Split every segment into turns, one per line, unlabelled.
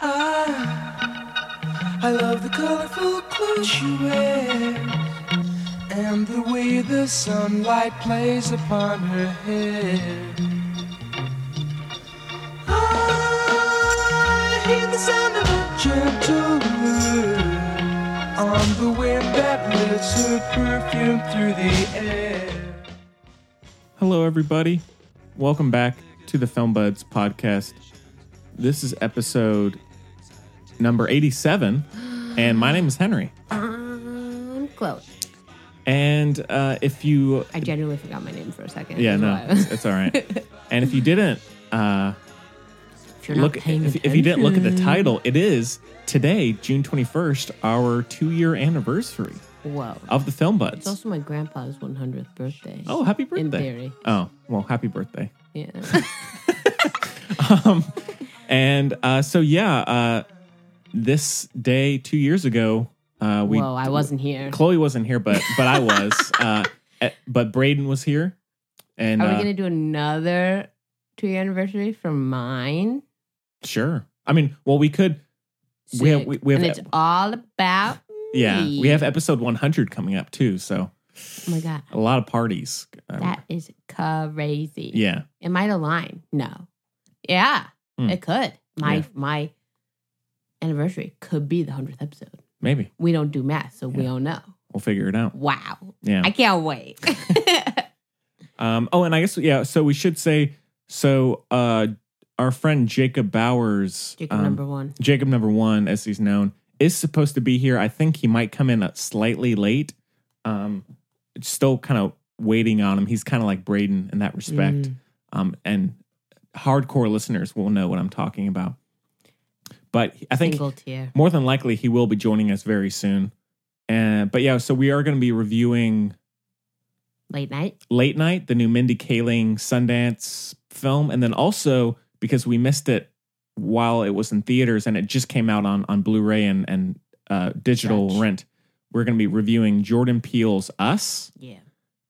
Ah, I love the colorful clothes she wears and the way the sunlight plays upon her hair. Ah, I hear the sound of a gentle wind on the wind that lifts her perfume through the air.
Hello, everybody. Welcome back to the Film Buds podcast. This is episode number 87, and my name is Henry.
Um, quote.
And uh, if you,
I genuinely forgot my name for a second.
yeah,
That's
no,
why I was-
it's, it's all right. And if you didn't uh,
if you're not
look,
paying
if, if you didn't look at the
attention.
title, it is today, June 21st, our two-year anniversary
Whoa.
of the Film Buds.
It's also my grandpa's 100th birthday.
Oh, happy birthday!
In theory.
Oh, well, happy birthday.
Yeah.
And uh, so, yeah, uh, this day two years ago, uh, we
Whoa, I wasn't here.
Chloe wasn't here, but but I was. uh, eh, but Braden was here, and
Are we
uh,
going to do another two year anniversary for mine?
sure. I mean, well, we could. We have-
Sick.
we- we have
and
a-
it's all about.
Yeah,
me.
we have episode 100 coming up too, so
Oh my God.
a lot of parties. Um,
That is crazy.
yeah,
It might align. No. Yeah.
Hmm.
It could. My
Yeah.
my anniversary could be the 100th episode.
maybe
We don't do math, so we
Yeah.
don't know.
we'll figure it out.
Wow.
Yeah.
I can't wait.
Um. Oh, and I guess yeah. So we should say so. Uh, our friend Jacob Bowers.
Jacob
um,
number one.
Jacob number one, as he's known, is supposed to be here. I think he might come in uh, slightly late. Um, it's still kind of waiting on him. He's kind of like Braden in that respect.
Mm.
Um, and hardcore listeners will know what I'm talking about. But I think
Single tier.
more than likely he will be joining us very soon. And but yeah, so we are going to be reviewing
Late night.
Late Night, the new Mindy Kaling Sundance film, and then also because we missed it while it was in theaters and it just came out on on Blu-ray and and uh, digital
Stretch.
rent, we're going to be reviewing Jordan Peele's Us,
Yeah.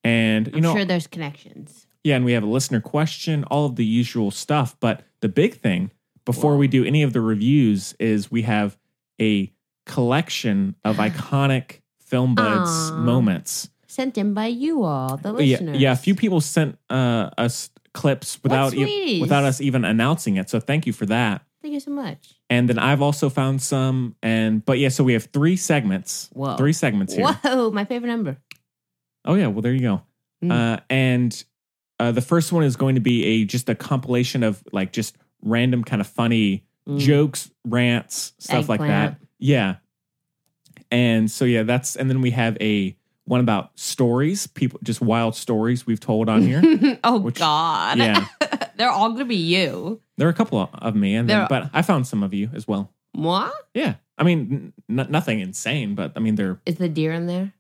and you
I'm
know,
sure there's connections.
yeah, and we have a listener question, all of the usual stuff, but the big thing before we do any of the reviews is we have a collection of iconic film buds
Aw.
moments.
Sent in by you all, the
Yeah,
listeners.
yeah, a few people sent uh, us clips without e-
sweet.
without us even announcing it. So thank you for that.
Thank you so much.
And then I've also found some and but yeah, so we have three segments.
Whoa.
Three segments here.
Whoa, my favorite number.
Oh yeah, well there you go.
Mm.
Uh, and uh, the first one is going to be a just a compilation of like just random kind of funny
Mm.
jokes, rants, stuff like that.
Eggplant.
Yeah. And so yeah, that's and then we have a one about stories, people just wild stories we've told on here.
oh
which-
God.
yeah.
They're all gonna be you.
There are a couple of me, and then,
There-
but I found some of you as well.
Moi?
Yeah, I mean, n- n- nothing insane, but I mean, they're
Is the deer in there?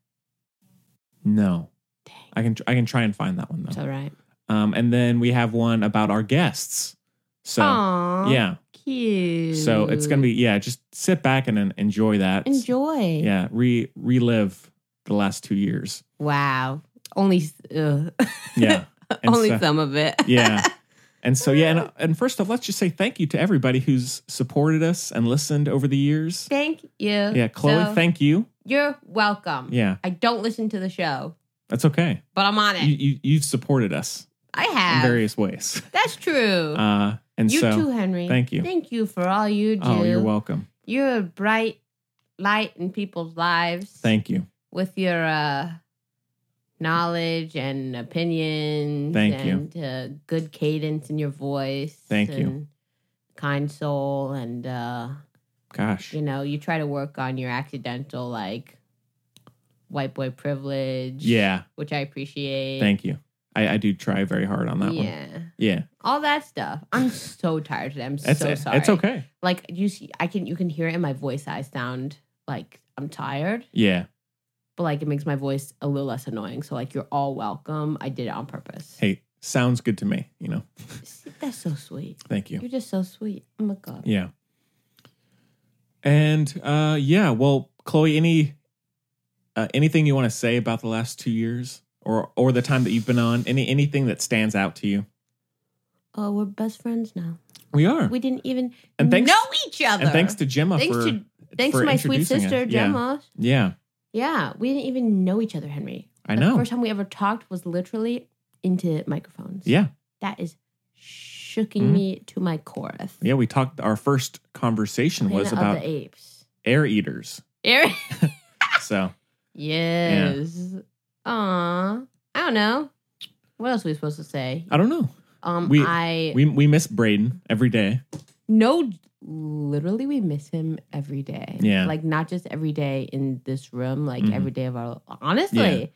no.
Dang.
I can tr- I can try and find that one
It's
though.
all right.
Um, and then we have one about our guests. So
Aw,
yeah,
Cute.
so it's gonna be yeah. Just sit back and, and enjoy that.
enjoy.
Yeah, re relive the last two years.
Wow. Only s- ugh.
Yeah, And
only
so-
some of it.
yeah. And so yeah, and, and first off, let's just say thank you to everybody who's supported us and listened over the years.
Thank you.
Yeah, Chloe,
So,
thank you.
You're welcome.
Yeah,
I don't listen to the show,
that's okay.
but I'm on it.
you, you you've supported us
I
in
have.
various ways.
That's true.
Uh, and
you
so,
too, Henry.
thank you.
Thank you for all you do.
oh, you're welcome.
You're a bright light in people's lives.
Thank you.
With your uh, knowledge and opinions.
Thank you.
and, Uh, good cadence in your voice.
Thank you.
and Kind soul and uh,
Gosh,
you know you try to work on your accidental like white boy privilege.
yeah,
which I appreciate.
thank you. I, I do try very hard on that one.
yeah.
Yeah,
All that stuff. I'm so tired today. I'm
it's
so
it-
sorry.
it's okay.
Like you see I can you can hear it in my voice I sound like I'm tired,
Yeah.
but like it makes my voice a little less annoying. So like you're all welcome. I did it on purpose.
Hey, sounds good to me. You know.
See, That's so sweet.
Thank you.
You're just so sweet. Oh my god.
Yeah. And uh, yeah, well, Chloe, any uh, anything you want to say about the last two years or or the time that you've been on? Any anything that stands out to you?
Oh, we're best friends now.
We are.
We didn't even
And thanks-
know each other.
and thanks to Gemma
Thanks
for
to Thanks
for
to my sweet
introducing
sister,
it. Yeah.
Gemma.
Yeah.
Yeah, we didn't even know each other, Henry.
I
The
know.
first time we ever talked was literally into microphones.
Yeah.
That is shooking
Mhm.
me to my core.
Yeah. We talked, our first conversation was
Planet of
about
the apes.
air eaters.
Air-
So
yes. Aw. I don't know. What else are we supposed to say?
I don't know.
Um
we-
I
We, we miss Braden every day.
no literally we miss him every day.
Yeah.
Like not just every day in this room, like
Mhm.
every day of our honestly.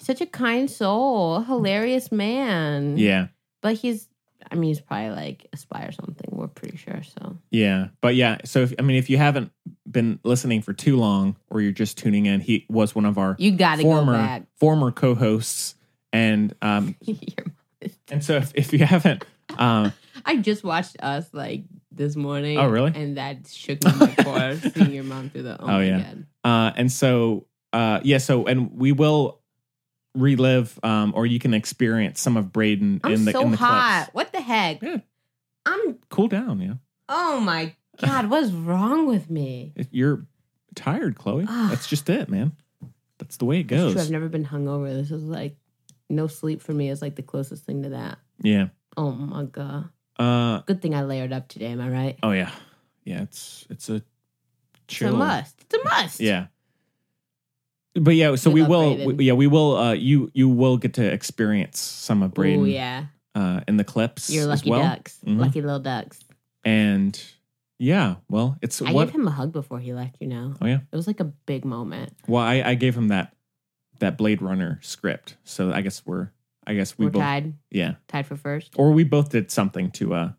Such a kind soul, hilarious man.
Yeah.
But he's, I mean, he's probably like a spy or something. We're pretty sure. So
Yeah. But yeah. So, if, I mean, if you haven't been listening for too long or you're just tuning in, he was one of our
you got to go back.
former, former co hosts. And, um,
Your
and so if, if you haven't, um,
I just watched us like this morning.
Oh, really?
And that shook me in my core seeing your mom through the. Oh, my
yeah.
God.
Uh, and so, uh, yeah, so, and we will relive, um, or you can experience some of Braden
I'm
in the,
so
in the clips.
hot. What the heck?
Yeah.
I'm.
Cool down, yeah.
Oh my God. What's wrong with me?
If You're tired, Chloe.
Ah.
That's just it, man. That's the way it
It's
goes.
true. I've never been hungover. This is like no sleep for me is like the closest thing to that.
yeah.
Oh my God.
Uh,
Good thing I layered up today. Am I right?
oh yeah. Yeah. It's, it's a chill.
It's a must. It's a must.
Yeah. But yeah, so
We
we,
love
will,
Braden.
we- yeah, we will, uh, you, you will get to experience some of Braden,
Oh, yeah.
uh, in the clips
Your
as
lucky
well.
ducks.
Mhm.
Lucky little ducks.
And yeah, well, it's
I
what,
gave him a hug before he left, you know.
oh yeah.
It was like a big moment.
Well, I, I gave him that that Blade Runner script, so I guess we're I guess we
We're
both
tied.
yeah,
Tied for first.
or we both did something to uh,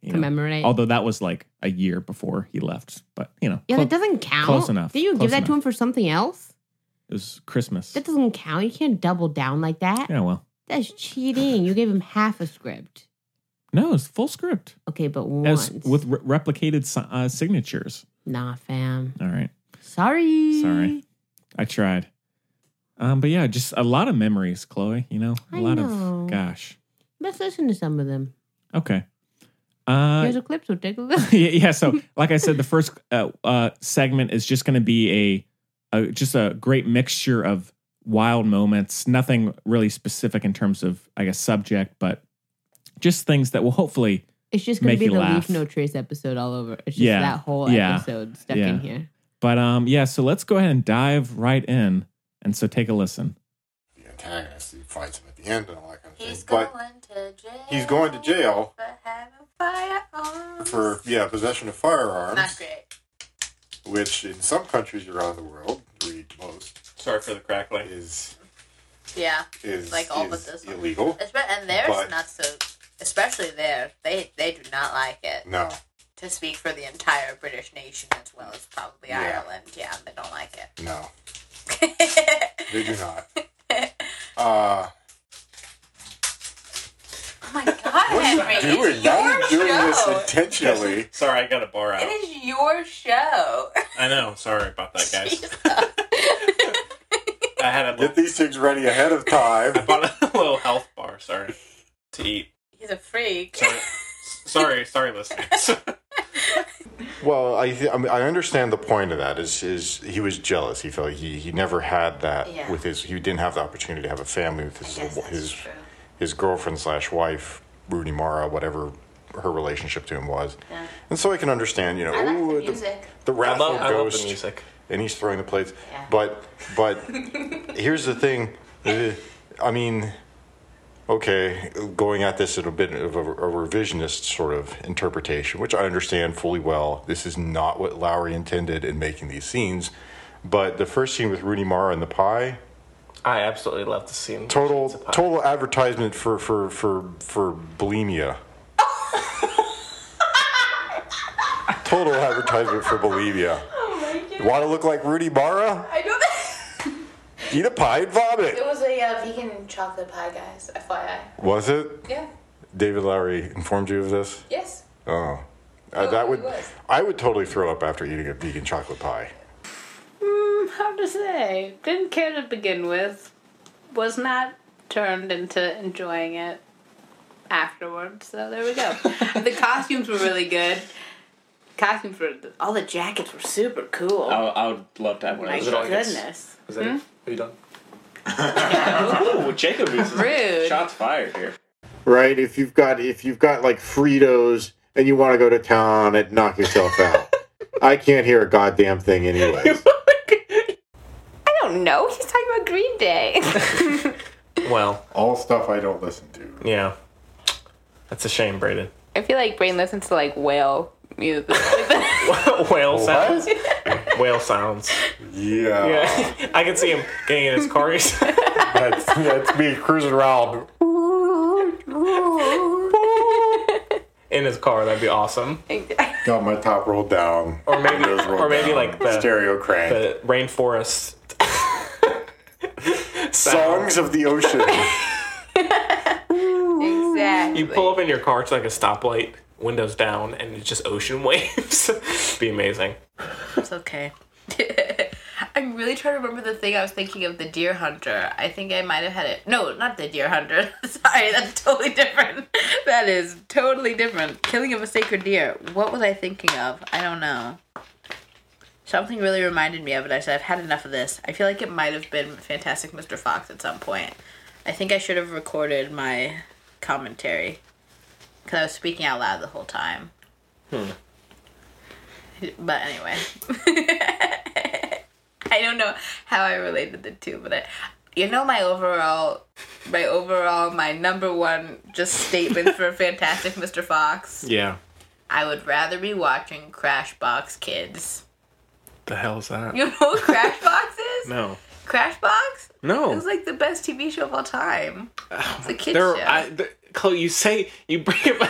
you know,
Commemorate.
although that was like a year before he left, but you know,
yeah,
clo-
that doesn't count.
close enough,
Did you
close
give that to
enough.
him for something else?
it was Christmas.
That doesn't count. You can't double down like that.
yeah, well,
That's cheating. You gave him half a script.
no, it's full script
Okay, but
as
once.
with re- replicated si- uh, signatures.
nah, fam.
All right,
Sorry.
Sorry. I tried, um, but yeah, just a lot of memories, Chloe. You know, a
I
lot
know.
of gosh.
Let's listen to some of them.
Okay. Uh,
Here's a clip, so take a look.
yeah, yeah. So, like I said, the first uh, uh, segment is just going to be a, a just a great mixture of wild moments. Nothing really specific in terms of, I guess, subject, but just things that will hopefully,
It's just going
Make
to be
you
the
laugh.
Leave No Trace episode all over. It's just
Yeah.
that whole
Yeah.
episode stuck
Yeah.
in here.
but um, yeah. So let's go ahead and dive right in, and so take a listen.
the antagonist. He fights him at the end and all that kind of
He's
thing. But
going to jail.
he's going to jail
for having firearms.
for yeah possession of firearms,
not great.
which in some countries around the world, read most,
Sorry for the crackling.
is
Yeah,
is
Like all but
is
this one.
illegal.
Espe- and theirs
But-
not so. Especially there, they they do not like it.
No,
To speak for the entire British nation as well as probably
Yeah.
Ireland, yeah, they don't like
no,
it.
they do not. Uh,
oh my God,
what are
Henry,
you doing?
it's
Now
your
you're doing this
show.
intentionally.
Sorry, I got a bar
It is your show.
I know. Sorry about that,
Jesus.
I had
Get these things ready ahead of time.
bought a little health bar. Sorry to eat.
He's a freak.
sorry, sorry, listeners.
Well, I, th- I, mean, I understand the point of that is is he was jealous. He felt he, he never had that
Yeah.
with his. He didn't have the opportunity to have a family with his
Yes, that's
his
true.
his girlfriend slash wife, Rooney Mara, whatever her relationship to him was.
Yeah.
And so I can understand, you know,
I like the
ooh,
music.
the wrathful
love- I love the
ghost,
music.
and he's throwing the plates.
Yeah.
But but here's the thing, Uh, I mean, okay, going at this in a bit of a, a revisionist sort of interpretation, which I understand fully well. This is not what Lowry intended in making these scenes. But the first scene with Rooney Mara and the pie,
I absolutely love the scene.
total
It's a pie.
total advertisement for for for for bulimia. total advertisement for bulimia.
Oh
Want to look like Rudy Barra?
I know that.
Eat a pie and vomit.
It was a uh, vegan chocolate pie, guys. FYI.
Was it?
Yeah.
David Lowry informed you of this?
Yes.
Oh, Uh, that would.
it was.
I would totally throw up after eating a vegan chocolate pie.
Hmm,
Hard to say. Didn't care to begin with. Was not turned into enjoying it afterwards. So there we go. the costumes were really good.
costume for the, all the jackets were super cool.
I, I would love to have one
My
of
it all
those.
hits?
goodness.
Is that it? Are you done?
Ooh, Jacob is
Rude.
shots fired here.
right? If you've got if you've got like Fritos and you want to go to town and knock yourself out. I can't hear a goddamn thing anyway.
I don't know. He's talking about Green Day.
Well,
All stuff I don't listen to.
yeah. That's a shame, Braden.
I feel like Brain listens to like whale music. I
Whale sounds. Whale sounds.
Yeah.
Yeah, I can see him getting in his car. He's-
That's, that's me cruising around.
in his car. That'd be awesome.
Got my top rolled down.
Or maybe,
Windows rolled
or maybe
down,
like the,
stereo crank.
the rainforest.
Songs of the ocean.
exactly.
You pull up in your car to like a stoplight, windows down, and it's just ocean waves. be amazing.
It's okay. I'm really trying to remember the thing I was thinking of the deer hunter. I think I might have had it. No, not the deer hunter. Sorry, that's totally different. That is totally different. Killing of a sacred deer. What was I thinking of? I don't know. Something really reminded me of it. I said, I've had enough of this. I feel like it might have been Fantastic Mr. Fox at some point. I think I should have recorded my commentary because I was speaking out loud the whole time.
Hmm.
But anyway, I don't know how I related the two, but I, you know, my overall, my overall, my number one just statement for Fantastic Mr. Fox.
Yeah.
I would rather be watching Crashbox Kids.
The hell is that?
You know what Crashbox is?
No.
Crashbox? It
No.
was like the best TV show of all time. It's a kids
There,
show.
I, the, Chloe, you say you bring up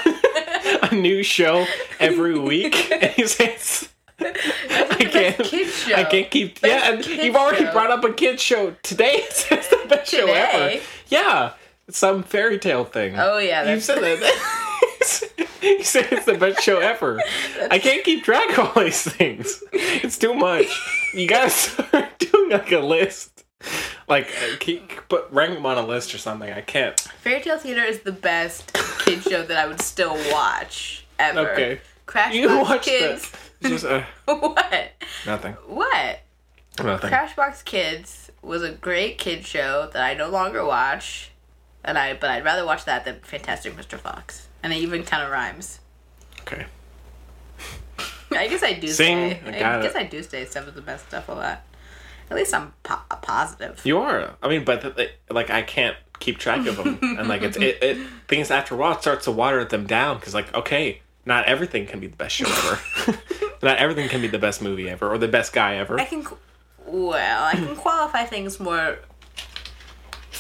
a new show every week, and you say it's, I can't.
kids show.
I can't keep.
Best
yeah, and
kids
you've already
show.
brought up a kids show today. It's the best show
Today?
ever. Yeah, it's some fairy tale thing.
Oh yeah,
you
that's
said that. you said it's the best show ever. I can't keep track of all these things. It's too much. You gotta start doing like a list. Like uh, keep, put rank them on a list or something. I can't.
Fairy Tale Theater is the best kid show that I would still watch ever.
Okay.
Crashbox
You watch
Kids.
that. It's Just uh,
what?
nothing.
What?
Nothing.
Crashbox Kids was a great kid show that I no longer watch, and I but I'd rather watch that than Fantastic Mr. Fox, and it even kind of rhymes.
Okay.
I guess I do
Sing.
say.
I
I,
got
guess
it.
I do say some of the best stuff a lot. At least I'm po- positive.
You are. I mean, but th- th- like I can't keep track of them, and like it's it, it things after a while it starts to water them down because like okay, not everything can be the best show ever, not everything can be the best movie ever or the best guy ever.
I can, qu- well, I can qualify things more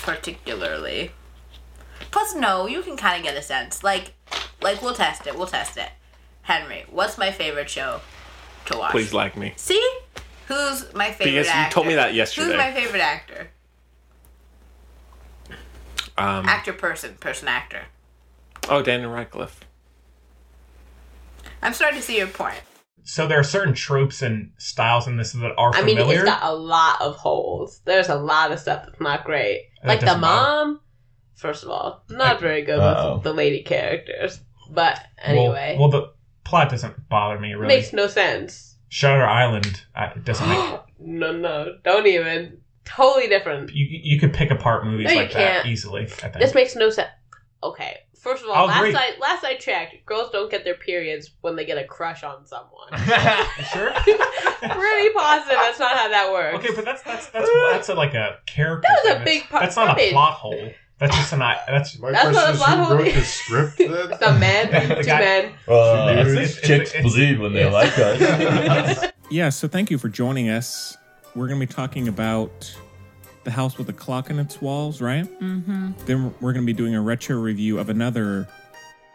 particularly. Plus, no, you can kind of get a sense. Like, like we'll test it. We'll test it. Henry, what's my favorite show to watch?
Please like me.
See, who's my favorite?
Because you
actor?
told me that yesterday.
Who's my favorite actor?
Um,
Actor, person, person, actor.
oh, Daniel Radcliffe.
I'm starting to see your point.
So there are certain tropes and styles in this that are
I mean,
familiar.
it's got a lot of holes. There's a lot of stuff that's not great.
That
like the
doesn't matter.
mom, first of all, not very good
Uh-oh.
with the lady characters. But
Well-
anyway,
well, the plot doesn't bother me really.
makes no sense.
Shutter Island uh, it doesn't make
No, no, don't even. Totally different.
you. You could pick apart movies
No, you
like that
can't.
easily. I think.
This makes no sense. Okay, first of all,
I'll
last
agree.
I last I checked, girls don't get their periods when they get a crush on someone.
sure.
Pretty positive that's not how that works.
Okay, but that's that's that's that's a, like a character.
That was a
thing.
big part-
That's not
I
a
mean-
plot hole. That's just an. I- That's
My
That's not a
question is
plot hole.
who wrote this script then?
Some men,
The
two
guy-
men.
Well,
Dude,
that's what
it's-
chicks
it's-
Uh, believe when they like us.
Yeah, so thank you for joining us. We're going to be talking about The House with a Clock in Its Walls, right? Mm-hmm. Then we're going to be doing a retro review of another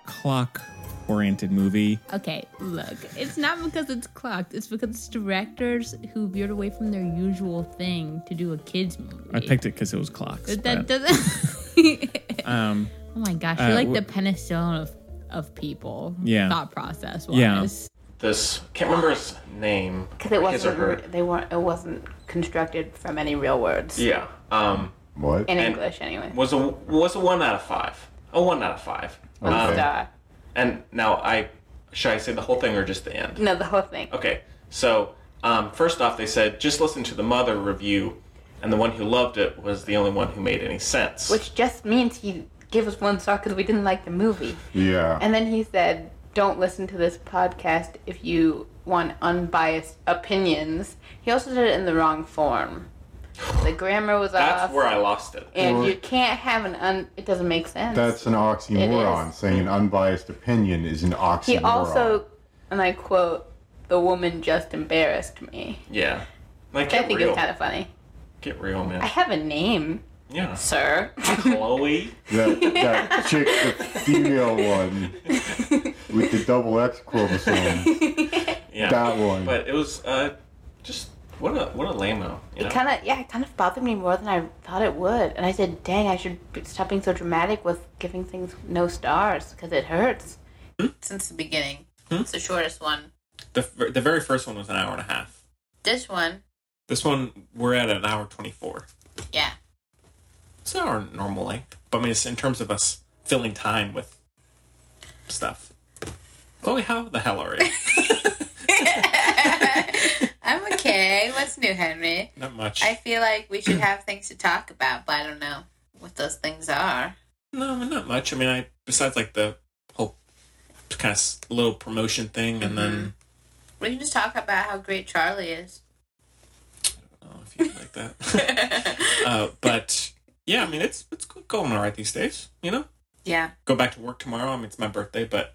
clock oriented movie.
Okay, look, it's not because it's clocked. It's because it's directors who veered away from their usual thing to do a kids movie.
I picked it because it was clocks.
But
but,
that doesn't.
um,
oh my gosh,
Uh,
you're like
w-
the penicillin of of people.
Yeah.
Thought process
Yeah.
wise.
This can't remember his name.
Because it
His or her.
They weren't. It wasn't constructed from any real words
Yeah. Um,
What?
in
And-
English, anyway.
was a was a one out of five. A one out of five. Um,
Okay.
Star.
and now I
Should I say the whole thing or just the end?
No, the whole
Oh,
thing.
Okay, so um, first off, they said just listen to the mother review, and the one who loved it was the only one who made any sense.
Which just means he gave us one star because we didn't like the movie.
Yeah.
And then he said, Don't listen to this podcast if you want unbiased opinions. He also did it in the wrong form. The grammar was
That's
off.
where I lost it.
and
Well-
you can't have an un. It doesn't make sense.
That's an oxymoron. Saying an unbiased opinion is an oxymoron.
he also, and I quote, the woman just embarrassed me.
Yeah.
Which
Like,
I
get
think
real.
is kind of funny.
Get
Oh,
real,
I
man.
have a name,
Yeah.
sir.
Chloe.
that, that chick, the female one with the double X chromosome.
Yeah.
That one.
But it was uh, just what a what a lameo. You know?
It kind of, yeah, it kind of bothered me more than I thought it would. And I said, dang, I should be- stop being so dramatic with giving things no stars because it hurts.
Hmm?
Since the beginning, it's the shortest one.
the fir- the very first one was an hour and a half.
This one,
This one we're at an hour twenty four.
yeah.
It's an hour normal length, but I mean, it's in terms of us filling time with stuff. Chloe, how the hell are you?
I'm okay. What's new, Henry?
Not much.
I feel like we should have things to talk about, but I don't know what those things are.
No, I mean, not much. I mean, I besides like the whole kind of little promotion thing, and then
We can just talk about how great Charlie is.
oh, if you like that. uh, but yeah, I mean, it's it's going all right these days. You know,
Yeah.
go back to work tomorrow. I mean, it's my birthday, but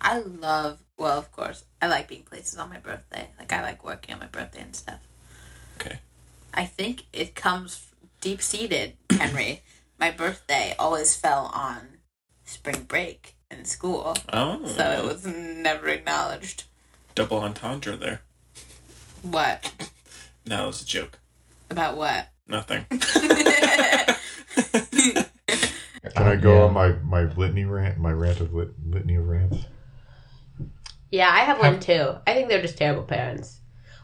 I love, well, of course, I like being places on my birthday. Like, I like working on my birthday and stuff.
okay.
I think it comes deep seated, Henry. My birthday always fell on spring break in school,
Oh,
so it was never acknowledged.
double entendre there.
What?
No, it was a joke.
About what?
Nothing.
Can I go on my, my litany rant, my rant of lit, litany of rants?
Yeah, I have one too. I think they're just terrible parents.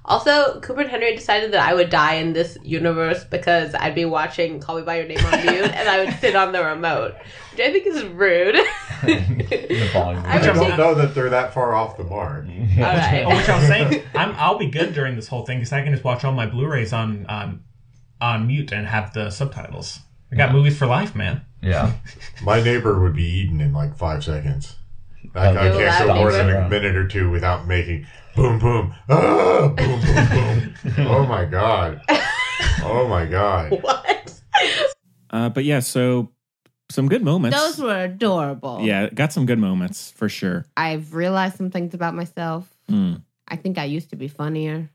Also, Cooper and Henry decided that I would die in this universe because I'd be watching Call Me By Your Name on mute and I would sit on the remote, which I think is rude.
The volume.
I
I
would
don't
take-
know that they're that far off the mark.
All
Oh,
right.
which I was saying, I'm, I'll be good during this whole thing because I can just watch all my Blu-rays on um, on mute and have the subtitles. I got movies for life, man.
Yeah.
My neighbor would be eaten in like five seconds. I, I
You're
can't go
allowed
more than
neighbor?
a minute or two without making boom, boom, ah, boom, boom, boom. oh my god. Oh my god.
What?
Uh, but yeah, so some good moments.
Those were adorable.
yeah, got some good moments for sure.
I've realized some things about myself.
Mm.
I think I used to be funnier.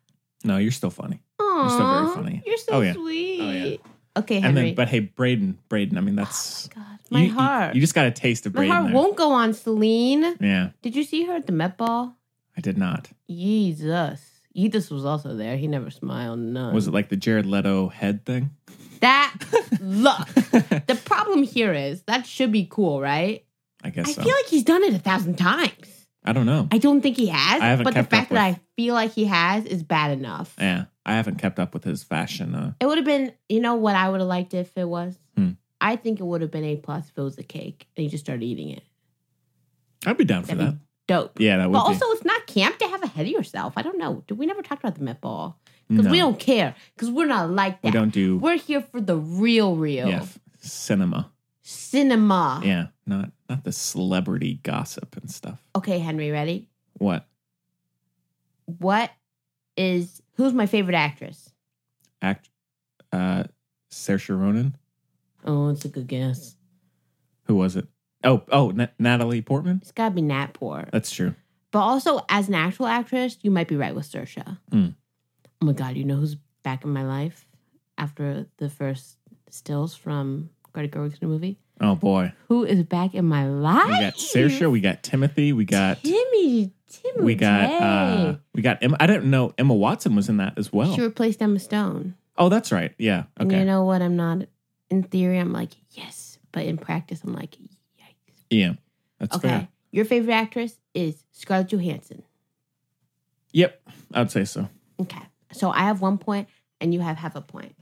No, you're still funny.
Aww,
still very funny.
You're so
Oh, yeah.
sweet.
Oh, yeah.
Okay,
And
Henry.
then, but hey, Braden, Braden. I mean, that's
God, my
you- you-
heart.
You, just got a taste of
my
Braden.
heart
there.
won't go on, Celine.
Yeah,
Did you see her at the Met Ball?
I did not.
Jesus. Yeezus was also there. He never smiled none.
Was it like the Jared Leto head thing?
that look? The problem here is that should be cool, right?
I guess
I
so.
feel like he's done it a thousand times.
I don't know.
I don't think he has.
I haven't
but the
kept up
fact that I feel like he has is bad enough.
yeah, I haven't kept up with his fashion. Uh,
It would have been, you know what I would have liked if it was?
Hmm.
I think it would have been A plus if it was a cake and you just started eating it.
I'd be down for
That'd
that.
be dope.
Yeah, that would
but
be.
also, it's not camp to have a head of yourself. I don't know. Do we never talk about the Met Ball? Because we
No.
don't care. Because we're not like that.
we don't do
We're here for the real, real
yeah, f- cinema.
cinema.
Yeah, not not the celebrity gossip and stuff.
Okay, Henry, ready?
What
What is who's my favorite actress?
act? Uh, Saoirse Ronan.
Oh, it's a good guess.
Who was it? Oh, oh, Na- Natalie Portman.
It's gotta be Nat Poor.
That's true.
But also, as an actual actress, you might be right with Saoirse.
Hmm.
Oh my God, you know who's back in my life after the first stills from Greta Gerwig's new movie?
Oh boy,
Who is back in my life?
we got Saoirse. We got Timothy. We got
Timmy. Timmy.
we got uh, we got Emma. I didn't know Emma Watson was in that as well.
she replaced Emma Stone.
Oh, that's right. Yeah.
And
Okay.
you know what? I'm not. In theory, I'm like yes, but in practice, I'm like yikes.
yeah. That's
okay,
fair.
your favorite actress is Scarlett Johansson.
Yep. I'd say so.
Okay, so I have one point, and you have half a point.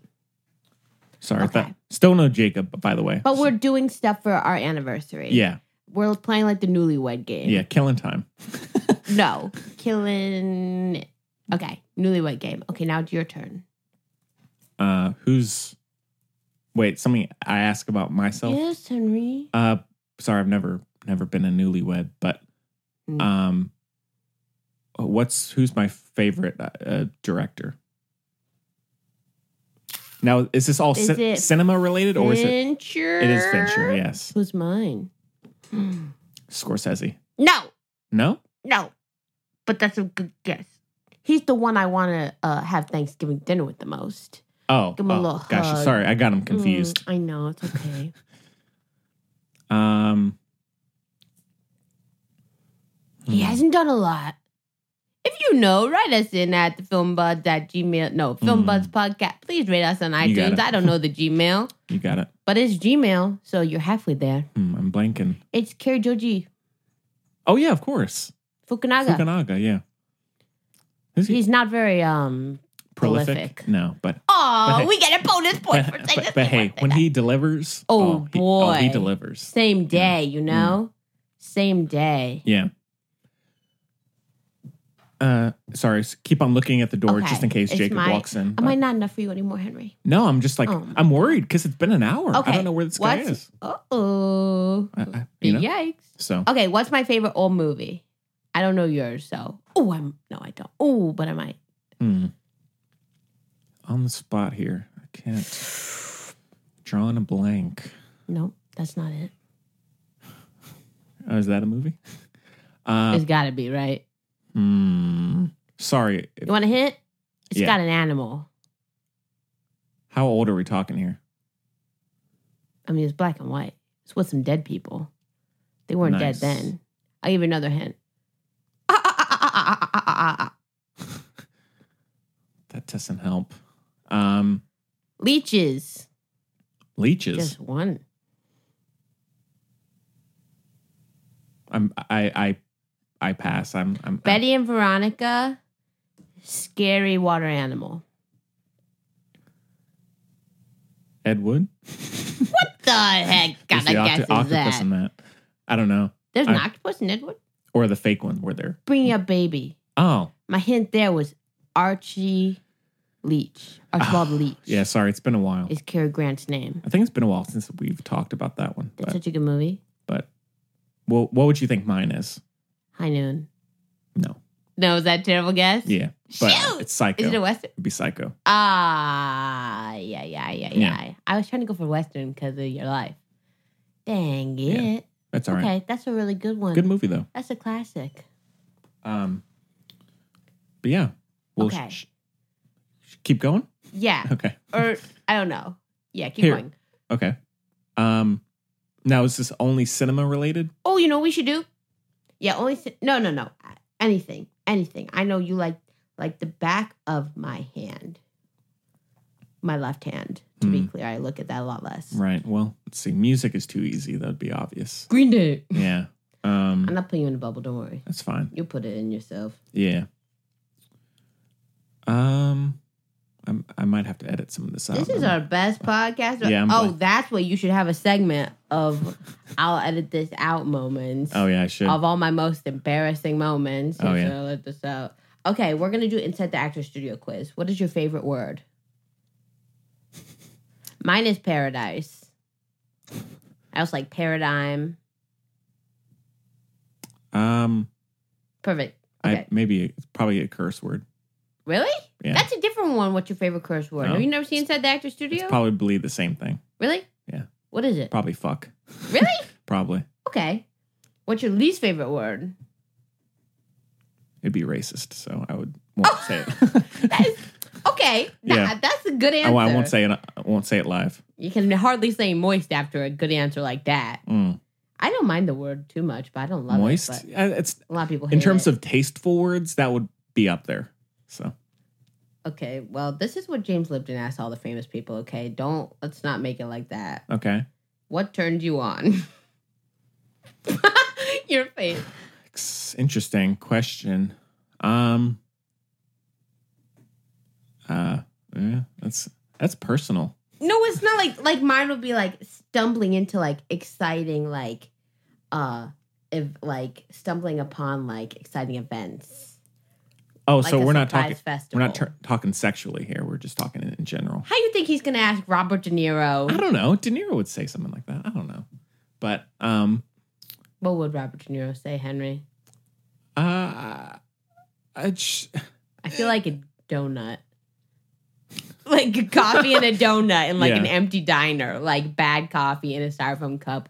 Sorry.
Okay.
That, still no Jacob, by the way.
But we're doing stuff for our anniversary.
yeah.
we're playing like the newlywed game.
Yeah, killing time.
No, killing. Okay, newlywed game. Okay, now it's your turn.
Uh, who's? Wait, something I ask about myself.
yes, Henry.
Uh, sorry, I've never never been a newlywed, but
Hmm.
um, what's who's my favorite uh, uh, director? Now, is this all
Is
cin-
it
cinema related or is it?
Fincher?
It is Fincher, yes.
Who's mine?
Scorsese.
No,
No,
no. But that's a good guess. He's the one I want to uh, have Thanksgiving dinner with the most.
Oh,
Give him a
oh,
little
gosh,
hug.
sorry, I got him
Mm,
confused.
I know it's okay.
Um, Hmm.
he hasn't done a lot. If you know, write us in at the filmbuds at gmail. No, filmbuds podcast. Please rate us on
Hmm. You got
iTunes.
it.
I don't know the Gmail,
you got it.
but it's Gmail, so you're halfway there.
Hmm, I'm blanking.
It's Kerry Joji
Oh yeah, of course.
Fukunaga.
Fukunaga, yeah.
He's not very um
Prolific.
prolific.
No, but
Oh,
But-
we get a bonus point for saying
but, but hey, when he delivers,
Oh,
he, oh, he
boy.
delivers. Mm.
Same day, you know? Same day.
Yeah. Uh, sorry, s- keep on looking at the door just in case
It's
Jacob
my-
walks in.
Am
but-
I not enough for you anymore, Henry?
no, I'm just like
Oh, my
I'm worried because it's been an hour.
Okay.
I don't know where this guy
What's-
is.
Uh oh.
I- I- you know?
Yikes.
So
Okay, what's my favorite old movie? I don't know yours, so. Oh, I'm. No, I don't. Oh, but I might.
hmm. on the spot here, I can't. Drawing a blank.
No, that's not it.
Oh, is that a movie? Uh,
it's got to be, right?
hmm. sorry.
You want a hint? It's
Yeah.
got an animal.
How old are we talking here?
I mean, it's black and white. It's with some dead people. They weren't
Nice.
dead then. I'll give you another hint.
That doesn't help. Um,
Leeches.
leeches.
Just one.
I'm. I. I. I pass. I'm. I'm.
Betty and Veronica, scary water animal.
Ed Wood.
The heck,
There's
gotta
the
guess
octo-
is
octopus
that.
in that. I don't know.
There's
I-
an octopus in Edward.
Or the fake one where they're.
Bring your baby.
Oh
My hint there was Archie Leach. Archibald
Ah,
Leach
yeah. Sorry, it's been a while.
is Cary Grant's name.
I think it's been a while since we've talked about that one.
That's
But,
such a good movie.
but well, what would you think mine is?
High Noon.
No.
No, is that a terrible guess?
Yeah. But
Shoot!
it's psycho.
Is it a western?
It'd be psycho.
Ah, yeah, yeah, yeah, yeah.
Yeah.
I was trying to go for Western because of your life. Dang it.
That's all
okay,
right.
that's a really good one.
Good movie though.
That's a classic.
Um. But yeah. We'll sh-
okay.
sh- keep going.
yeah.
Okay.
Or, I don't know. Yeah, keep
Here.
going.
Okay. Um. Now is this only cinema related?
Oh, you know what we should do? Yeah, only. si- no, no, no. Anything. Anything. I know you like like the back of my hand. My left hand, to be
Hmm.
clear. I look at that a lot less.
Right. Well, let's see. Music is too easy. That'd be obvious.
Green Day.
Yeah. Um.
I'm not putting you in a bubble, don't worry.
That's fine.
You'll put it in yourself.
Yeah. Um, I'm, I might have to edit some of this out.
This is our best podcast.
Yeah, I'm
oh,
blank.
that's what you should have a segment of I'll edit this out moments.
Oh yeah, I should.
Of all my most embarrassing moments.
Oh, yeah.
Should I let this out. Okay, we're gonna do Inside the Actor Studio quiz. What is your favorite word? Mine is paradise. I also like paradigm.
um,
Perfect.
I maybe it's probably a curse word.
Really?
Yeah.
That's a different one. What's your favorite curse word?
No.
Have you never seen Inside the Actor Studio?
It's probably the same thing.
really?
Yeah.
What is it?
Probably fuck.
Really?
Probably
Okay. What's your least favorite word?
it'd be racist, so I would won't say it.
Okay, nah,
Yeah.
that's a good
I,
answer.
won't- I won't say it. I won't say it live.
You can hardly say moist after a good answer like that.
Mm.
I don't mind the word too much, but I don't love
Moist.
it.
Uh, It's
but A lot of people. Hate
in terms
it.
of tasteful words that would be up there. So
okay, well, this is what James Lipton asked all the famous people. Okay, don't let's not make it like that.
okay,
What turned you on? Your face.
It's interesting question. Um. Uh, yeah, that's that's personal.
No, it's not like like mine would be like stumbling into like exciting like uh if like stumbling upon like exciting events.
Oh,
Like
so
a
we're not
surprise
talking.
festival.
We're not tur- talking sexually here. We're just talking in, in general.
How you think he's gonna ask Robert De Niro?
I don't know. De Niro would say something like that. I don't know, but um,
What would Robert De Niro say, Henry?
uh, I just,
I feel like a donut. Like a coffee and a donut and like
Yeah.
an empty diner, like bad coffee in a styrofoam cup.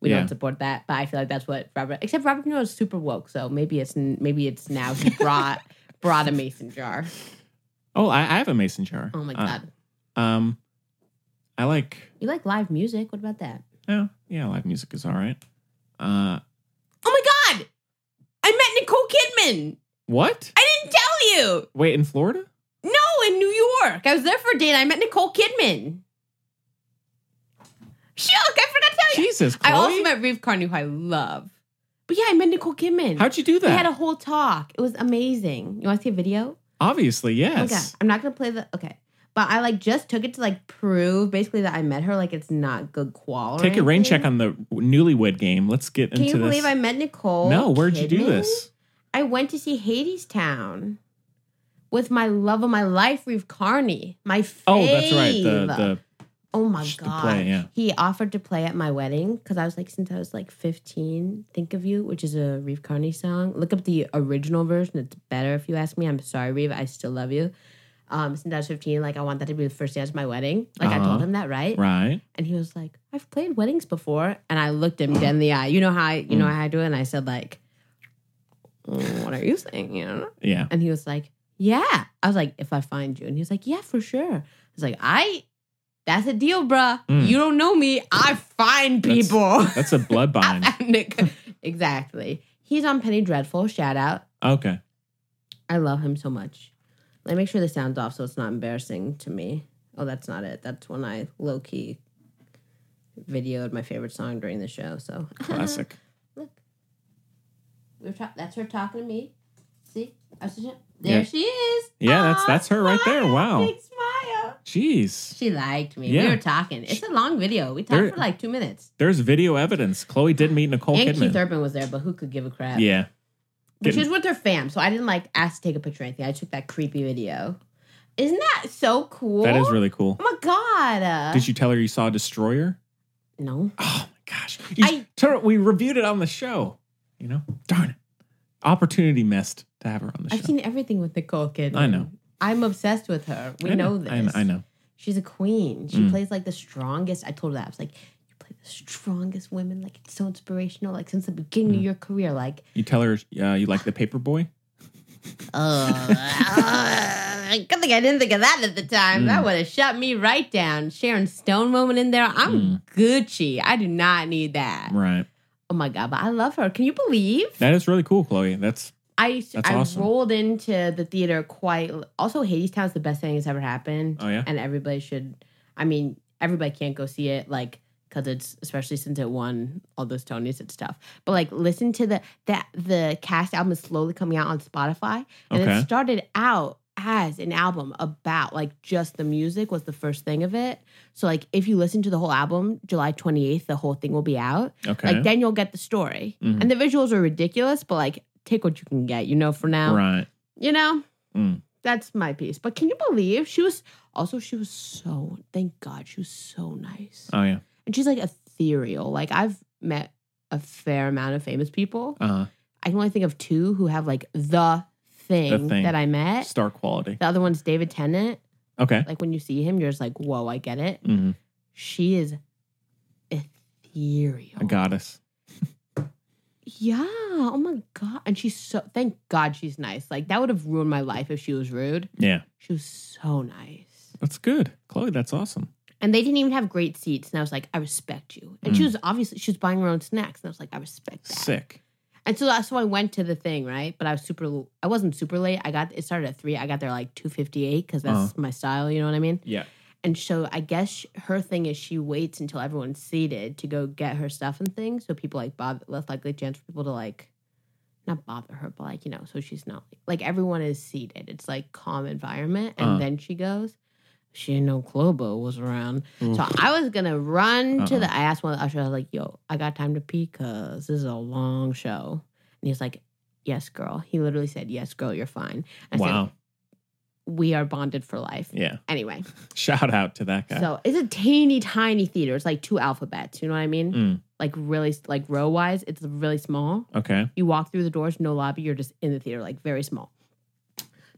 We
Yeah.
don't support that, but I feel like that's what Robert. Except Robert De Niro is super woke, so maybe it's maybe it's now he brought brought a mason jar.
oh, I, I have a mason jar.
Oh my
Uh,
god,
um, I like.
you like live music? What about that?
Yeah, yeah, live music is all right. Uh,
Oh my god, I met Nicole Kidman.
what?
I didn't tell you.
Wait, in Florida?
No, in New York. I was there for a date. and I met Nicole Kidman. Shook, I forgot to tell you.
Jesus,
I also
Chloe?
met Reeve Carney, who I love. But yeah, I met Nicole Kidman.
How'd you do
We
that?
had a whole talk. It was amazing. You want to see a video?
Obviously, yes.
Okay. I'm not gonna play the. Okay. But I like just took it to like prove basically that I met her. Like it's not good quality.
Take a rain check on the newlywed game. Let's get
Can
into
you
this.
believe I met Nicole?
no, where'd you do
Kidman?
this?
I went to see Hades Town with my love of my life, Reeve Carney. My fave.
Oh, that's right. The,
Oh my
Just to
god.
play, yeah.
He offered to play at my wedding because I was like, since I was like 15, Think of You, which is a Reeve Carney song. Look up the original version. It's better if you ask me. I'm sorry, Reeve. I still love you. Um, since I was 15, like I want that to be the first dance of my wedding. Like I
Uh-huh.
told him that,
the
right?
right.
And he was like, I've played weddings before. And I looked him dead in the eye. You know how I you know
Mm.
how I do it? And I said, like, "Mm, what are you saying? You know?
Yeah.
And he was like, Yeah. I was like, if I find you. And he was like, Yeah, for sure. I was like, I that's a deal, bruh.
Mm.
You don't know me. I find
That's-
people.
That's a blood bind.
Nick- exactly. He's on Penny Dreadful. Shout out.
okay.
I love him so much. Let me make sure the sound's off so it's not embarrassing to me. Oh, that's not it. That's when I low key videoed my favorite song during the show. So
Classic.
Look, we were ta- that's her talking to me. See, I was just- there
Yeah.
she is.
Yeah, that's
Aw,
that's her right there. Wow.
Big smile.
Jeez.
She liked me. We
Yeah.
were talking. It's a long video. We talked
There-
for like two minutes.
There's video evidence. Chloe did meet Nicole
and Keith
Kidman.
Urban was there, but who could give a crap?
Yeah.
But she
Getting-
was with her fam, so I didn't like ask to take a picture or anything. I took that creepy video. Isn't that so cool?
That is really cool.
Oh my god! Uh,
Did you tell her you saw Destroyer?
No.
Oh my gosh. You- Tara, we reviewed it on the show. You know? Darn it. Opportunity missed to have her on the show.
I've seen everything with Nicole Kidman.
I know.
I'm obsessed with her. We
I
know,
I know.
this.
I know.
She's a queen. She
Mm.
plays like the strongest. I told her that. I was like, you play the strongest women. Like it's so inspirational. Like since the beginning
Mm.
of your career. Like,
You tell her uh, you like the paper boy?
uh, good thing I didn't think of that at the time. That
Mm.
would have shut me right down. Sharon Stone moment in there. I'm Gucci. I do not need that.
Right.
Oh my god, but I love her. Can you believe?
That is really cool, Chloe. That's
I
That's
I
awesome.
rolled into the theater quite. Also, Hadestown's the best thing that's ever happened.
Oh, yeah?
and everybody should. I mean, everybody can't go see it, like because it's especially since it won all those Tonys and stuff. But like, listen to the that the cast album is slowly coming out on Spotify, and
Okay.
it started out as an album about like just the music was the first thing of it. So like, if you listen to the whole album, July twenty eighth, the whole thing will be out.
okay.
Like then you'll get the story.
Mhm.
And the visuals are ridiculous, but like take what you can get, you know, for now.
right.
You know?
Mm.
That's my piece. But can you believe she was also she was so thank God she was so nice.
Oh, yeah.
And she's like ethereal. Like I've met a fair amount of famous people.
Uh,
I can only think of two who have like the thing,
thing.
that I met.
star quality.
The other one's David Tennant.
Okay.
Like when you see him, you're just like, whoa, I get it.
hmm
She is ethereal.
A goddess.
Yeah. Oh my god. And she's so thank God she's nice. Like that would have ruined my life if she was rude.
Yeah.
She was so nice.
That's good. Chloe, that's awesome.
And they didn't even have great seats. And I was like, I respect you. And she was obviously she was buying her own snacks. And I was like, I respect that.
Sick.
And so that's why I went to the thing, right? But I was super I wasn't super late. I got it started at three. I got there like two fifty eight because
Uh-huh.
that's my style, you know what I mean?
Yeah.
And so I guess sh her thing is she waits until everyone's seated to go get her stuff and things. So people like bother, less likely chance for people to like, not bother her, but like, you know, so she's not like everyone is seated. It's like calm environment. And
Uh.
then she goes. she didn't know Clobo was around. So
Mm.
I was gonna run to
Uh-uh.
the. I asked one of the ushers, I was like, "Yo, I got time to pee because this is a long show." And he's like, "Yes, girl." He literally said, "Yes, girl, you're fine." I
Wow.
said, "We are bonded for life."
Yeah.
Anyway,
Shout out to that guy.
so it's a teeny tiny theater. It's like two alphabets. You know what I mean?
Mm.
Like really, like row wise, it's really small.
Okay.
You walk through the doors, no lobby, you're just in the theater, like very small.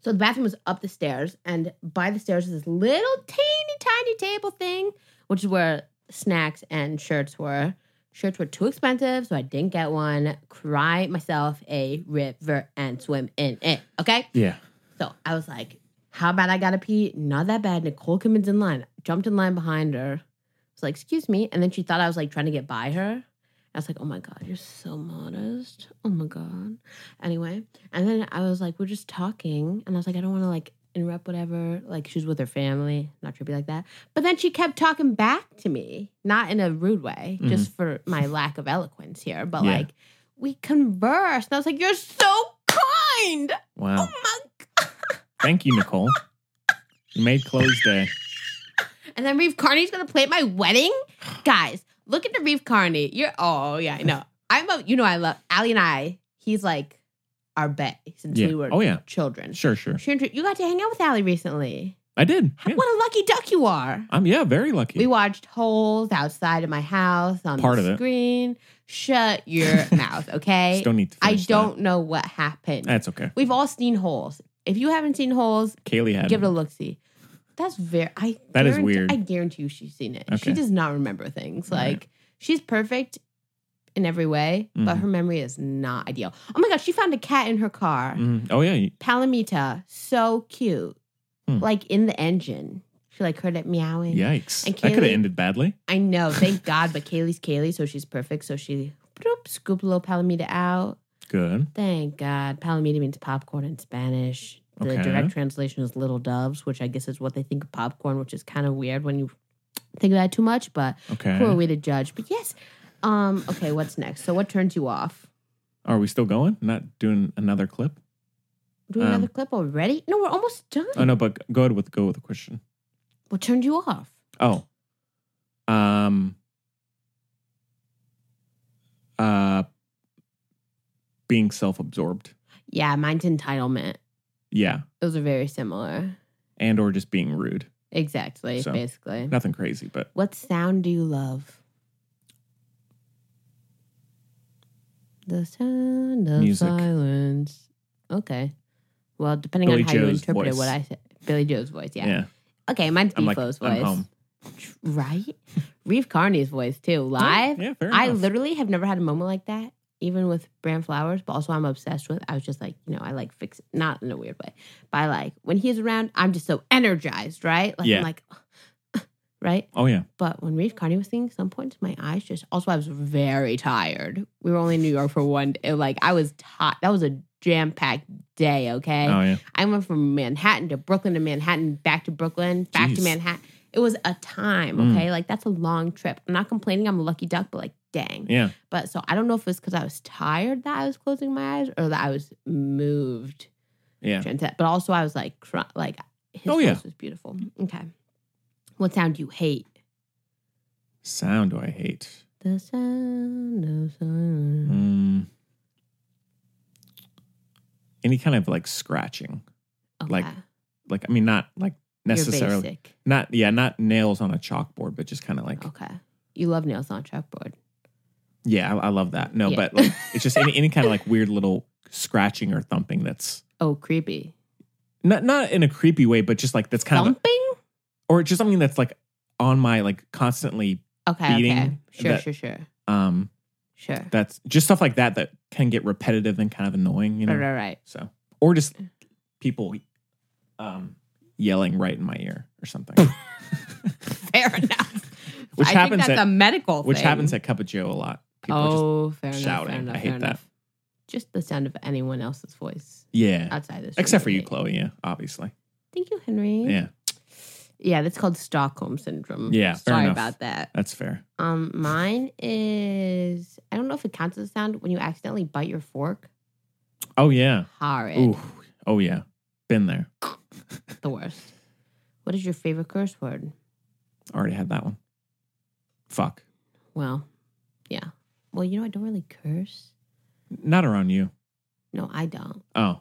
So the bathroom was up the stairs, and by the stairs is this little teeny tiny table thing, which is where snacks and shirts were. Shirts were too expensive, so I didn't get one. Cry myself a river and swim in it. Okay?
Yeah.
So I was like, how bad I gotta pee? Not that bad. Nicole Kidman's in line. Jumped in line behind her. was like, excuse me. And then she thought I was like trying to get by her. I was like, oh my God, you're so modest. Oh my God. Anyway. And then I was like, we're just talking. And I was like, I don't wanna like interrupt whatever. Like she's with her family, not trippy like that. But then she kept talking back to me, not in a rude way, just for my lack of eloquence here, but
Yeah.
like we conversed. And I was like, you're so kind.
Wow.
oh
Thank you, Nicole. You made Chloe's day.
And then Reeve Carney's gonna play at my wedding. Guys, look at the Reeve Carney. You're oh yeah, I know. I'm a you know I love Ali and I. He's like our bet since
Yeah.
we were
oh yeah.
children.
Sure, sure.
She intro- You got to hang out with Ali recently.
I did. Yeah.
What a lucky duck you are.
I'm yeah, very lucky.
We watched Holes outside of my house on
Part of
the
it.
screen. Shut your mouth, okay?
Just don't need to
I
finish
don't know what happened.
That's okay.
We've all seen Holes. If you haven't seen Holes,
Kaylee had
give it
it.
a look see. That's very I
That is
guarantee-
weird.
I guarantee you she's seen it. She
Okay.
does not remember things.
All right.
Like she's perfect in every way, but
Mhm.
her memory is not ideal. Oh my gosh, she found a cat in her car.
Mhm. Oh yeah. you-
Palomita, so cute.
Hmm.
Like in the engine. She like heard it meowing.
Yikes.
And
That could have
Kaylee-
ended badly.
I know, thank God, but Kaylee's Kaylee, so she's perfect. So she bloop, scooped a little Palomita out.
Good.
Thank God. Palomita means popcorn in Spanish. The
Okay.
direct translation is little doves, which I guess is what they think of popcorn, which is kind of weird when you think about it too much, but
Okay.
who are we to judge? But yes. Um, okay, what's next? So what turns you off?
Are we still going? Not doing another clip?
Do we
Um,
another clip already? No, we're almost done.
Oh no, but go with go with the question.
What turned you off?
Oh. Um uh being self-absorbed.
Yeah, mine's entitlement.
Yeah.
Those are very similar.
And or just being rude.
Exactly,
So,
basically.
Nothing crazy, but
What sound do you love? The sound of
Music.
silence. Okay. Well, depending
Billy
on how you
Joe's
interpreted
voice.
what I said. Billy Joe's voice, yeah.
yeah.
Okay, mine's
I'm like,
Defoe's
I'm
voice.
home. Oh,
Right? Reeve Carney's voice too. Live.
Yeah, fair
I
enough.
literally have never had a moment like that, even with Bram Flowers, but also I'm obsessed with. I was just like, you know, I like fix not in a weird way, but I like when he's around, I'm just so energized, right? Like
Yeah.
I'm like right?
Oh yeah.
But when Reeve Carney was singing, some points my eyes just also I was very tired. We were only in New York for one day. Like I was tired. That was a jam packed day, okay?
Oh yeah.
I went from Manhattan to Brooklyn to Manhattan, back to Brooklyn, back to
Jeez.
Manhattan. It was a time,
Mm.
okay? Like that's a long trip. I'm not complaining. I'm a lucky duck, but like, dang.
Yeah.
But so I don't know if it's because I was tired that I was closing my eyes or that I was moved.
Yeah.
But also I was like, cr- like his
Oh,
voice
yeah.
was beautiful. Okay. What sound do you hate?
Sound do I hate?
The sound of silence.
Mm. Any kind of like scratching. Like
Okay.
like I mean not like
You're
necessarily
basic.
not yeah, not nails on a chalkboard, but just kind of like
Okay. You love nails on a chalkboard.
yeah, I, I love that. No,
Yeah.
but like it's just any any kind of like weird little scratching or thumping that's
Oh, creepy.
not not in a creepy way, but just like that's kind of
Thumping?
or just something that's like on my like constantly
Okay, okay.
beating
Sure,
that-
sure, sure.
um
Sure.
that's just stuff like that that can get repetitive and kind of annoying, you know.
Right, right, right.
So or just people um yelling right in my ear or something.
Fair enough.
Which
I
happens
think that's
at-
a medical
which
thing.
happens at Cup of Joe a lot. People are just,
oh, fair enough.
shouting.
Fair enough,
I hate
fair
that.
enough. Just the sound of anyone else's voice
yeah.
outside this.
Except for you, Chloe, yeah, obviously.
Thank you, Henry.
Yeah.
Yeah, that's called Stockholm syndrome.
Yeah, fair
Sorry
enough.
about that.
That's fair.
Um, mine is I don't know if it counts as a sound when you accidentally bite your fork.
Oh yeah.
Horrid.
Ooh. Oh yeah. Been there.
The worst. What is your favorite curse word?
Already had that one. Fuck.
Well, yeah. Well, you know, I don't really curse.
Not around you.
No, I don't.
Oh.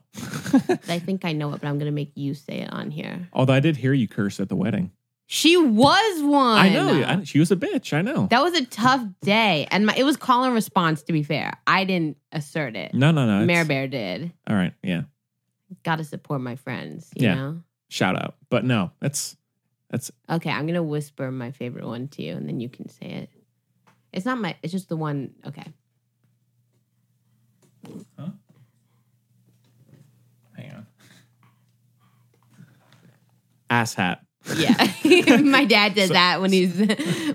But I think I know it, but I'm going to make you say it on here.
Although I did hear you curse at the wedding.
She was one.
I know. I- she was a bitch. I know.
That was a tough day. And my, it was call and response, to be fair. I didn't assert it.
No, no, no. it's-
Mare Bear did.
All right. Yeah.
Got to support my friends, you
Yeah.
know?
Shout out. But no, that's that's
Okay, I'm going to whisper my favorite one to you, and then you can say it. It's not my, it's just the one. Okay.
hang on. Ass hat.
Yeah, my dad does
So-
that when he's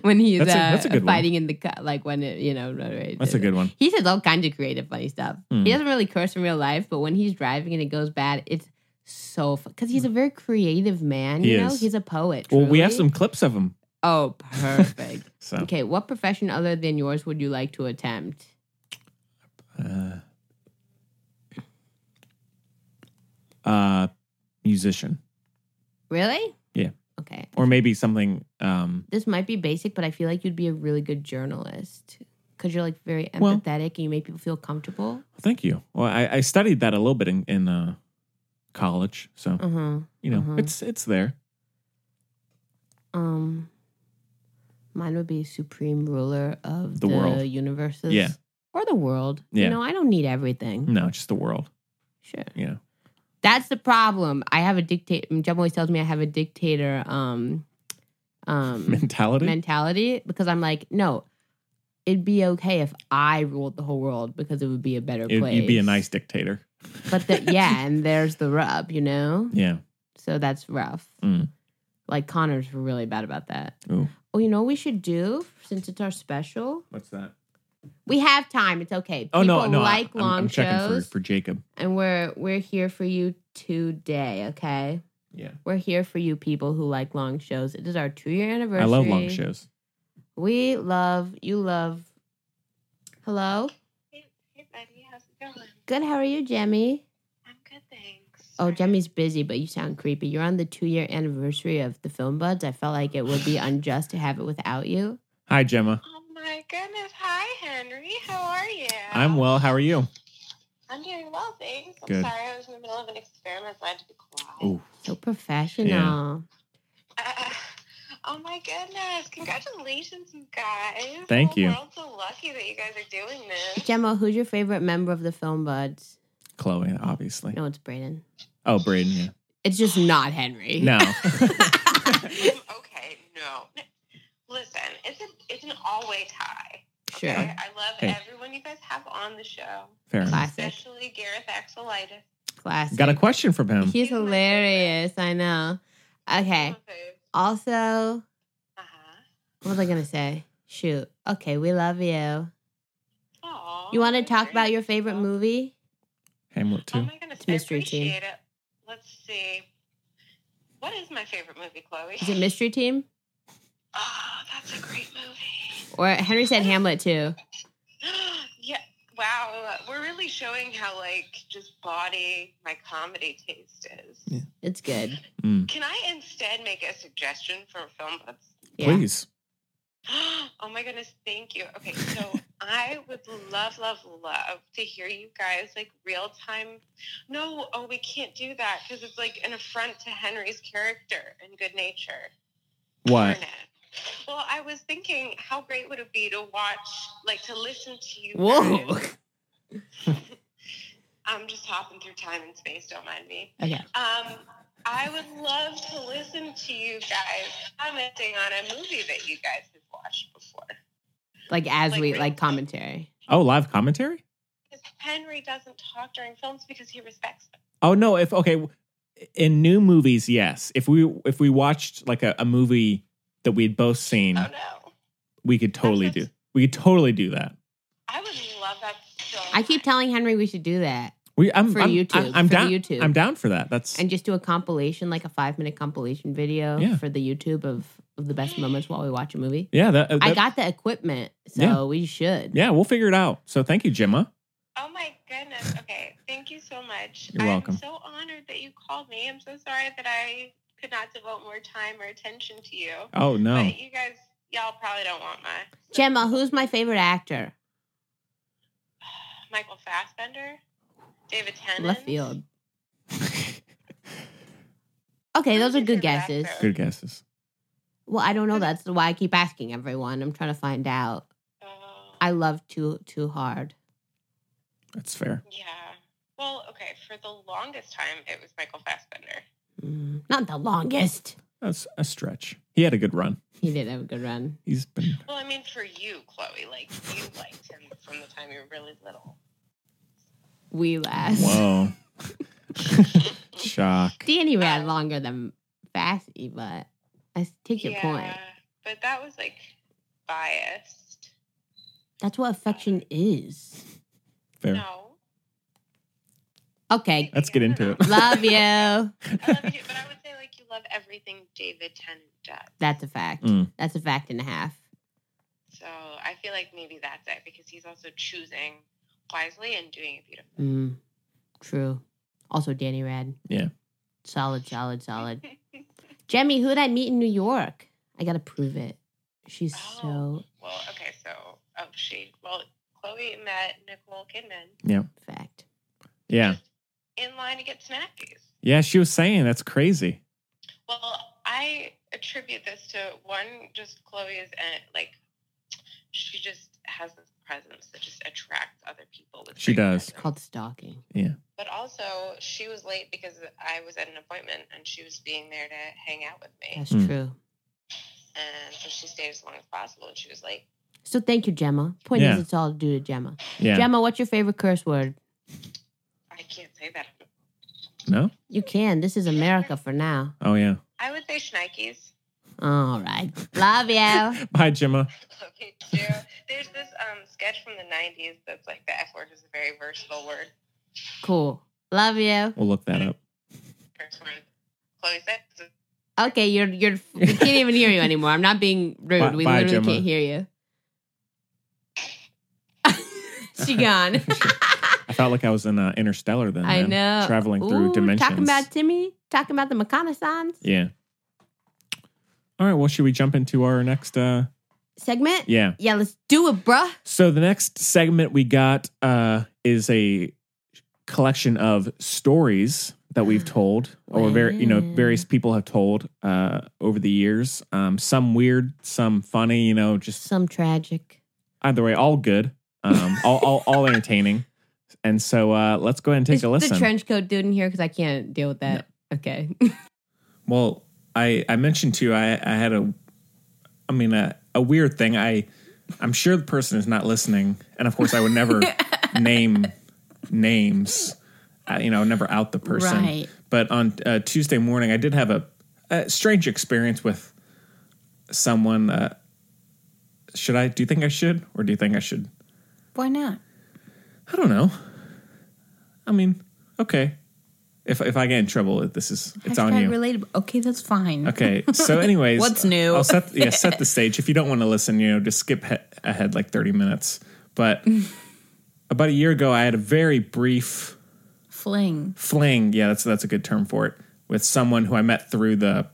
when he's
That's a-
uh,
that's a good one.
fighting in the cu- like when it, you know. Right,
That's a good one.
He says all kinds of creative funny stuff.
Mm.
He doesn't really curse in real life, but when he's driving and it goes bad, it's so because he's a very creative man.
He
you know,
is.
he's a poet.
Well, we have some
truly.
clips of him.
Oh, perfect.
So
okay, what profession other than yours would you like to attempt?
uh, uh musician.
Really?
Yeah.
Okay,
Or maybe something um
this might be basic, but I feel like you'd be a really good journalist because you're like very empathetic
Well-
and you make people feel comfortable.
thank you. Well, I, I studied that a little bit in, in uh college. So
Uh huh.
you know,
Mhm.
it's it's there.
Um, mine would be supreme ruler of the,
The world.
universes,
Yeah.
or the world.
Yeah.
You know, I don't need everything.
No, just the world.
Sure,
You know.
that's the problem. I have a dictator. Jeb always tells me I have a dictator. Um, um,
Mentality?
mentality because I'm like, no, it'd be okay if I ruled the whole world because it would be a better
It-
place.
you'd be a nice dictator.
but the, yeah, and there's the rub, you know.
Yeah.
So that's rough.
Mm.
Like Connor's really bad about that.
Ooh.
Oh, you know what we should do since it's our special?
What's that?
We have time. It's okay. People
Oh no, no.
like
I, I'm-
long
I'm, checking
shows,
for for Jacob.
and we're we're here for you today. Okay,
Yeah.
we're here for you people who like long shows. It is our two year anniversary.
I love long shows.
We love you. Love. Hello. Good. How are you, Jemmy? I'm good, thanks. Oh, Jemmy's busy, but you sound creepy. You're on the two year anniversary of the Film Buds. I felt like it would be unjust to have it without you.
Hi, Gemma.
Oh my goodness. Hi, Henry. How are you?
I'm well. How are you?
I'm doing well, thanks. I'm
Good.
sorry I was in the middle of an experiment, so I had to be quiet.
Ooh.
So professional.
Oh my goodness. Congratulations, you guys.
Thank
The
you.
world's so lucky that you guys are doing this.
Gemma, who's your favorite member of the Film Buds?
Chloe, obviously.
No, it's Braden.
Oh, Braden. Yeah.
It's just not Henry.
No.
Okay, no. Listen, it's, a, it's an always high.
Sure.
Okay? I love
Hey.
everyone you guys have on the show.
Fair enough.
Classic.
Especially Gareth Axelitis.
Classic.
Got a question from him.
He's hilarious. I know. Okay. Also,
Uh-huh.
what was I going to say? Shoot. Okay, we love you. you want to talk about your favorite movie?
Hamlet too.
It's Mystery Team.
Appreciate it. Let's see. What is my favorite movie, Chloe?
Is it Mystery Team?
Oh, that's a great movie.
Or Henry said Hamlet too.
yeah. Wow. We're really showing how like just body my comedy taste is.
It's good.
Mm.
Can I instead make a suggestion for a film that's
Yeah.
Please.
Oh my goodness, thank you. Okay, so I would love, love, love to hear you guys like real time. No, oh, we can't do that because it's like an affront to Henry's character and good nature.
What?
Well, I was thinking, how great would it be to watch, like to listen to you?
Whoa.
guys. I'm um, just hopping through time and space, don't mind me.
Okay.
Um, I would love to listen to you guys commenting on a movie that you guys have watched before.
Like as we like commentary.
Oh, live commentary.
Because Henry doesn't talk during films because he respects them.
Oh no. If okay, in new movies, yes. If we if we watched like a, a movie that we had both seen,
Oh,
we could totally do. We could totally do that.
I would love that so
I keep telling Henry we should do that
We. I'm
For
I'm,
YouTube,
I, am
for the
down.
YouTube.
I'm down for that. That's
and just do a compilation, like a five minute compilation video
Yeah.
for the YouTube of, of the best moments while we watch a movie.
yeah. That, uh,
I
that-
got the equipment, so
Yeah.
we should.
Yeah, we'll figure it out. So thank you, Gemma.
Oh my goodness. Okay. Thank you so much.
You're welcome.
I'm so honored that you called me. I'm so sorry that I could not devote more time or attention to you.
Oh, no.
But you guys, y'all probably don't want my
Gemma, who's my favorite actor?
Michael Fassbender, David Tennant.
Left field. okay, those are good guesses.
Good guesses.
Well, I don't know. That's why I keep asking everyone. I'm trying to find out.
Oh.
I love too too hard.
That's fair.
Yeah. Well, okay. For the longest time, it was Michael Fassbender.
Not the longest.
That's a stretch. He had a good run.
He did have a good run.
He's been
Well, I mean, for you, Chloe, like you liked him from the time you were really little.
We last.
whoa. Shock.
Danny ran longer than Fassie, but I s- take your point.
But that was like biased.
That's what affection is.
Fair.
No.
Okay.
Let's get into it.
Love you.
I love you, too, but I would say like you love everything David Tennant does.
That's a fact.
Mm.
That's a fact and a half.
So I feel like maybe that's it because he's also choosing wisely and doing it beautifully.
Mm. True. Also, Danny Rad.
Yeah.
Solid, solid, solid. Jemmy, who'd I meet in New York? I gotta prove it. She's
Oh.
so
Well, okay, so oh she well Chloe met Nicole Kidman
Yeah.
Fact.
Yeah.
in line to get snackies.
Yeah, she was saying that's crazy.
Well, I attribute this to one, just Chloe is eh, like she just has this presence that just attracts other people with
She
great
does.
called stalking.
Yeah.
But also, she was late because I was at an appointment and she was being there to hang out with me.
That's true.
And so she stayed as long as possible and she was late.
So thank you, Gemma. Point
Yeah.
is, it's all due to Gemma.
Yeah.
Gemma, what's your favorite curse word?
I can't say that.
No?
You can. This is America for now.
Oh yeah.
I would say schnikes.
All right. Love you.
Bye, Gemma.
Me too. There's this um, sketch from the 90s that's like the F word is a very versatile word.
Cool. Love you.
We'll look that up.
First word. Chloe said,
Okay, you're you're. We can't even hear you anymore. I'm not being rude.
Bye-
we
bye,
literally
Gemma.
can't hear you. she gone.
I felt like I was in uh, Interstellar then.
I
man.
know.
Traveling through
Ooh,
dimensions.
Talking about Timmy. Talking about the reconnaissance
yeah. All right. Well, should we jump into our next? uh
segment.
Yeah.
Yeah, let's do it, bruh.
So the next segment we got uh is a collection of stories that
Hmm.
we've told, or very you know various people have told uh over the years. Um, some weird, some funny. You know, just
Some tragic.
either way, all good, um, all, all all entertaining. And so uh let's go ahead and take
Is
a listen.
The trench coat dude in here because I can't deal with that. Okay.
Well, I I mentioned to you I I had a I mean a, a weird thing. I I'm sure the person is not listening, and of course I would never name names. I, you know, never out the person.
Right.
But on uh, Tuesday morning, I did have a, a strange experience with someone. Uh, should I? Do you think I should, or do you think I should?
Why not?
I don't know. I mean, okay. If if I get in trouble, this is it's on
Hashtag
you.
Relatable. Okay, that's fine.
Okay. So, anyways,
what's new?
I'll set yeah set the stage. If you don't want to listen, you know, just skip he- ahead like thirty minutes. But about a year ago, I had a very brief
Fling.
fling. Yeah, that's that's a good term for it. With someone who I met through the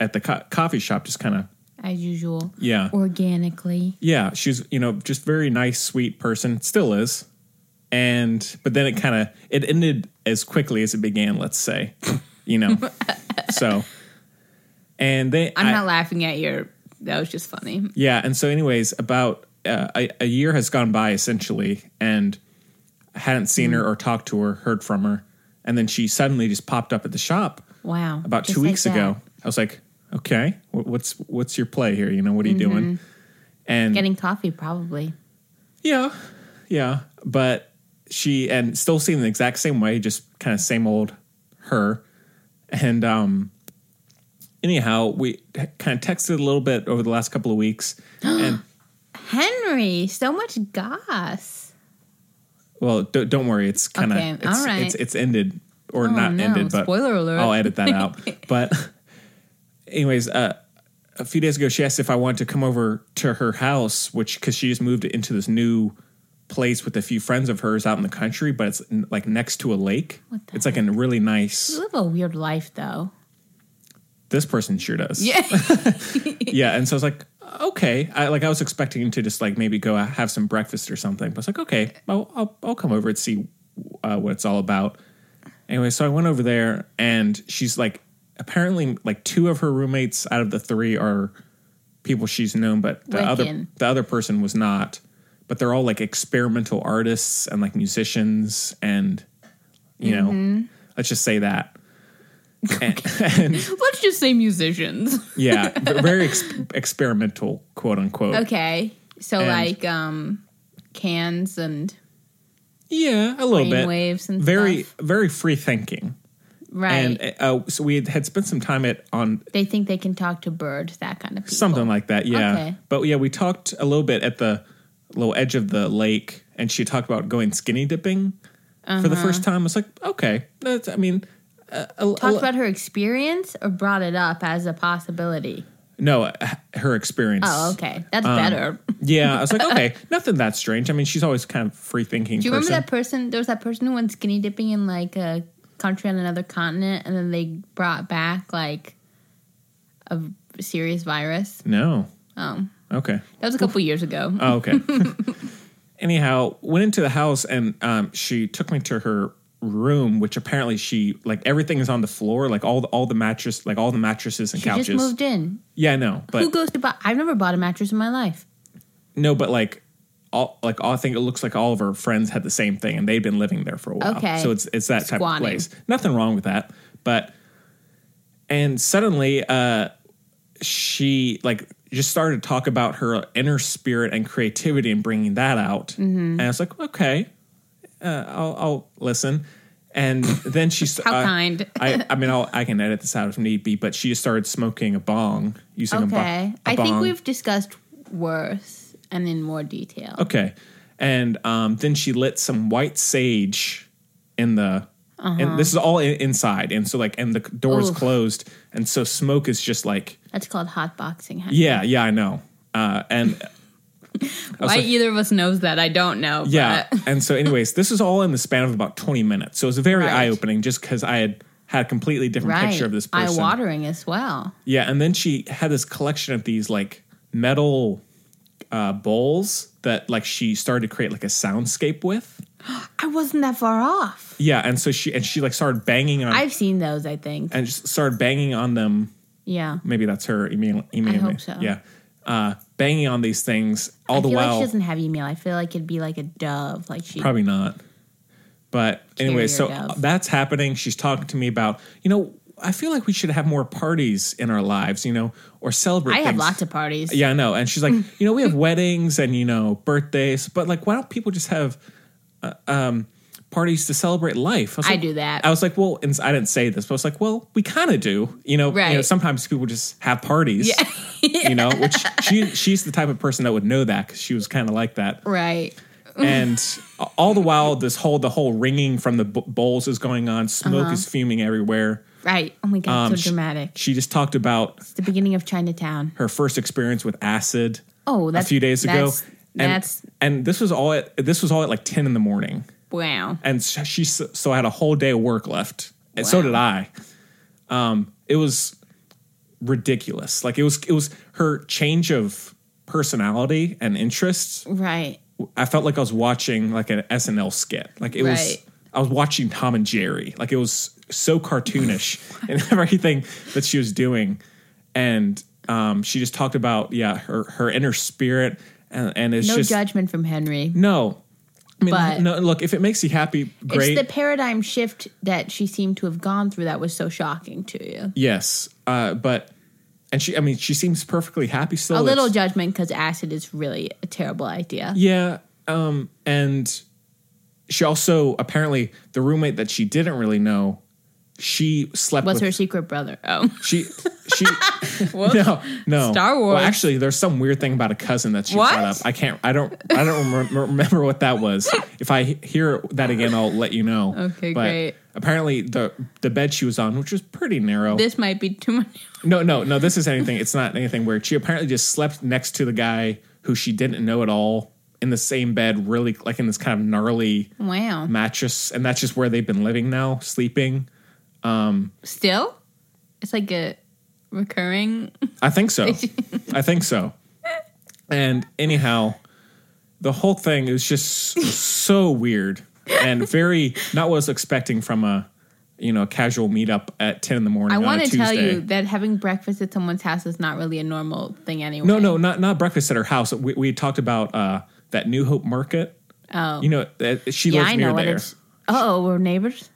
at the co- coffee shop, just kind of
as usual.
Yeah.
Organically.
yeah. She's you know just very nice, sweet person. Still is. And but then it kind of it ended as quickly as it began. Let's say, you know. so, and they
I'm
I-
not laughing at your. That was just funny.
Yeah, and so, anyways, about uh, a, a year has gone by essentially, and I hadn't seen
Mm.
her or talked to her, heard from her, and then she suddenly just popped up at the shop
Wow.
about
Just
two
like
weeks ago. I was like, okay, wh- what's what's your play here? You know, what are you
Mm-hmm.
doing?
that.
And
Getting coffee, probably.
yeah, yeah, but she and still seemed the exact same way, just kind of same old her. And um, anyhow, we kind of texted a little bit over the last couple of weeks, and
Henry, so much goss.
Well, d- don't worry. It's kind of
Okay,
it's,
all right.
it's it's ended or
Oh,
not
no,
ended, but
spoiler alert.
I'll edit that out. but anyways, uh, a few days ago, she asked if I wanted to come over to her house, which because she just moved into this new place with a few friends of hers out in the country, but it's n- like next to a lake.
What the
it's like a really nice
You live a weird life, though.
this person sure does.
Yeah.
yeah. And so I was like, okay. I like I was expecting to just like maybe go have some breakfast or something. But I was like, okay, I'll I'll, I'll come over and see uh, what it's all about. Anyway, so I went over there, and she's like, apparently, like two of her roommates out of the three are people she's known, but the other
Wiccan.
the other person was not. But they're all like experimental artists and like musicians, and you
Mm-hmm.
know,
Mhm.
let's just say that. And- and
Mm-hmm. Let's just say musicians.
yeah, v- very ex- experimental, quote unquote.
Okay. So
And-
like um cans and
Yeah, a little bit.
Brainwaves and
very, very free thinking.
right.
And uh, so we had- had spent some time at on
they think they can talk to birds, that kind of people.
something like that. Yeah,
Okay.
but yeah, we talked a little bit at the little edge of the lake, and she talked about going skinny dipping for the
Uh-huh.
first time. I was like, okay, that's. I mean, uh, a- a-
Talked about her experience or brought it up as a possibility.
no, uh, her experience.
Oh, okay. That's
Um,
better.
Yeah, I was like, okay, nothing that strange. I mean, she's always kind of free thinking.
Do you remember
person.
that person? There was that person who went skinny dipping in like a country on another continent, and then they brought back like a serious virus.
No.
Oh,
Okay.
that was a couple years ago.
Oh, okay. Anyhow, went into the house and um, she took me to her room, which apparently she like everything is on the floor, like all the, all the mattress, like all the mattresses and
she
couches.
just moved in.
Yeah, I know,
who
but
goes to buy? I've never bought a mattress in my life.
no, but like all like all, I think it looks like all of her friends had the same thing and they'd been living there for a while.
Okay.
So it's it's that type
Squatting.
of place. Nothing wrong with that, but and suddenly uh she like just started to talk about her inner spirit and creativity and bringing that out.
Mm.
And
Mm-hmm.
I was like, okay, uh, I'll, I'll listen. And then she s-
How
uh,
kind.
I, I mean, I'll, I can edit this out if need be, but she just started smoking a bong using a, bo-
okay,
a
I
bong.
think we've discussed worse and in more detail.
Okay, and um, then she lit some white sage in the.
Uh-huh.
And this is all in, inside, and so like, and the doors
Oof.
closed, and so smoke is just like,
That's called hot boxing. Henry.
yeah, yeah, I know, uh, and I was
Why
like-
either of us knows that, I don't know.
Yeah.
but-
and so, anyways, this is all in the span of about 20 minutes. So it was very
Right.
eye opening just because I had had a completely different
right.
picture of this
Eye
person.
watering as well.
Yeah. And then she had this collection of these like metal uh, bowls that like she started to create like a soundscape with.
I wasn't that far off.
Yeah. And so she, and she like started banging on,
I've seen those. I think.
and just started banging on them
Yeah.
maybe that's her email. email
hope so.
Yeah, uh, banging on these things all
I
the
feel
while.
like she doesn't have email. I feel like it'd be like a dove. Like she
Probably not. But anyway,
Carrier
so
dove.
that's happening. She's talking to me about you know I feel like we should have more parties in our lives, you know, or celebrate.
I have
things.
lots of parties.
Yeah, I know. And she's like, you know, we have weddings and you know birthdays, but like, why don't people just have uh, um, parties to celebrate life? was
I
like-
do that.
I was like, well, and I didn't say this, but I was like, well, we kind of do, you know. You know,
Right.
sometimes people just have parties,
Yeah.
you know. Which she she's the type of person that would know that because she was kind of like that.
Right.
and all the while this whole the whole ringing from the b- bowls is going on smoke
Uh-huh.
is fuming everywhere
Right. Oh my god,
Um,
so
she-
dramatic.
she just talked about
It's the beginning of Chinatown.
her first experience with acid
Oh,
a
that's
few days ago
That's,
and,
that's
and this was all at this was all at like 10 in the morning
wow.
and sh- she s- so had a whole day of work left and so
Wow.
did i um it was ridiculous like it was it was her change of personality and interests
Right.
I felt like I was watching like an SNL skit. Like it was,
Right.
I was watching Tom and Jerry. Like it was so cartoonish and everything that she was doing. And um, she just talked about yeah her her inner spirit and, and it's
no
just
judgment from Henry.
no. I mean,
But-
no. Look, if it makes you happy, great.
It's the paradigm shift that she seemed to have gone through that was so shocking to you.
yes, uh, but and she, I mean, she seems perfectly happy still.
a
It's-
little judgment because acid is really a terrible idea.
Yeah. Um, and she also apparently the roommate that she didn't really know, she slept
Was
with
her secret brother? Oh,
she she
Whoops.
no no
Star Wars.
Well, actually, there's some weird thing about a cousin that she
What?
brought up. I can't. I don't. I don't remember, remember what that was. If I he- hear that again, I'll let you know.
Okay,
But
great.
Apparently, the the bed she was on, which was pretty narrow.
This might be too much.
no, no, no. This is anything. It's not anything weird. She apparently just slept next to the guy who she didn't know at all in the same bed. Really, like in this kind of gnarly
Wow.
mattress, and that's just where they've been living now, sleeping. Um,
Still, it's like a recurring?
I think so.
Did you-
I think so. And anyhow, the whole thing is just so weird and very not what I was expecting from a you know casual meetup at ten in the morning.
I
on a
want to
Tuesday.
tell you that having breakfast at someone's house is not really a normal thing anyway.
No, no, not not breakfast at her house. We we talked about uh, that New Hope Market.
Oh.
You know, uh, she
Yeah,
lives
I
near
know what
there.
it's- Oh, we're neighbors.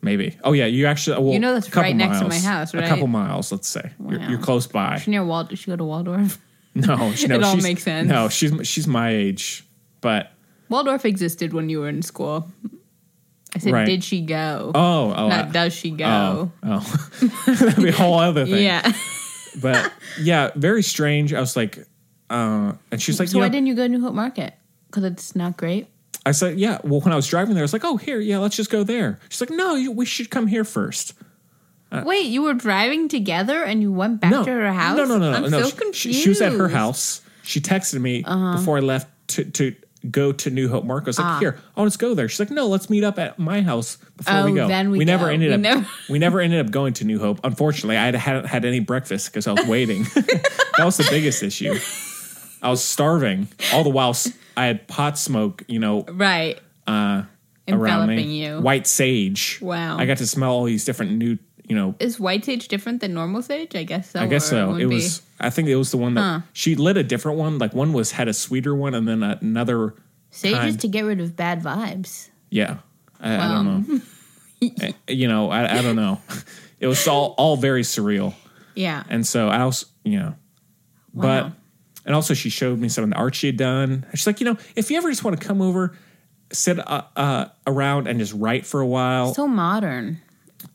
Maybe. Oh yeah, you actually. Well,
You know that's
a couple
right next to my
miles.
house,
A
right?
couple miles, let's say. You're, you're close by.
She near Wald. She go to Waldorf.
No, she, no,
It all
she's-
makes sense.
No, she's she's my age, but
Waldorf existed when you were in school. I said,
Right.
did she go?
oh, oh,
not
I-
does she go?
Oh, oh. that'd be a whole other thing.
yeah.
but yeah, very strange. I was like, uh, and she's like,
so
you
why
know-
didn't you go to New Hope Market? Because it's not great.
I said, yeah. Well, when I was driving there, I was like, oh, here, yeah, let's just go there. She's like, no, you, we should come here first. Uh,
Wait, you were driving together and you went back
no,
to her house?
No, no, no, no.
I'm
no.
so
She-
confused.
She, she was at her house. She texted me
Uh-huh.
before I left to, to go to New Hope Market. I was like,
Ah.
here, oh, let's go there. She's like, no, let's meet up at my house before we
Oh,
go.
then we
never
go.
ended
We
up.
never-
we never ended up going to New Hope. Unfortunately, I had- hadn't had any breakfast because I was waiting. that was the biggest issue. I was starving. All the while, s- I had pot smoke. You know,
Right.
uh, around
Enveloping
me.
you.
White sage.
Wow.
I got to smell all these different new. You know,
Is white sage different than normal sage? I guess so.
I guess
or
so.
would
It
be-
was. I think it was the one that
Huh.
she lit a different one. Like one was had a sweeter one, and then another.
Sage is
kind.
to get rid of bad vibes. Um,
Yeah, I, I
Wow.
don't know. Eh, you know, I, I don't know. it was all all very surreal,
Yeah.
and so I was, you know, but and also she showed me some of the art she had done. She's like, you know, if you ever just want to come over, sit uh, uh, around and just write for a while,
So modern.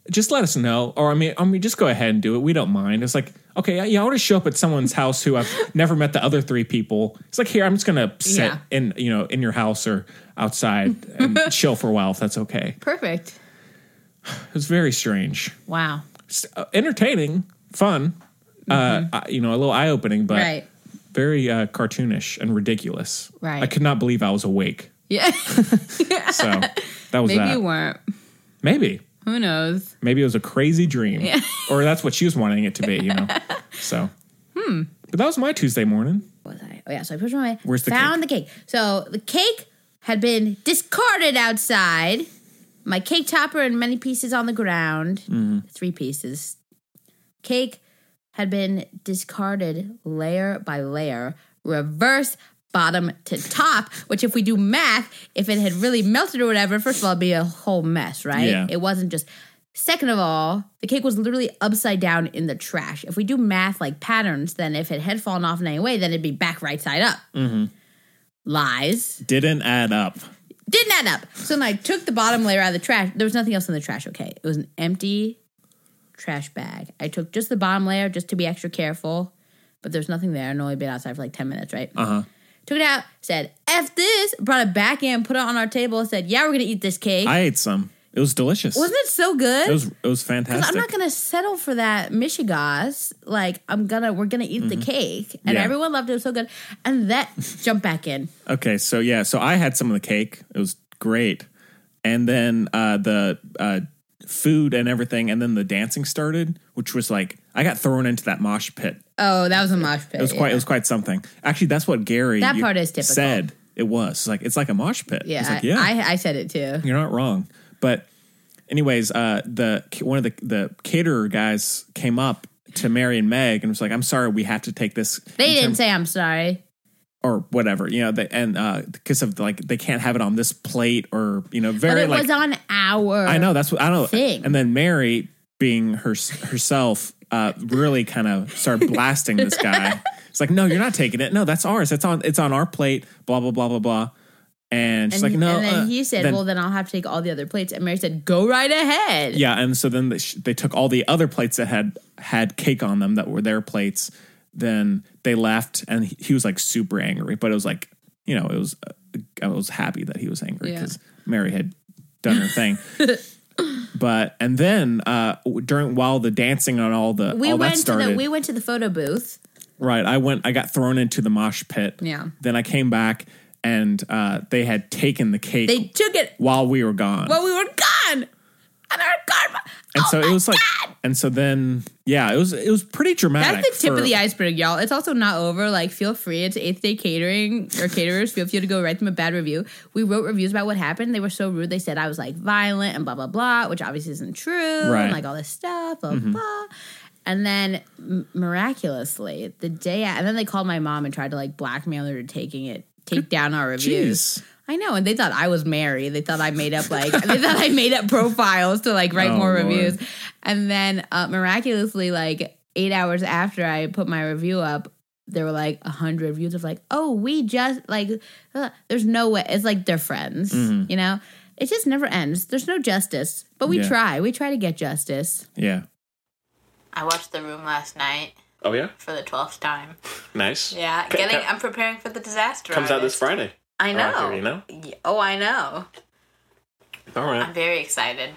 just let us know. Or I mean, I mean, just go ahead and do it. We don't mind. It's like, okay, yeah, I want to show up at someone's house who I've never met the other three people. It's like, here, I'm just gonna sit
Yeah.
in, you know, in your house or outside and chill for a while if that's okay.
Perfect.
It was very strange,
Wow.
S- uh, entertaining, fun. Uh, I- you know, a little eye opening, but
Mm-hmm. right.
very uh, cartoonish and ridiculous.
Right.
I could not believe I was awake.
Yeah.
So that was
Maybe
that.
you weren't.
Maybe.
Who knows?
Maybe it was a crazy dream.
Yeah.
Or that's what she was wanting it to be, you know. So
Hmm.
But that was my Tuesday morning.
Oh yeah, so I pushed my way.
Where's the
found the cake? So the cake had been discarded outside. My cake topper and many pieces on the ground.
Mm-hmm.
Three pieces. Cake had been discarded layer by layer, reverse bottom to top, which if we do math, if it had really melted or whatever, first of all, it'd be a whole mess, right?
Yeah.
It wasn't just Second of all, the cake was literally upside down in the trash. If we do math like patterns, then if it had fallen off in any way, then it'd be back right side up.
Mm-hmm.
Lies.
Didn't add up.
Didn't add up. So then I took the bottom layer out of the trash. There was nothing else in the trash, okay? It was an empty trash bag. I took just the bottom layer just to be extra careful, but there's nothing there. And only been outside for like 10 minutes, right?
Uh huh.
Took it out, said, F this, brought it back in, put it on our table, said, Yeah, we're gonna eat this cake.
I ate some. It was delicious.
Wasn't it so good?
It was it was
Because
fantastic.
I'm not gonna settle for that Michigas. Like I'm gonna, we're gonna eat
Mhm.
the cake, and
Yeah.
everyone loved it. It was so good, and that jumped back in.
Okay, so yeah, so I had some of the cake. It was great, and then uh, the uh, food and everything, and then the dancing started, which was like I got thrown into that mosh pit.
Oh, that was a mosh pit.
It was quite, it was quite something. Actually, that's what Gary
That
you-
part is typical.
Said it was It's like it's like a mosh pit.
Yeah,
It's like,
I-
yeah,
I, I said it too.
you're not wrong. But anyways, uh, the one of the the caterer guys came up to Mary and Meg and was like, "I'm sorry, we have to take this."
They
in
didn't
terms-
say I'm sorry.
or whatever, you know, they, and uh because of like they can't have it on this plate or you know,
but
very
it
like
was on our.
I know that's what I don't
thing.
And then Mary, being her herself, uh, really kind of started blasting this guy. It's like, no, you're not taking it. No, that's ours. That's on. It's on our plate. Blah blah blah blah blah. And she's like, no.
and then
uh,"
he said,
then-
"Well, then I'll have to take all the other plates." And Mary said, "Go right ahead."
yeah. And so then they, sh- they took all the other plates that had had cake on them that were their plates. Then they left, and he, he was like super angry. But it was like, you know, it was. uh, I was happy that he was angry
Yeah.
because Mary had done her thing. But and then uh during while the dancing on all the
we
all
went
that
to
started
the we went to the photo booth.
right I went I got thrown into the mosh pit
Yeah,
then I came back and uh they had taken the cake
they took it
while we were gone
while we were gone. on our karma.
Oh
And so it was like, and so then, yeah, it was it was pretty dramatic.
That's the tip
for-
of the iceberg, y'all. It's also not over. Like, feel free. It's eighth day catering or caterers. feel free to go write them a bad review. We wrote reviews about what happened. They were so rude. They said I was like violent and blah blah blah, which obviously isn't true.
Right.
And like all this stuff, blah
Mhm.
blah. And then m- miraculously, the day a- and then they called my mom and tried to like blackmail her to taking it, take down our reviews.
Jeez.
I know, and they thought I was Mary. They thought I made up like they thought I made up profiles to like write
Oh,
more
Lord.
reviews. And then uh, miraculously, like eight hours after I put my review up, there were like a hundred reviews of like, oh, we just like, uh, there's no way. It's like they're friends,
Mhm.
you know. It just never ends. There's no justice, but we
Yeah.
try. We try to get justice.
yeah.
I watched The Room last night
Oh yeah,
for the twelfth time.
nice.
Yeah,
C-
getting.
c-
I'm preparing for the disaster.
comes out this
artist.
Friday.
I
Oh,
know.
you know.
Y- Oh, I know.
All
I'm
right.
very excited.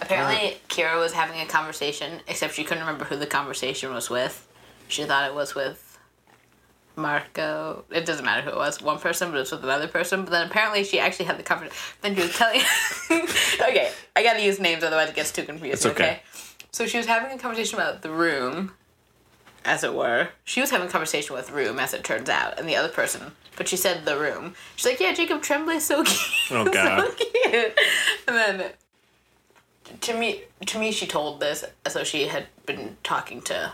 Apparently, Kira was having a conversation, except she couldn't remember who the conversation was with. She thought it was with Marco. It doesn't matter who it was. One person, but it was with another person. But then apparently, she actually had the conversation. Then she was telling. okay, I gotta use names, otherwise it gets too confusing.
It's okay.
So she was having a conversation about the room, as it were. She was having a conversation with room, as it turns out, and the other person. But she said the room. She's like, yeah, Jacob Tremblay's so cute.
Oh god.
so cute. And then to me, to me, she told this as though she had been talking to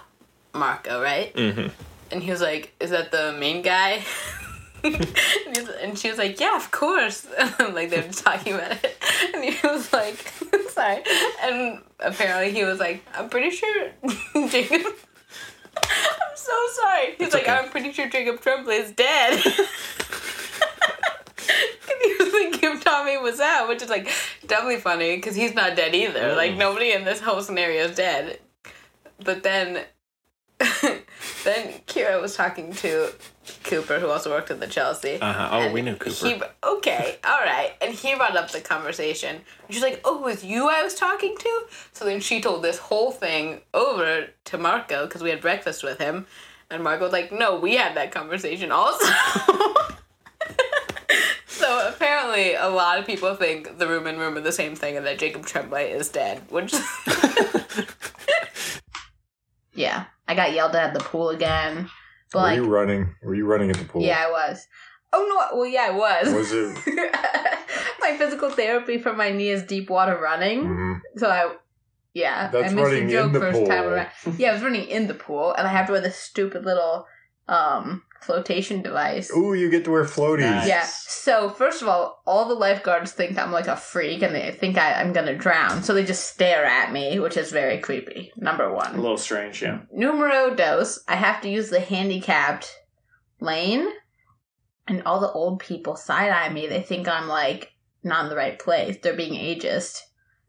Marco, right?
Mm-hmm.
And he was like, "Is that the main guy?" and, he was- and she was like, "Yeah, of course." like they were talking about it, and he was like, "Sorry." And apparently, he was like, "I'm pretty sure Jacob." I'm so sorry. He's like, "I'm pretty sure Jacob Tremblay is dead." he was like, "Give Tommy was out," which is like doubly funny because he's not dead either. Like nobody in this whole scenario is dead. But then then Kira was talking to Cooper, who also worked at the Chelsea.
Uh huh. Oh,
And
we knew Cooper.
He okay, all right, and he brought up the conversation. And she's like, "Oh, it was you I was talking to." So then she told this whole thing over to Marco because we had breakfast with him, and Marco was like, "No, we had that conversation also." so apparently, a lot of people think the room and room are the same thing, and that Jacob Tremblay is dead, which. yeah, I got yelled at at the pool again. But
Were
like,
you running? Were you running at the pool?
yeah, I was. Oh no! Well, yeah, I was.
Was it?
my physical therapy for my knee is deep water running.
Mhm.
So I, yeah, I
That's
missed
running
the joke
in the
first
pool.
time around. Yeah, I was running in the pool, and I have to wear this stupid little um flotation device.
Ooh, you get to wear floaties.
Yeah. So first of all, all the lifeguards think I'm like a freak, and they think I, I'm gonna drown. So they just stare at me, which is very creepy. Number one.
A little strange, yeah.
Numero dos, I have to use the handicapped lane, and all the old people side eye me. They think I'm like not in the right place. They're being ageist.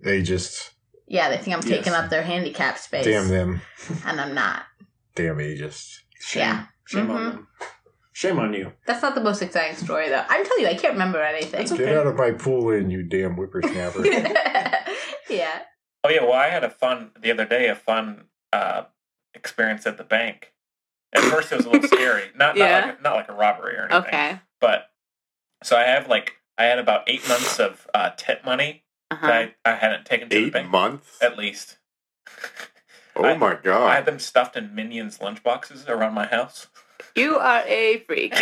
They just
Yeah, they think I'm taking
Yes.
up their handicap space.
damn them.
And I'm not.
Damn ageist.
Yeah.
Shame on
Mhm.
them. Shame on you.
That's not the most exciting story, though. I'm telling you, I can't remember anything.
Get out of my pool, in you damn whippersnapper.
yeah.
Oh yeah, well I had a fun the other day a fun uh, experience at the bank. At first it was a little scary, not
Yeah.
not, like, not like a robbery or anything.
Okay.
But so I have like I had about eight months of uh, tip money
Uh-huh.
that I, I hadn't taken to the
Eight
bank
months?
at least.
Oh
I-
my god.
I had them stuffed in minions lunchboxes around my house.
You are a freak.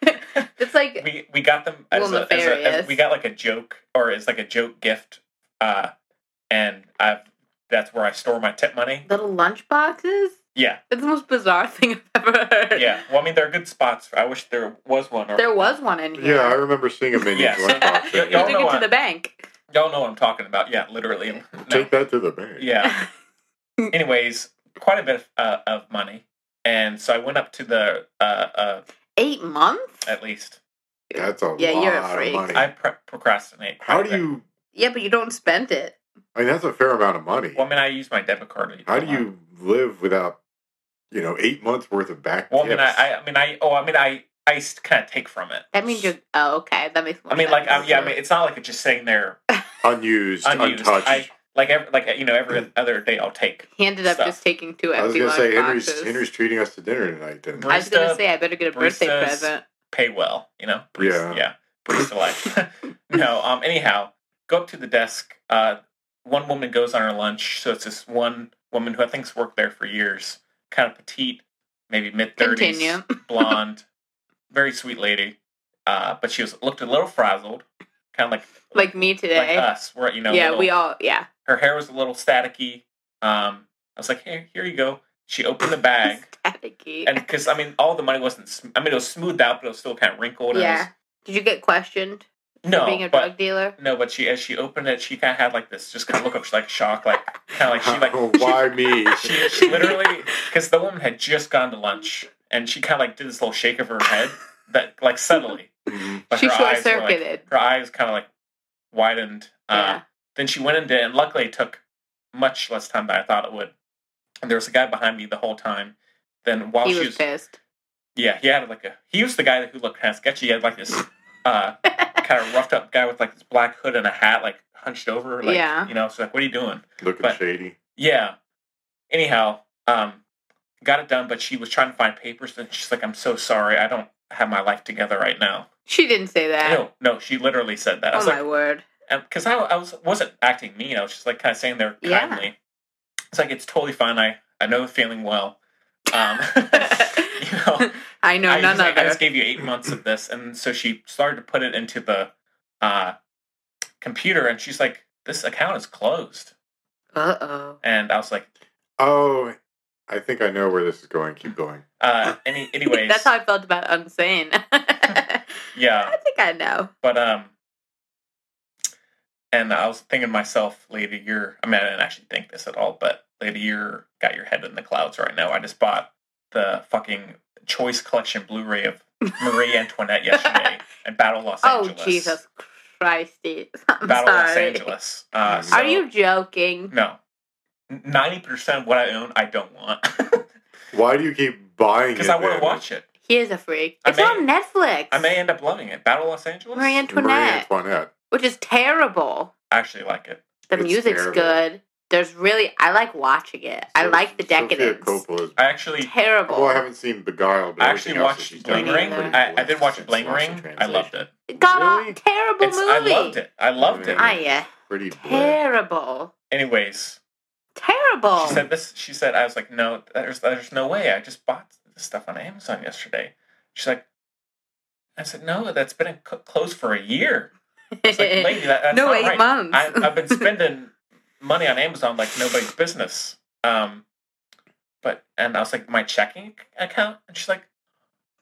it's like
we we got them as,
Little
a, as, a, as
nefarious.
we got like a joke or as like a joke gift, uh, and I've that's where I store my tip money.
Little lunch boxes?
Yeah.
That's the most bizarre thing I've ever heard.
yeah. Well, I mean, there are good spots. I wish there was one. Or,
There was one in here.
Yeah, I remember seeing a minions
Yes.
lunchbox.
Y-
You
y'all,
took
know
it to
what,
the bank.
y'all know what I'm talking about. Yeah, literally.
Take that to the bank.
Yeah. Anyways, quite a bit of, uh, of money, and so I went up to the uh, uh,
eight months
at least.
That's a
Yeah,
lot
you're a
of
freak.
money.
I pro- procrastinate.
How do you?
Yeah, but you don't spend it.
I mean, that's a fair amount of money.
Well, I mean, I use my debit card.
How do you live without, you know, eight months worth of back
Well, I mean,
tips?
I, I, I mean, I. Oh, I mean, I. I kind of take from it.
That means you're. Oh, okay. That makes more
I mean,
sense.
like, i yeah, I mean, it's not like it's just sitting there
unused,
unused.
untouched.
I like, every, like you know, every other day I'll take.
He ended up
stuff.
just taking two
I was
empty
gonna say
lunch
Henry's
boxes.
Henry's treating us to dinner tonight. Then
I was gonna
Barista-
say I better get a birthday
baristas-
present.
pay well, you know?
yeah,
Yeah. Barista life. no, um, anyhow, go up to the desk, uh, one woman goes on her lunch. So it's this one woman who I think's worked there for years, kind of petite, maybe mid thirties,
Continue.
blonde, very sweet lady. Uh, but she was looked a little frazzled, kind of like
Like me today.
like us. We're you know
yeah,
little-
we all. Yeah.
her hair was a little staticky. Um, I was like, here, here you go. She opened the bag,
Staticky.
and because I mean, all the money wasn't. Sm- I mean, it was smoothed out, but it was still kind of wrinkled. And it
Yeah. Did you get questioned
was, no,
for being a
but
drug dealer?
no, but she as she opened it, she kind of had like this, just kind of look up, like shock, like kind of like she like
why me?
she, she literally because the woman had just gone to lunch, and she kind of like did this little shake of her head that like subtly,
Mm-hmm.
but
She
her eyes were, like-
short-circuited.
her eyes kind of like widened. Uh, Then she went into it, and luckily it took much less time than I thought it would. And there was a guy behind me the whole time. Then while
he
she
was,
was
pissed.
yeah, he had like a. He was the guy who looked kind of sketchy. He had like this uh, kind of roughed up guy with like this black hood and a hat, like hunched over. Like,
Yeah.
You know, so like, what are you doing?
Looking shady.
Yeah. Anyhow, um, got it done, but she was trying to find papers and she's like, I'm so sorry. I don't have my life together right now.
She didn't say that.
No, no, she literally said that. I
oh
was
my
like,
word.
because I, I was wasn't acting mean. I was just like kind of saying there
Yeah.
kindly. It's like it's totally fine. I I know the feeling well. Um, you know,
I know
I
none
just,
of
I
it.
just gave you eight months of this, and so she started to put it into the uh, computer, and she's like, "This account is closed,"
Uh oh.
and I was like,
Oh, I think I know where this is going. Keep going.
uh, "Any, anyways,
That's how I felt about Unsane.
yeah."
I think I know.
But um, and I was thinking to myself, lady, you're. I mean, I didn't actually think this at all, but lady, you're got your head in the clouds right now. I just bought the fucking Choice Collection Blu-ray of Marie Antoinette yesterday and Battle Los
oh
Angeles.
Jesus Christ! I'm
Battle Los
sorry.
Angeles. Uh,
Are
so-
you joking?
No. Ninety percent of what I own, I don't want
Why do you keep buying it?
because I want
then?
to watch it.
He is a freak.
I
It's
may-
on Netflix.
I may end up loving it. Battle Los Angeles.
Marie Antoinette,
Antoinette.
which is terrible.
I actually like it.
The
It's
music's
terrible.
good. There's really I like watching it. I like the
Sophia
decadence.
Coppola is
I actually
terrible.
Well, I haven't seen Beguiled. But
I
everything
actually
else that she's
watched Bling
done is
Ring.
pretty
I, I
blessed
did watch
since
Bling
Lost in
Ring. I
Translation.
loved it.
God, terrible
It's- I
movie.
loved it. I loved it.
Ah, yeah.
Pretty
Terrible.
Anyways,
Terrible.
she said this. She said, "I was like, no, there's there's no way. I just bought this stuff on Amazon yesterday." She's like, "I said, no, that's been c- closed for a year." I was like, Lady, that, that's
Eh, No,
not
eight
right.
months."
I, I've been spending money on Amazon like nobody's business. Um, but and I was like, my checking account, and she's like,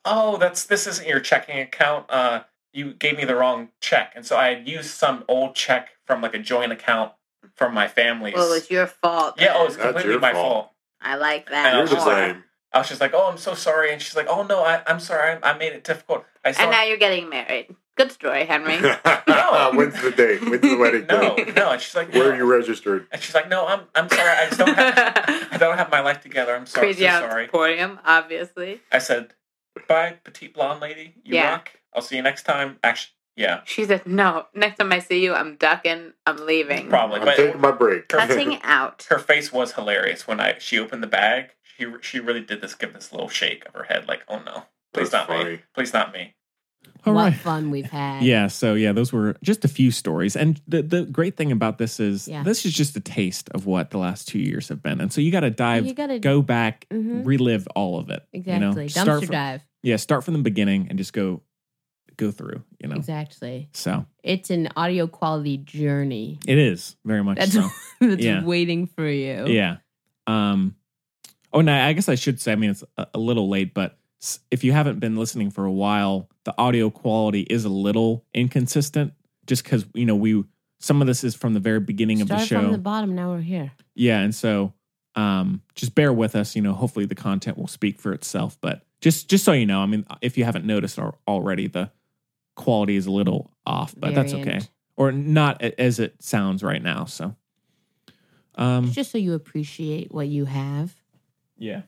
"Oh, that's this isn't your checking account. Uh, you gave me the wrong check." And so I had used some old check from like a joint account from my family's.
Well, it was your fault.
yeah, oh,
then.
it's completely my fault.
I like
And
that.
I was, just
more.
like, I was just like, "Oh, I'm so sorry," and she's like, "Oh no, I, I'm sorry. I, I made it difficult. I saw
and now you're getting married. Good story, Henry.
no,
When's the date? When's the wedding
no,
date?
no." And she's like,
Where
no.
are you registered?
And she's like, "No, I'm I'm sorry. I just don't have I don't have my life together. I'm sorry.
Crazy
so
Hounds
sorry."
Emporium, obviously.
I said, "Bye, petite blonde lady. You
Yeah.
rock. I'll see you next time." Actually, yeah,
She said, "No, next time I see you, I'm ducking. I'm leaving.
probably.
I'm taking
But
my break.
Cutting out."
her face was hilarious when I she opened the bag. She she really did this give this little shake of her head, like, "Oh no, please
That's
not me.
funny.
Please not me."
All
what
right.
fun we've had.
Yeah, so yeah, those were just a few stories. And the, the great thing about this is
Yeah.
this is just a taste of what the last two years have been. And so you got to dive,
You gotta-
go back,
Mhm.
relive all of it. you know?
Exactly.
Start
Dumpster
from-
dive.
Yeah, start from the beginning and just go go through, you know.
Exactly.
So
It's an audio quality journey
it is very much
that's,
so.
that's
Yeah.
waiting for you.
Yeah. Um. Oh, no. I guess I should say. I mean, it's a, a little late, but s- if you haven't been listening for a while, the audio quality is a little inconsistent, just because you know we some of this is from the very beginning of the
Started
show.
from the bottom. Now we're here.
yeah, and so um, just bear with us. You know, hopefully the content will speak for itself, but just just so you know, I mean, if you haven't noticed al- already, the quality is a little off, but that's okay,
Variant.
or not a- as it sounds right now. So, um,
It's just so you appreciate what you have.
Yeah.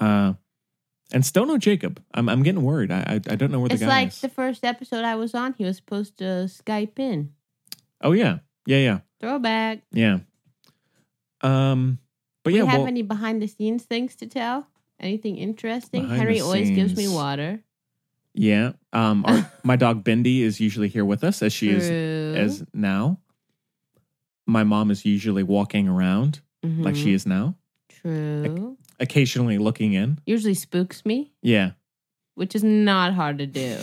Uh, and still no Jacob. I'm I'm getting worried. I I, I don't know where the
it's
guy
like
is.
the first episode I was on. He was supposed to Skype in.
oh yeah, yeah, yeah,
Throwback.
yeah. Um, but
Do
yeah,
you have
well,
any behind the scenes things to tell? Anything interesting?
Behind
Henry
the
always gives me
scenes.
water.
yeah. Um, our, my dog Bendy is usually here with us as she
True.
is as now.
my mom is usually walking around like she
Mhm.
is now,
True.
occasionally looking in.
Usually spooks me,
Yeah.
which is not hard to do.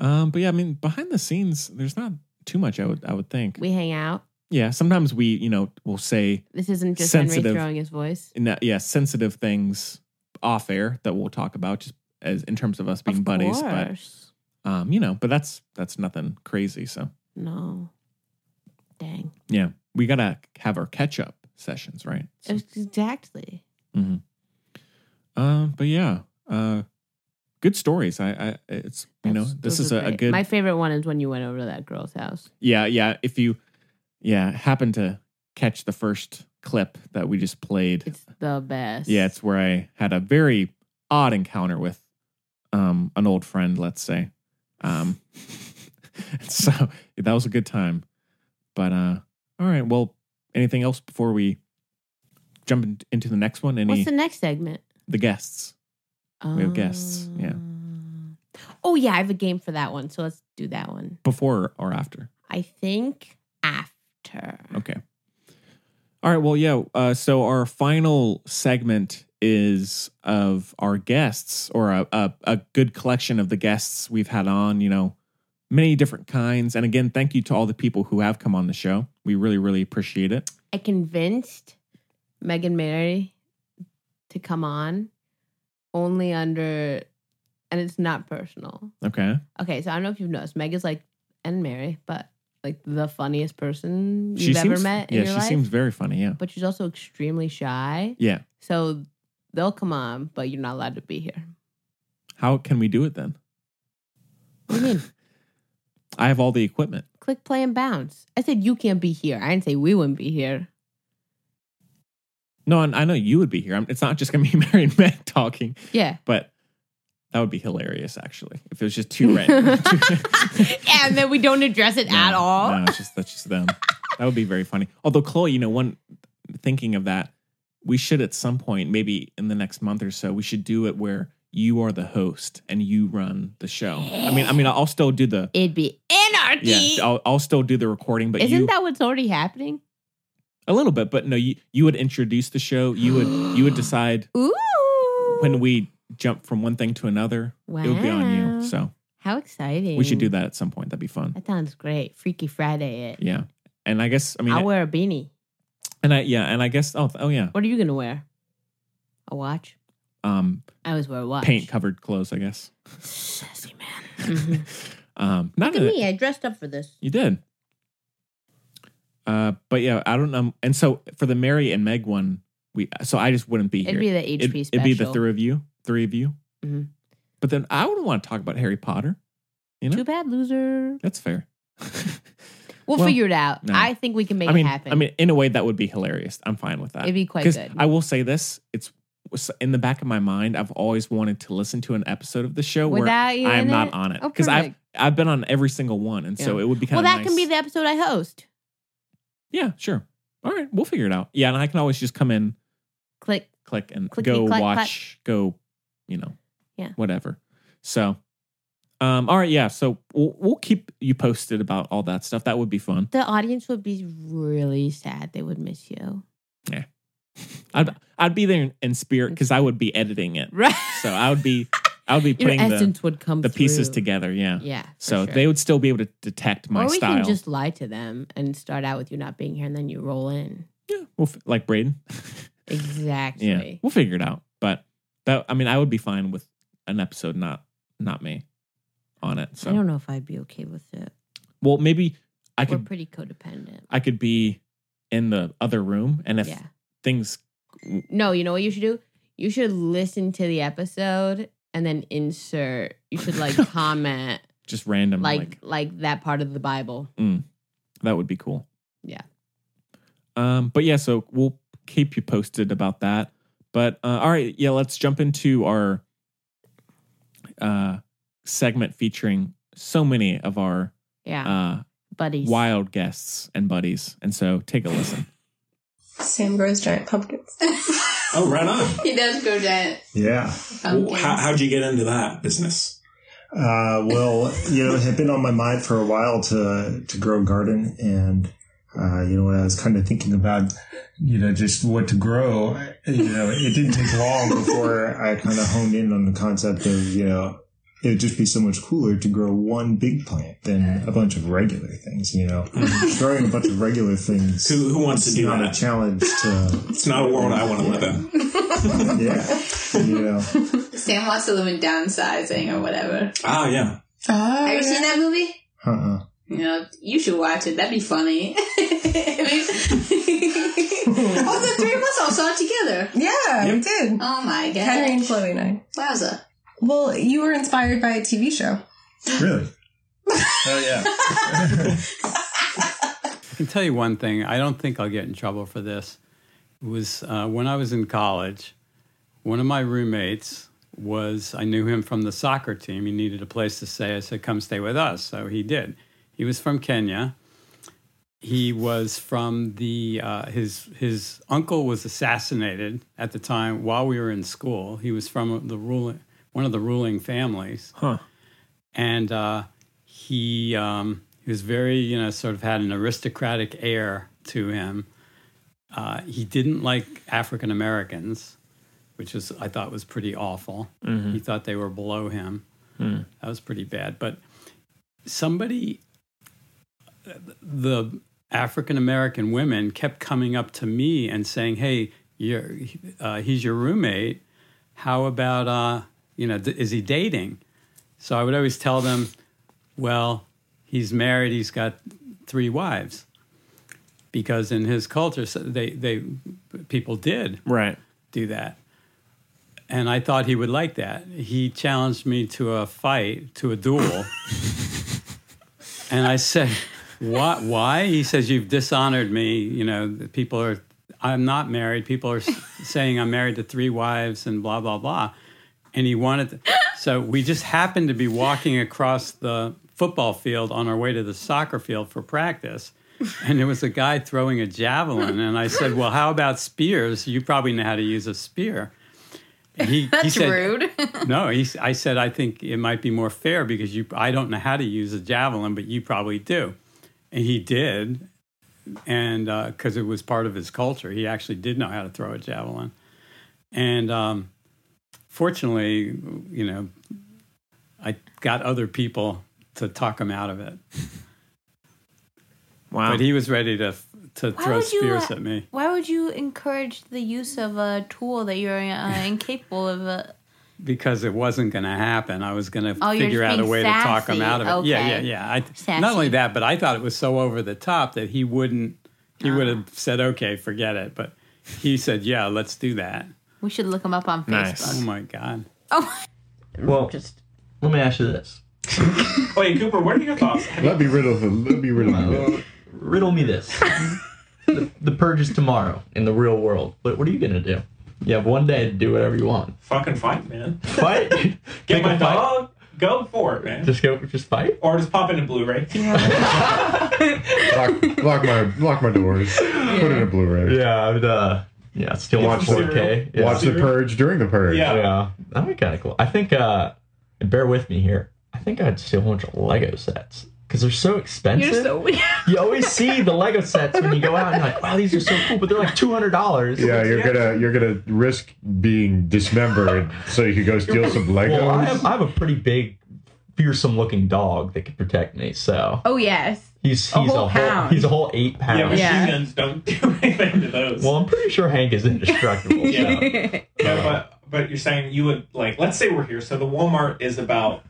Um, but yeah, I mean, behind the scenes, there's not too much. I would, I would think.
We hang out.
Yeah, sometimes we, you know, will say
This isn't just Henry
Sensitive.
throwing his voice.
in that, yeah, sensitive things off air that we'll talk about just as in terms of us being buddies.
course.
But um, you know, but that's that's nothing crazy. So
No. Dang.
yeah, we gotta have our catch up sessions, right?
Exactly.
hmm Um, but yeah, uh, good stories. I, I, it's you know, this
Those
is
are
a, a
great.
good.
My favorite one is when you went over to that girl's house.
Yeah, yeah. If you, yeah, happen to catch the first clip that we just played,
The best.
yeah, it's where I had a very odd encounter with um, an old friend, let's say. Um, so that was a good time. But uh, all right, well, anything else before we jump in- into the next one? Any
What's the next segment? Um.
the guests? We have guests. Yeah,
Oh yeah, I have a game for that one. So let's do that one.
before or after.
I think after.
Okay. All right. Well, yeah. Uh, so our final segment is of our guests, or a, a a good collection of the guests we've had on. You know, many different kinds. And again, thank you to all the people who have come on the show. We really, really appreciate it.
I convinced Megan Mary to come on only under and it's not personal.
Okay.
Okay, so I don't know if you've noticed. Meg is like and Mary, but like the funniest person
she
you've ever
seems,
met in
yeah,
your
she
life.
seems very funny. Yeah.
but she's also extremely shy.
Yeah.
So they'll come on, but you're not allowed to be here.
How can we do it then?
What do you mean?
I have all the equipment.
Click play and bounce. I said you can't be here. I didn't say we wouldn't be here.
No, and I know you would be here. I'm, it's not just gonna be Mary and Meg talking,
Yeah.
but that would be hilarious actually if it was just two random.
and then we don't address it at all.
No, it's just that's just them. that would be very funny. Although Chloe, you know, one thinking of that, we should at some point, maybe in the next month or so, we should do it where you are the host and you run the show. I mean, I mean, I'll still do the
It'd be anarchy.
yeah, I'll, I'll still do the recording, but
Isn't
you
that what's already happening?
a little bit, but no, you you would introduce the show. You would you would decide
Ooh.
when we jump from one thing to another. It would be on
Wow.
you. So
How exciting.
we should do that at some point. That'd be fun.
That sounds great. Freaky Friday it.
Yeah, and I guess I mean,
I'll wear a beanie.
and I yeah, and I guess oh oh yeah,
What are you gonna wear? A watch?
um,
I always wear a watch.
paint covered clothes, I guess.
Sassy Mm-hmm.
man. um, not
Look at
that-
me. I dressed up for this.
You did. Uh, but yeah, I don't know. And so for the Mary and Meg one, we so I just wouldn't be
It'd
here.
be the HP
It'd be the
special.
three of you, three of you.
Mhm.
But then I wouldn't want to talk about Harry Potter. You know,
Too bad, loser.
that's fair.
We'll,
Well,
figure it out.
no.
I think we can make
I mean,
it happen.
I mean, in a way, that would be hilarious. I'm fine with that.
It'd be quite
'Cause
good.
I will say this: it's was in the back of my mind. I've always wanted to listen to an episode of the show
Without you
where I am
in
not
it?
on it
Oh,
because I've
perfect.
I've been on every single one, and so
Yeah.
it would be kind
well,
of
that
nice.
can be the episode I host.
yeah, sure. All right, we'll figure it out. Yeah, and I can always just come in,
Click.
click, and
Clickety
go
clack,
watch, go, you know,
Yeah.
whatever. So, um, all right, yeah. So we'll, we'll keep you posted about all that stuff. That would be fun.
The audience would be really sad. They would miss you.
Yeah. I'd I'd be there in, in spirit because I would be editing it.
Right.
So I would be I would be
Your
putting the,
essence would come
the pieces
through.
together. Yeah.
Yeah, for
So
sure.
they would still be able to detect my
or we
style.
can just lie to them and start out with you not being here and then you roll in.
We'll f- like Braden.
Exactly.
yeah. We'll figure it out. But that I mean I would be fine with an episode not not me on it.
I
So
don't know if I'd be okay with it.
well maybe I
We're
could
pretty codependent.
I could be in the other room and if
Yeah.
things
No, you know what you should do? You should listen to the episode and then insert. You should like comment
just random
like,
like,
like that part of the Bible.
mm, that would be cool.
Yeah.
Um, but yeah, so we'll keep you posted about that. But uh, all right, yeah, let's jump into our uh, segment featuring so many of our
Yeah.
uh,
Buddies.
wild guests and buddies. And so take a listen.
Sam grows giant pumpkins.
Oh, right on.
He does go giant.
Yeah.
Pumpkins.
How, how'd you get into that business? Uh, well, you know, it had been on my mind for a while to to grow a garden, and Uh, you know, when I was kind of thinking about, you know, just what to grow, you know, it didn't take long before I kind of honed in on the concept of, you know, it would just be so much cooler to grow one big plant than a bunch of regular things, you know. Growing a bunch of regular things.
Who, who wants to
it's
do
not
that?
a challenge to.
It's not a world I want to live in.
yeah. You know.
Sam wants to live in downsizing or whatever.
Oh, yeah.
Have you seen that movie?
Uh-uh.
You know, you should watch it. That'd be funny. oh, the three of us all saw it together.
Yeah, we did.
Oh my god.
Henry and Chloe and I.
Wowza.
Well, you were inspired by a TV show.
Really? Oh, yeah.
I can tell you one thing. I don't think I'll get in trouble for this. It was uh, when I was in college. One of my roommates was I knew him from the soccer team. He needed a place to stay. I said, "Come stay with us." So he did. He was from Kenya. He was from the uh, his his uncle was assassinated at the time while we were in school. He was from the ruling one of the ruling families.
Huh.
and uh, he um, he was very you know sort of had an aristocratic air to him. Uh, he didn't like African Americans, which was I thought was pretty awful.
Mhm.
He thought they were below him.
Hmm.
That was pretty bad. But somebody, the African American women kept coming up to me and saying, "Hey, you're, uh, he's your roommate. How about uh, you know, d- is he dating?" So I would always tell them, "Well, he's married. He's got three wives." Because in his culture, so they they people did
right
do that and I thought he would like that. He challenged me to a fight, to a duel. and I said, "Why? Why?" He says, "You've dishonored me. You know, the people are. I'm not married. People are s- saying I'm married to three wives and blah blah blah." And he wanted. To, so we just happened to be walking across the football field on our way to the soccer field for practice. And there was a guy throwing a javelin, and I said, "Well, how about spears? You probably know how to use a spear." And He, he
That's
said,
rude.
no, he, s- I said I think it might be more fair because you. I don't know how to use a javelin, but you probably do. And he did, and because it was part of his culture, he actually did know how to throw a javelin. And um, fortunately, you know, I got other people to talk him out of it.
Wow!
But he was ready to to
Why
throw
would you,
spears
uh,
at me.
Why would you encourage the use of a tool that you're uh, incapable of? Uh,
because it wasn't going to happen. I was going to
Oh, you're
figure
just
out a
being
way to talk him
sassy.
out of it. Yeah, yeah,
Okay.
yeah. I,
Sassy.
Not only that, but I thought it was so over the top that he wouldn't.
Uh-huh.
He would have said, "Okay, forget it," but he said, "Yeah, let's do that."
we should look them up on Facebook.
Oh my god.
Oh,
Well, just let me ask you this.
Wait, Cooper, what are your thoughts? Have you-
Let me riddle him. Let me riddle me. Riddle me this. the, the purge is tomorrow in the real world. But what are you gonna do? You have one day to do whatever you want.
Fucking fight, man.
Fight.
Get my dog. Go for it, man.
Just go. Just fight.
Or just pop into Blu-ray.
lock, lock my lock my doors. Put in a Blu-ray.
Yeah, I would. Uh, yeah, still
Watch
watch
the-
4K. Yeah.
watch the purge during the purge.
Yeah. that'd be kind of cool. I think. uh Bear with me here. I think I'd steal a bunch of Lego sets because they're so expensive.
weird.
you always see the Lego sets when you go out and you're like, wow, these are so cool, but they're like two hundred dollars.
Yeah, you're gonna you're gonna risk being dismembered so you could go steal some Legos.
Well, I have, I have a pretty big, fearsome looking dog that can protect me. So
Oh yes.
he's he's
A
a
whole
whole,
pound.
he's a whole eight pounds.
Yeah, machine Yeah.
guns don't do anything to those.
Well, I'm pretty sure Hank is indestructible. so.
Yeah, but but you're saying you would like let's say we're here, so the Walmart is about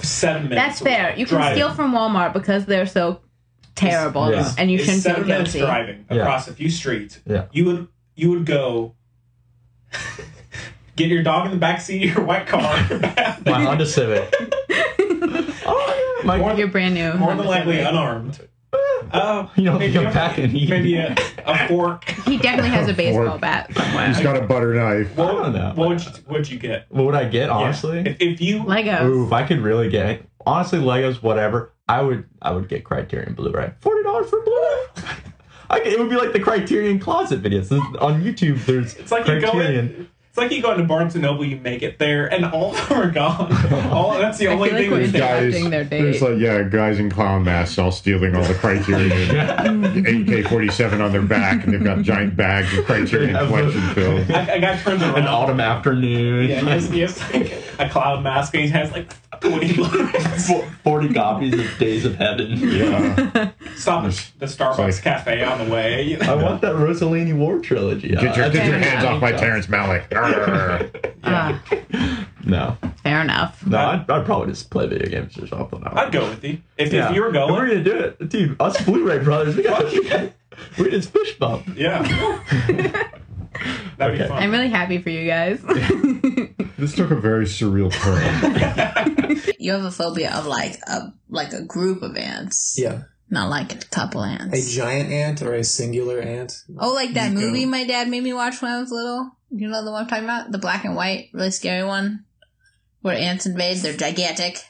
seven
That's
minutes.
fair. You can
driving.
steal from Walmart because they're so terrible,
It's-
and you
it's
shouldn't feel
seven minutes
guilty.
driving across a few streets.
Yeah.
You would you would go get your dog in the back seat of your white car.
My Honda Civic.
more,
You're brand new.
more than likely unarmed. Oh,
Ah. you know,
maybe,
come back and eat.
maybe a, a fork.
He definitely has a baseball
Or-
bat.
He's got a butter knife.
What, what would you, what'd you get?
What would I get, honestly?
If, if you
Legos.
Ooh, if I could really get honestly Legos, whatever. I would I would get Criterion Blu-ray. Forty dollars for Blu-ray. I could, it would be like the Criterion Closet videos This- on YouTube. There's
It's like you go in-
It's like you go into Barnes and Noble, you make it there, and all of them are gone. All Oh, that's the
I
only
feel like
thing.
we're
that's
interrupting Guys, their date.
It's like, yeah, guys in clown masks all stealing all the Criterion AK 47 on their back, and they've got giant bags of Criterion collection filled.
I, I got turned around.
An
autumn
afternoon.
Yeah, he has, he has like a cloud mask, and he has like 20
40 copies of Days of Heaven.
Yeah.
Stop at the Starbucks cafe on the way. you know.
I want that Rosalini War trilogy.
Get your,
Uh,
get your
yeah.
hands off my Terrence Malick. Arr.
Uh,
No.
Fair enough.
No, I'd, I'd probably just play video games or something.
I'd go with you. If- if you were
going. We're going to do it. Dude, us Blu ray brothers, we got We just fish bump.
Yeah. That'd
be fun.
I'm really happy for you guys.
This took a very surreal turn.
you have a phobia of like a like a group of ants.
Yeah.
Not like a couple ants.
A giant ant or a singular ant?
Oh, like
that
movie
Go.
my dad made me watch when I was little. You know the one I'm talking about? The black and white, really scary one. Where ants invade, they're gigantic.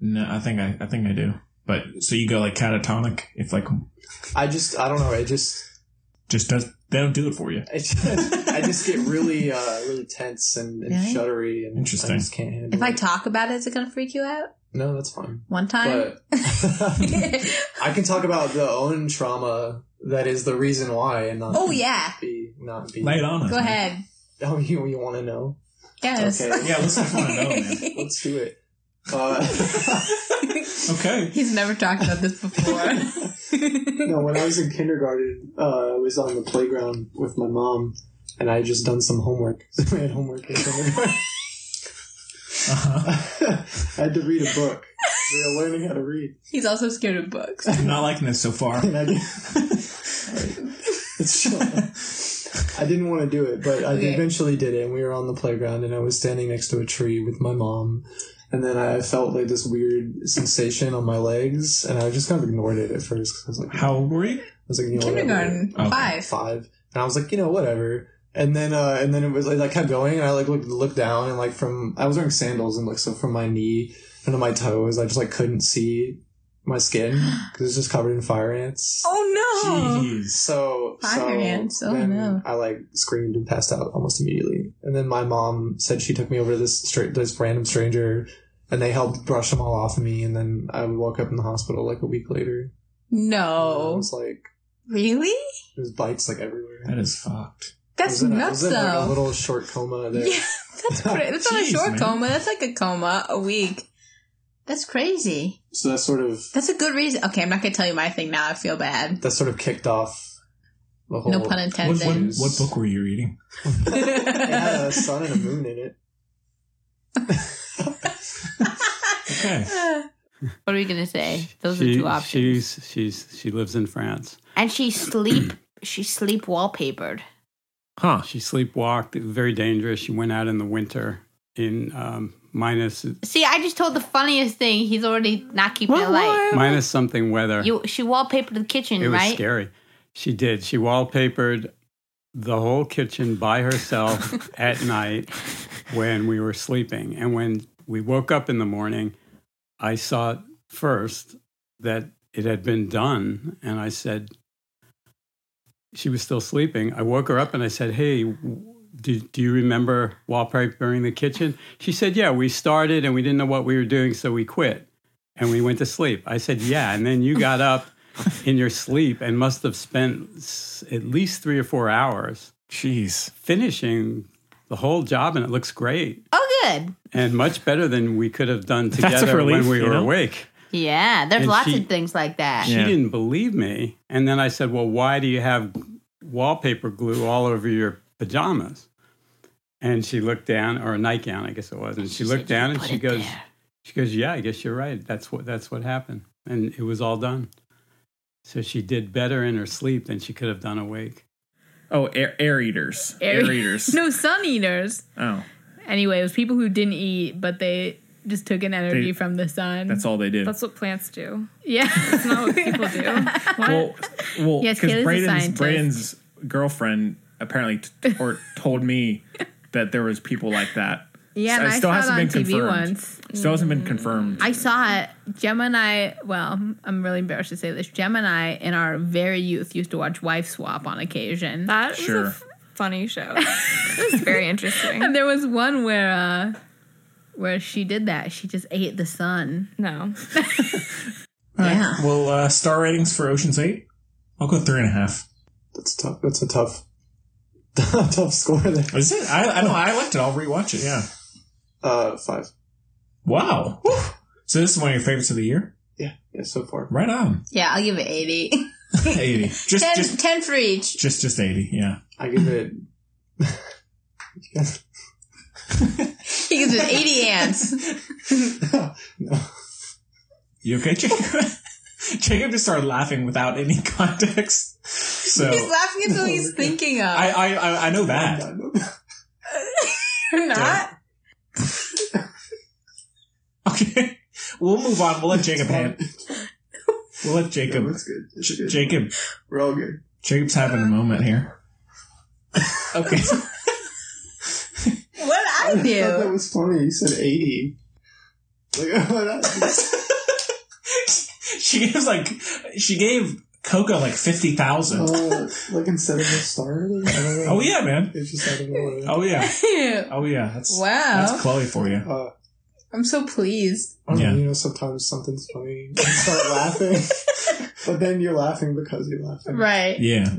No, I think I, I think I do. But so you go like catatonic. It's like
I just, I don't know. It just,
just does they don't do it for you.
I just, I just get really, uh, really tense and, and
Really?
shuddery. And
Interesting.
I just can't handle
If I talk about it, is it gonna freak you out?
it. No, that's fine.
One time?
I can talk about the own trauma that is the reason why and not.
oh yeah.
um, Be, not be.
Lay it on us, Go man. ahead.
Oh, you, you want to know?
Yes.
Okay.
Yeah, let's
want
wanna know, man.
Let's do it. Uh,
okay.
He's never talked about this before.
no, when I was in kindergarten, uh, I was on the playground with my mom, and I had just done some homework. So I had homework in kindergarten. I had to read a book. We were learning how to read.
He's also scared of books.
I'm not liking this so far.
And I, did, I didn't want to do it, but I
Okay.
eventually did it. And we were on the playground, and I was standing next to a tree with my mom. And then I felt like this weird sensation on my legs, and I just kind of ignored it at first. 'cause I was like,
"How old were you?" I
was like, you know,
Kindergarten.
whatever.
Five.
five, and I was like, you know, whatever. And then, uh, and then it was like I kept going, and I like looked, looked down, and like from I was wearing sandals, and like so from my knee into my toes, I just like couldn't see my skin because it was just covered in fire ants.
Oh no.
So,
Fire
so
ants, oh,
then
no.
I like screamed and passed out almost immediately. And then my mom said she took me over to this straight this random stranger, and they helped brush them all off of me. And then I woke up in the hospital like a week later.
No.
It was like
Really?
there's bites like everywhere.
That is fucked.
I was
That's
in, a- I
nuts,
was in, like,
though.
a little short coma there.
Yeah, that's crazy. That's not a
Jeez,
short
man.
coma. That's like a coma a week. That's crazy.
So that sort of
That's a good reason. Okay, I'm not gonna tell you my thing now. I feel bad.
that sort of kicked off the whole.
No pun intended.
What, what, what book were you reading?
it had a sun and a moon in it.
What are we gonna say? Those
She-
are two options.
She's she's she lives in France.
And she sleep. she sleep wallpapered.
Huh? She sleepwalked. It was very dangerous. She went out in the winter in um, minus
See, I just told the funniest thing. He's already not keeping it light.
minus something weather.
You, she wallpapered the kitchen,
it was
right?
scary. She did. She wallpapered the whole kitchen by herself at night when we were sleeping. And when we woke up in the morning, I saw first that it had been done. And I said, she was still sleeping. I woke her up and I said, Hey, w- do, do you remember wallpapering the kitchen? She said, Yeah, we started and we didn't know what we were doing, so we quit and we went to sleep. I said, Yeah. And then you got up in your sleep and must have spent s- at least three or four hours. Jeez. Finishing the whole job and it looks great
Oh, good.
and much better than we could have done
That's a
together
relief,
when we
you
were
know?
awake.
Yeah, there's
And
lots
she-
of things like that.
She didn't believe me. And then I said, Well, why do you have wallpaper glue all over your pajamas? And she looked down, or a nightgown, I guess it was. And she, looked down and she goes, She goes, Yeah, I guess you're right. That's what that's what happened. And it was all done. So she did better in her sleep than she could have done awake.
Oh, air, air eaters. Air, eaters.
no sun eaters.
Oh,
Anyway, it was people who didn't eat, but they just took an
energy They-
from the sun.
that's all they do.
That's what plants do.
Yeah,
That's not what people do.
Well, well,
Yes,
because
Kayla's a
Braden's,
scientist.
Braden's girlfriend apparently t- or told me that there was people like that.
Yeah, and I saw it on TV once. Mm.
Still hasn't been confirmed.
I saw it. Gemma and I, well, I'm really embarrassed to say this. Gemma and I, in our very youth, used to watch Wife Swap on occasion. That
Sure.
funny shows. it was very interesting. And there was one where uh where she did that. She just ate the sun. No.
Yeah. well, uh, star ratings for Ocean's Eight. I'll go three and a half. That's tough. That's a tough, tough score. There is it? I, I know. I liked it. I'll rewatch it. Yeah. Uh, five. Wow. Woo. So this is one of your favorites of the year. Yeah. Yeah. So far. Right on.
Yeah, I'll give it 80.
Eighty. Just,
10,
just,
10 for each.
just, just eighty. Yeah. I give it.
He gives it 80 ants.
You okay, Jacob? Jacob just started laughing without any context. So
he's laughing at what he's thinking of.
I, I, I, I know that.
You're not?
We'll move on. We'll let Jacob have. We'll let Jacob. Jacob. We're all good. Jacob's having a moment here. Okay.
What I
thought
do?
that
was
funny. You said eighty. she gives like she gave Coco like fifty thousand. Oh, like instead of a star? oh yeah, man. It's just out of nowhere. Oh yeah. Oh yeah. That's
Wow.
That's Chloe for you.
I'm so pleased.
I don't know, Yeah.
Uh, you know, sometimes something's funny. You start
laughing.
but then you're laughing because you're laughing. Right.
yeah.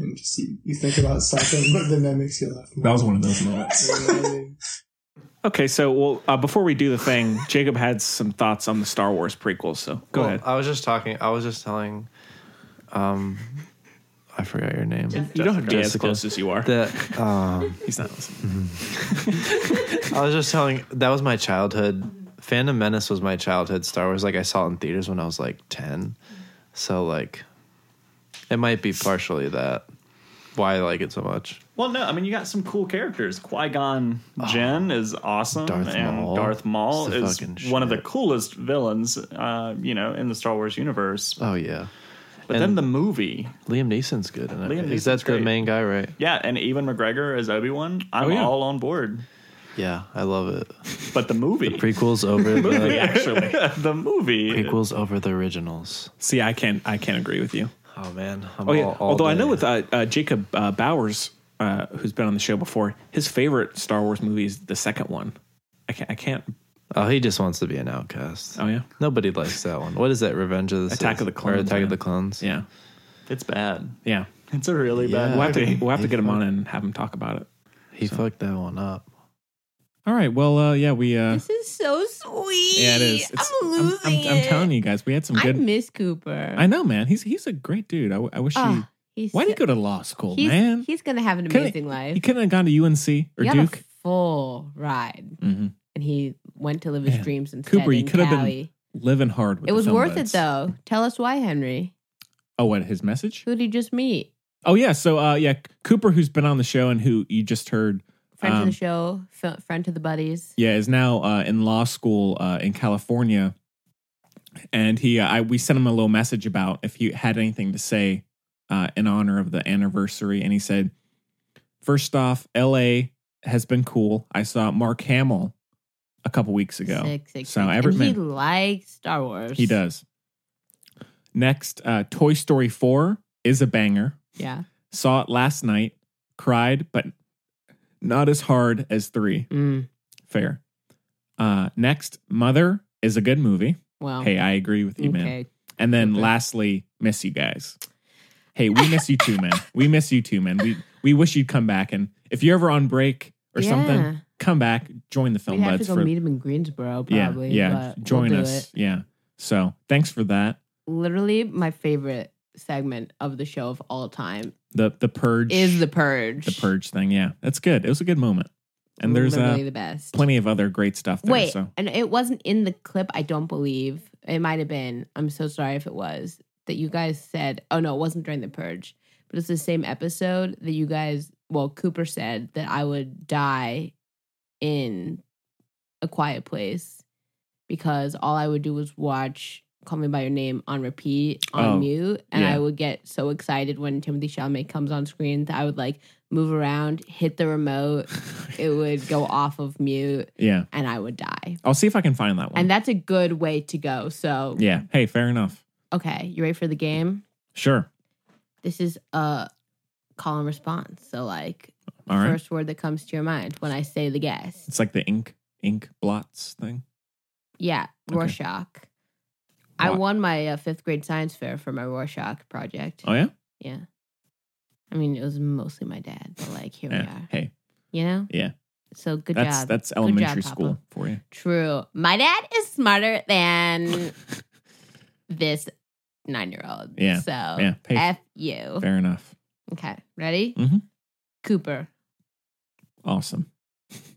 You think about something, but then that makes you laugh.
That was one of those moments.
Okay, so well, uh, before we do the thing, Jacob had some thoughts on the Star Wars prequels. So go
Well,
ahead.
I was just talking. I was just telling. Um, I forgot your name.
You don't have to be as close as you are.
That um,
he's not
listening. I was just telling. That was my childhood. Phantom Menace was my childhood Star Wars. Like I saw it in theaters when I was like ten. So like, it might be partially that why I like it so much.
Well, no, I mean you got some cool characters. Qui Gon Jinn is awesome,
Ah, Darth
and
Maul.
Darth Maul
It's the
is
fucking
one of the coolest villains, uh, you know, in the Star Wars universe.
Oh yeah.
But then the movie.
Liam Neeson's good in it.
Liam
Is that
Neeson's great.
the main guy, right?
Yeah, and Ewan McGregor as Obi Wan. I'm
Oh, yeah.
all on board.
Yeah, I love it.
But the movie, the
prequels over the,
movie, actually, the movie
prequels over the originals.
See, I can't, I can't agree with you.
Oh man, I'm
oh yeah.
all- all
Although I know
day.
with uh, uh, Jacob uh, Bowers, uh, who's been on the show before, his favorite Star Wars movie is the second one. I can't. I can't.
Oh, he just wants to be an outcast.
Oh yeah,
nobody likes that one. What is that? Revenge of the
Attack of
Sith?
the Clones,
Or Attack
man.
of the Clones.
Yeah,
it's bad.
Yeah, it's a really
Yeah.
bad. We'll have to,
He-
we'll have to
he
get him on
fucked-
and have him talk about it.
He fucked that one up.
All right. Well, uh, yeah, we. Uh,
This is so sweet.
yeah, it is. It's-
I'm losing
I'm, I'm
it.
telling you guys, we had some
I
good.
miss Cooper.
I know, man. He's he's a great dude. I, w- I wish he.
Ah, he's
Why did he go
so-
to law school,
he's,
man?
He's gonna have an
Couldn't-
amazing life.
He couldn't have gone to UNC or
he had
Duke.
a full ride,
Mhm.
and he went to live his dreams instead
Cooper, you
in
could have been
Cali.
living hard. With
It
the
was
film
worth
buds.
it though. Tell us why, Henry.
Oh, what his message?
Who did you just meet?
Oh yeah, so uh, yeah, Cooper, who's been on the show and who you just heard,
Friend to
um,
the show, f- friend to the buddies.
yeah, is now uh, in law school uh, in California, and he, uh, I, we sent him a little message about if he had anything to say uh, in honor of the anniversary, and he said, first off, L.A. has been cool. I saw Mark Hamill a couple weeks ago,
Sick, sick,
so
sick.
every
and he
man-
likes Star Wars.
he does. Next, uh, Toy Story Four is a banger.
Yeah.
Saw it last night, cried, but not as hard as three.
Mm.
Fair. Uh, next, Mother is a good movie.
Wow.
Hey, I agree with you, man.
Okay.
And then lastly, miss you guys. Hey, we miss you too, man. We miss you too, man. We we wish you'd come back. And if you're ever on break or
Yeah.
something, come back, join the
We
film
have to
buds
go
for
meet him in Greensboro, probably.
yeah, yeah.
but we'll
join
do
us,
it.
yeah. So thanks for that.
Literally, my favorite segment of the show of all time
The the purge
is the purge.
the purge thing. Yeah, that's good. It was a good moment. And there's uh,
Literally the best.
plenty of other great stuff there.
Wait,
so
and it wasn't in the clip. I don't believe it might have been. I'm so sorry if it was that you guys said. Oh no, it wasn't during the purge, but it's the same episode that you guys. Well, Cooper said that I would die in a quiet place because all I would do was watch Call Me by Your Name on repeat on
Oh,
mute, and
yeah.
I would get so excited when Timothy Chalamet comes on screen that I would like move around, hit the remote, it would go off of mute
yeah,
and I would die.
I'll see if I can find that one.
And that's a good way to go. So,
Mm. yeah. Hey, fair enough.
okay, you ready for the game?
Sure.
This is a call and response. So, like,
All right.
First word that comes to your mind when I say the guess.
It's like the ink ink blots thing.
Yeah, Rorschach. I
Wow.
won my uh, fifth grade science fair for my Rorschach project.
Oh yeah.
Yeah. I mean, it was mostly my dad, but like, here we
yeah.
are.
Hey.
You know?
Yeah.
So good
that's
job.
that's
Good job,
elementary
Papa.
school for you.
True. My dad is smarter than this nine year old.
Yeah.
So,
Yeah. Hey.
F you.
Fair enough.
Okay. Ready?
Mhm.
Cooper.
Awesome.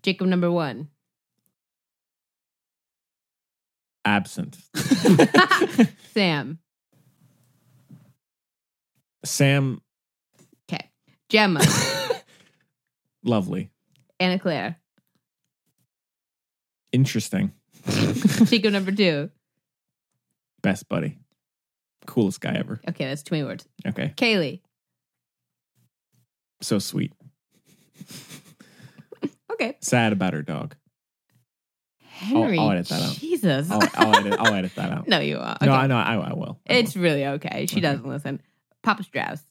Jacob number one.
Absent.
Sam.
Sam,
Okay. Gemma.
lovely,
Anna Claire.
interesting,
Jacob number two.
best buddy, coolest guy ever.
Okay. That's too many words.
Okay,
Kaylee.
so sweet.
Okay.
Sad about her dog. I'll-
Henry.
I'll edit that out.
Jesus.
I'll, I'll edit, I'll edit that out.
No, you won't.
No,
Okay.
I know. I, I will.
It's really okay. She doesn't listen. Papa Strauss.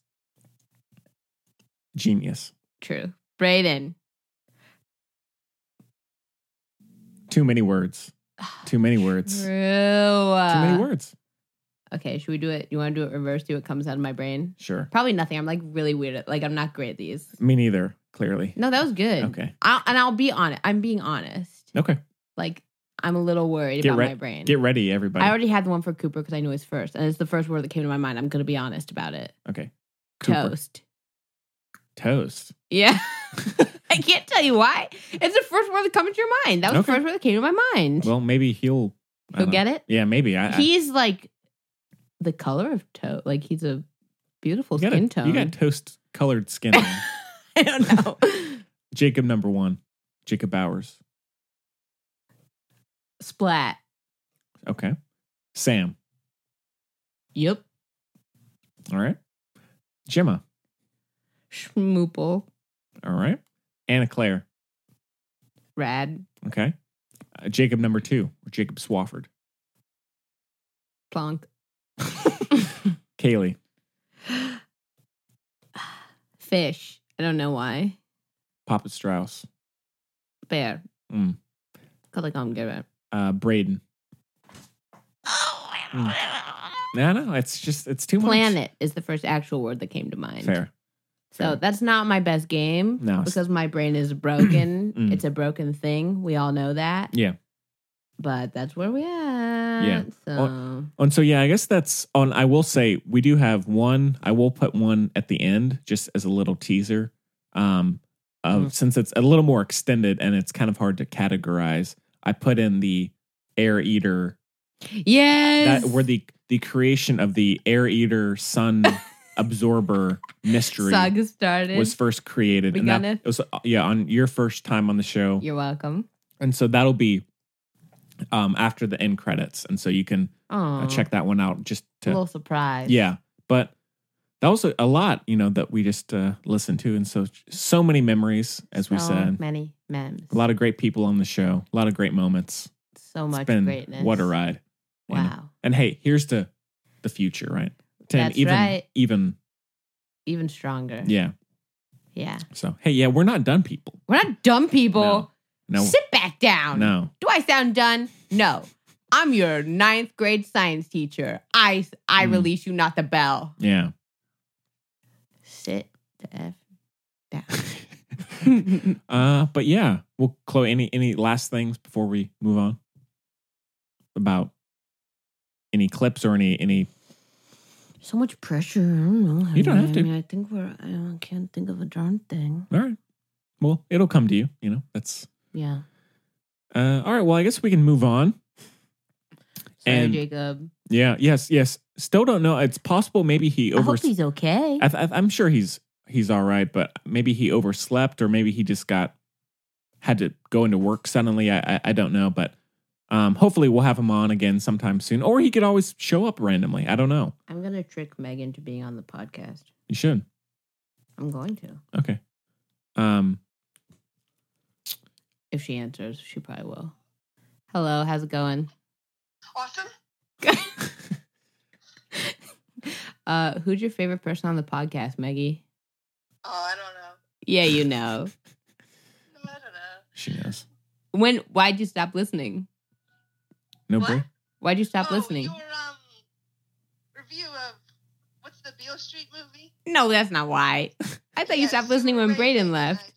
Genius.
True. Brayden.
Too many words. Too many words.
True.
Too many words.
Okay, should we do it? You want to do it reverse? Do what comes out of my brain?
Sure.
Probably nothing. I'm like really weird. At, like I'm not great at these.
Me neither. Clearly.
No, that was good.
Okay.
I'll, and I'll be honest. I'm being honest.
Okay.
Like I'm a little worried
Get
about
ready.
my brain.
Get ready, everybody.
I already had the one for Cooper because I knew his first, and it's the first word that came to my mind. I'm gonna be honest about it.
okay.
Toast.
Toast.
Yeah. I can't tell you why. It's the first word that comes to your mind. That was
Okay.
the first word that came to my mind.
Well, maybe he'll. I
He'll
don't
get
know.
it?
Yeah, maybe. I, I-
he's like the color of toast. Like he's a beautiful
you got a-
skin tone.
You got toast colored skin. I don't know. Jacob number one. Jacob Bowers.
Splat.
Okay. Sam.
Yep.
All right. Gemma.
Schmoople.
All right. Anna Claire.
Rad.
Okay. Uh, Jacob number two, or Jacob Swafford.
Plonk.
Kaylee.
Fish. I don't know why.
Papa Strauss.
Bear.
Mm.
Called like I'm good at.
Uh, Braden.
Oh,
Mm. No, no, it's just it's too much.
Planet is the first actual word that came to mind.
Fair.
So that's not my best game
No, it's-
because my brain is broken.
Mm.
It's a broken thing. We all know that.
Yeah.
But that's where we at.
Yeah.
So
Well, and so yeah, I guess that's on I will say we do have one, I will put one at the end just as a little teaser. Um of
Mm.
since it's a little more extended and it's kind of hard to categorize, I put in the air eater
yes.
that where the the creation of the air eater sun absorber mystery
saga started.
was first created.
We
and
got
that
it.
it was uh, yeah, on your first time on the show.
You're welcome.
And so that'll be um after the end credits. And so you can uh,
Aw.
check that one out just
a little
to
surprise.
Yeah. But that was a, a lot, you know, that we just uh, listened to and so so many memories as we
So
said.
many memes.
A lot of great people on the show, a lot of great moments.
So much
been
greatness.
What a ride. you know?
Wow.
And hey, here's to the future, right? To an
That's
even
right.
even
Even stronger.
yeah.
Yeah.
So hey, yeah, we're not done people.
We're not dumb people.
No.
Sit back down.
No.
Do I sound done? No. I'm your ninth grade science teacher. I I
Mm.
release you, not the bell.
Yeah.
Sit the F down.
Uh, but yeah, well, Chloe, any any last things before we move on about any clips or any any?
So much pressure. I don't know.
You don't
I
have to.
mean, I think we're. I don't- can't think of a darn thing.
All right, well, it'll come to you. You know, that's
Yeah.
uh. All right, well, I guess we can move on.
Sorry,
and
Jacob.
yeah, yes, yes. Still don't know. It's possible maybe he
I
over.
hope he's okay.
I th- I- I'm sure he's he's all right, but maybe he overslept or maybe he just got had to go into work suddenly. I I, I don't know, but um, hopefully we'll have him on again sometime soon, or he could always show up randomly. I don't know.
I'm gonna trick Meg into being on the podcast.
You should.
I'm going to.
Okay. Um.
If she answers, she probably will. Hello, how's it going? Awesome. uh, who's your favorite person on the podcast, Maggie? Yeah, you know.
She knows.
When? Why'd you stop listening?
No bra-
Why'd you
Oh,
stop listening?
um,
No, that's not why. I thought you stopped listening when Braden left.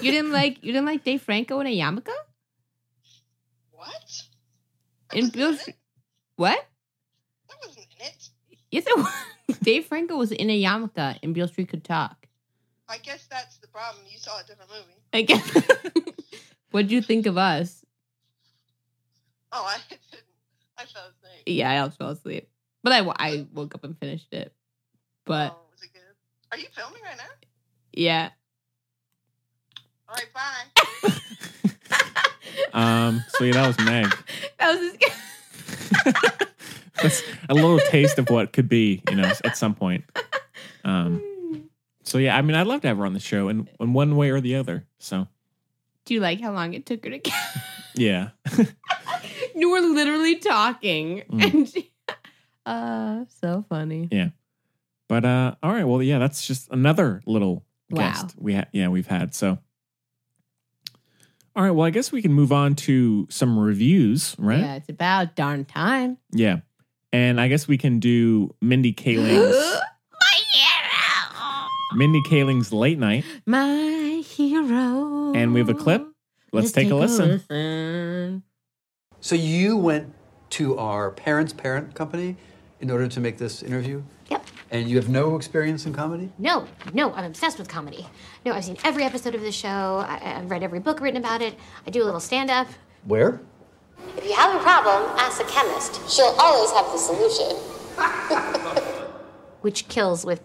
you didn't like you didn't like Dave Franco and Ayamika? What? In Bill Str- What? That wasn't in it. Yes, it was. Dave Franco was in a yarmulke and Beale Street could talk.
I guess that's the problem. You saw a different movie.
I guess. What'd you think of us?
Oh, I didn't. I fell asleep.
Yeah, I also fell asleep. But I, wo- I woke up and finished it.
Oh,
But
Are you filming right now?
yeah.
All right, bye.
Um, so yeah, that was Meg.
That was just
That's a little taste of what could be, you know, at some point. Um, so yeah, I mean, I'd love to have her on the show in, in one way or the other. So
Do you like how long it took her to get?
yeah,
you were literally talking.
Mm.
And she, uh, so funny.
yeah. But uh, all right, well, yeah, that's just another little
Wow.
guest we ha- yeah we've had. So all right, well, I guess we can move on to some reviews, right?
Yeah, it's about darn time.
Yeah. And I guess we can do Mindy Kaling's Mindy Kaling's late night.
My hero.
And we have a clip. Let's, take, a listen.
So you went to our parents' parent company in order to make this interview? Yep. And you have no experience in comedy?
No, no, I'm obsessed with comedy. No, I've seen every episode of the show. I, I- I've read every book written about it. I do a little stand up.
Where?
If you have a problem, ask a chemist. She'll always have the solution. Which kills with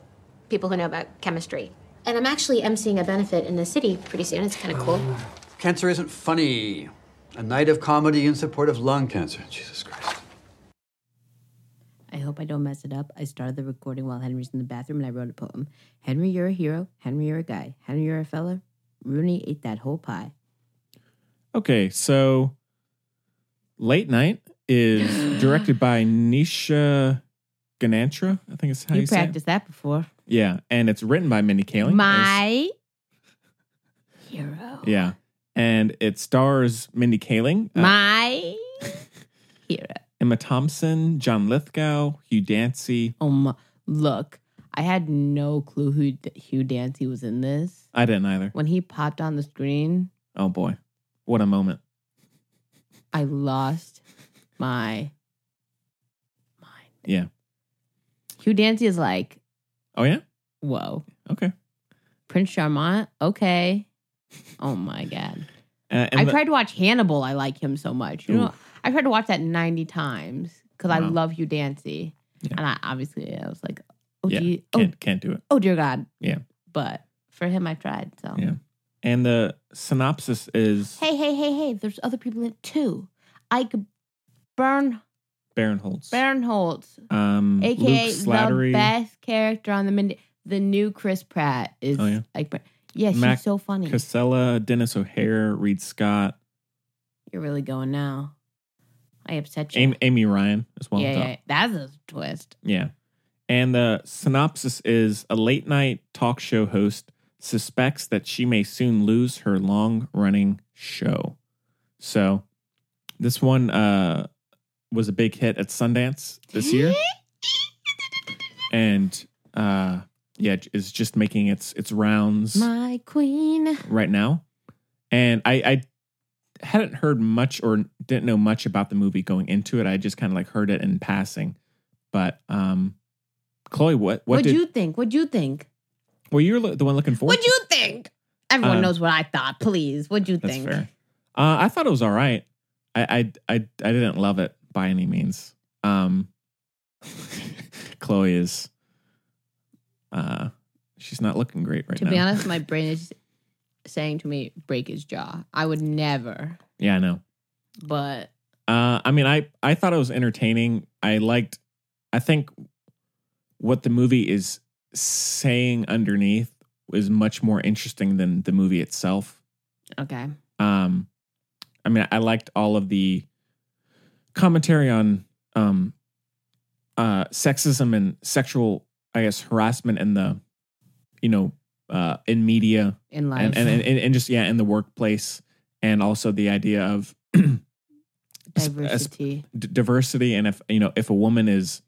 people who know about chemistry. And I'm actually emceeing a benefit in the city pretty soon. It's kind of cool.
Cancer isn't funny. A night of comedy in support of lung cancer. Jesus Christ.
I hope I don't mess it up. I started the recording while Henry's in the bathroom and I wrote a poem. Henry, you're a hero. Henry, you're a guy. Henry, you're a fella. Rooney ate that whole pie.
Okay, so Late Night is directed by Nisha Ganatra, I think it's how you,
you
say it.
practiced that before.
Yeah, and it's written by Mindy Kaling.
My hero.
yeah, and it stars Mindy Kaling, uh,
My hero.
Emma Thompson, John Lithgow, Hugh Dancy.
Oh my! Look, I had no clue who D- Hugh Dancy was in this.
I didn't either.
When he popped on the screen,
Oh boy, what a moment!
I lost my.
Yeah.
Hugh Dancy is like,
Oh yeah.
whoa.
Okay.
Prince Charmant, okay. Oh my God.
Uh, and
I
the-
tried to watch Hannibal. I like him so much. You know,
Oof.
I tried to watch that 90 times because I
Wow.
love Hugh Dancy. And I obviously, I was like, oh,
yeah,
gee- oh,
can't can't do it.
oh dear God.
Yeah.
But for him, I tried. So.
Yeah. And the synopsis is
Hey, hey, hey, hey, there's other people in it too. Ike Bern-
Baron Holtz,
Bernholtz,
um,
aka
Luke
the
Slattery,
best character on the Mindy. The new Chris Pratt is
Oh, yeah.
Ike Bern- Yeah, she's
Mac
so funny.
Casella, Dennis O'Hare, Reed Scott,
You're really going now. I upset you.
Amy, Amy Ryan as well.
yeah,
Duh.
yeah, that's a twist.
Yeah. And the synopsis is a late night talk show host suspects that she may soon lose her long running show. So this one uh, was a big hit at Sundance this year. and uh, yeah, is just making its its rounds
My queen.
right now. And I, I hadn't heard much or didn't know much about the movie going into it. I just kind of like heard it in passing. But um Chloe, what what
What would
did
you think? What'd you think?
well you're lo- the one looking forward?
What'd you think? Everyone
Um,
knows what I thought. Please, what'd you
That's
think?
fair. Uh, I thought it was all right. I I I, I didn't love it by any means. Um Chloe is uh she's not looking great right
to
now.
be honest, my brain is saying to me, break his jaw. I would never,
Yeah, I know.
but
Uh, I mean, I I thought it was entertaining. I liked. I think what the movie is saying underneath is much more interesting than the movie itself.
okay.
Um, I mean, I liked all of the commentary on um, uh, sexism and sexual, I guess, harassment and the, you know, uh, in media,
In life.
and, and, and and just yeah, in the workplace, and also the idea of
diversity.
d- diversity and if you know if a woman is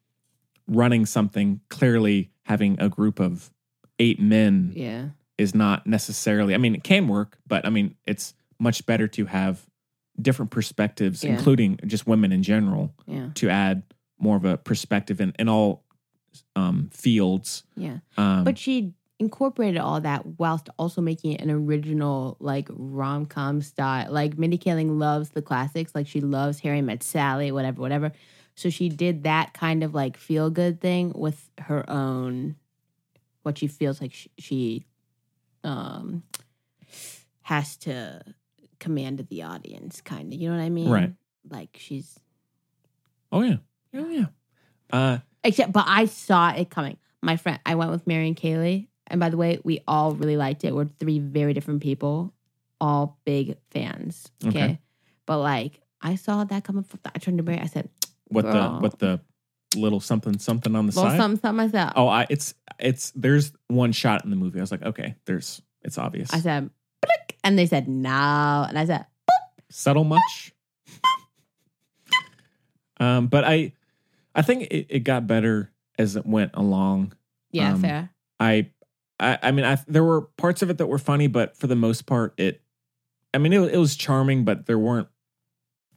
running something clearly having a group of eight men
Yeah.
is not necessarily i mean it can work but i mean it's much better to have different perspectives
Yeah.
including just women in general
Yeah.
to add more of a perspective in, in all um, fields
Yeah.
um,
but she incorporated all that whilst also making it an original like rom-com style like mindy kaling loves the classics like she loves harry met sally whatever whatever so she did that kind of like feel good thing with her own what she feels like she, she um has to command the audience kind of you know what i mean
Right.
like she's
oh yeah oh yeah uh,
Except, but I saw it coming. My friend, I went with Mary and Kaylee, and by the way, we all really liked it. We're three very different people, all big fans. Okay,
Okay.
but like I saw that coming. From the, I turned to Mary. I said,
what
Girl.
the what the little something something on the
"Well,
side
something, something." I said,
oh i it's it's there's one shot in the movie i was like okay there's it's obvious
I said, "Blick," and they said no, and I said,
subtle much. um, but I, I think it, it got better as it went along.
"Yeah,
Um,
fair."
I, I, I mean, I there were parts of it that were funny, but for the most part, it. I mean, it, it was charming, but there weren't.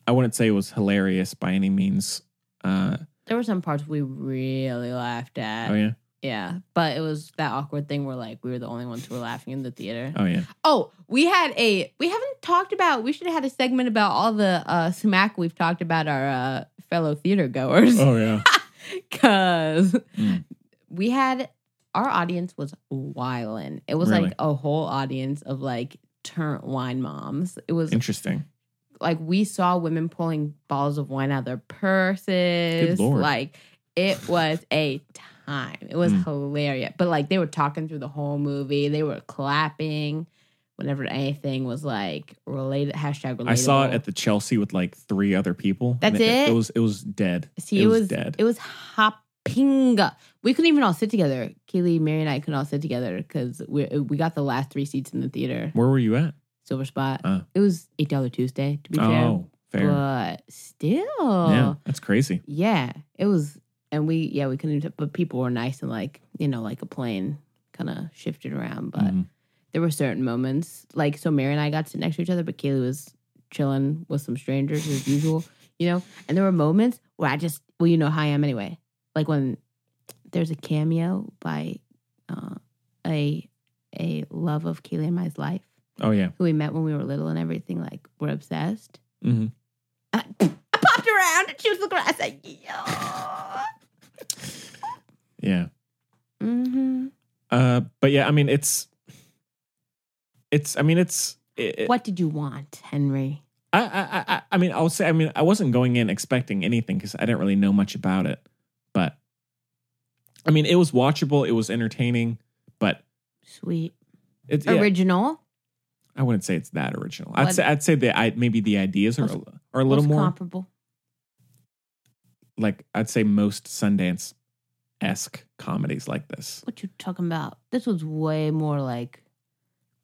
I wouldn't say it was hilarious by any means. Uh,
There were some parts we really laughed at.
oh yeah,
yeah, but it was that awkward thing where like we were the only ones who were laughing in the theater.
oh yeah.
Oh, we had a we haven't talked about we should have had a segment about all the uh smack we've talked about our uh fellow theater goers.
Oh yeah.
Cause
Mm.
we had our audience was wildin'. It was
Really?
like a whole audience of like turnt wine moms. It was
Interesting.
like we saw women pulling balls of wine out of their
Good
purses.
Lord.
Like it was a time. It was
Mm.
hilarious. But like they were talking through the whole movie. They were clapping whenever anything was like related hashtag related.
I saw it at the Chelsea with like three other people. and
That's
It,
it?
was it was dead.
See, it, was, dead. It was hopping. We couldn't even all sit together. Keely, Mary, and I couldn't all sit together because we we got the last three seats in the theater.
Where were you at?
Silver spot.
Oh.
It was eight dollar Tuesday. To be fair.
Oh, fair.
But oh. still,
yeah, that's crazy.
yeah, it was, and we yeah we couldn't, but people were nice and like you know like a plane kind of shifted around, but
Mm-hmm.
there were certain moments like so Mary and I got to sit next to each other, but Kaylee was chilling with some strangers as usual, you know, and there were moments where I just well you know how I am anyway, like when there's a cameo by uh, a a love of Kaylee and my's life
Oh yeah.
who we met when we were little and everything like we're obsessed.
Mm-hmm.
I popped around and she was looking around. I said, yo.
Yeah.
Mm-hmm.
Uh, but yeah, I mean, it's, it's, I mean, it's, it, it-
What did you want, Henry?
I, I, I, I mean, I'll say, I mean, I wasn't going in expecting anything because I didn't really know much about it, but I mean, it was watchable, it was entertaining, but
Sweet.
it's yeah,
Original?
I wouldn't say it's that original. I'd
What-
say, I'd say that I maybe the ideas are, a- are a little
Most
more
comparable.
like I'd say most Sundance esque comedies like this.
What you talking about? This was way more like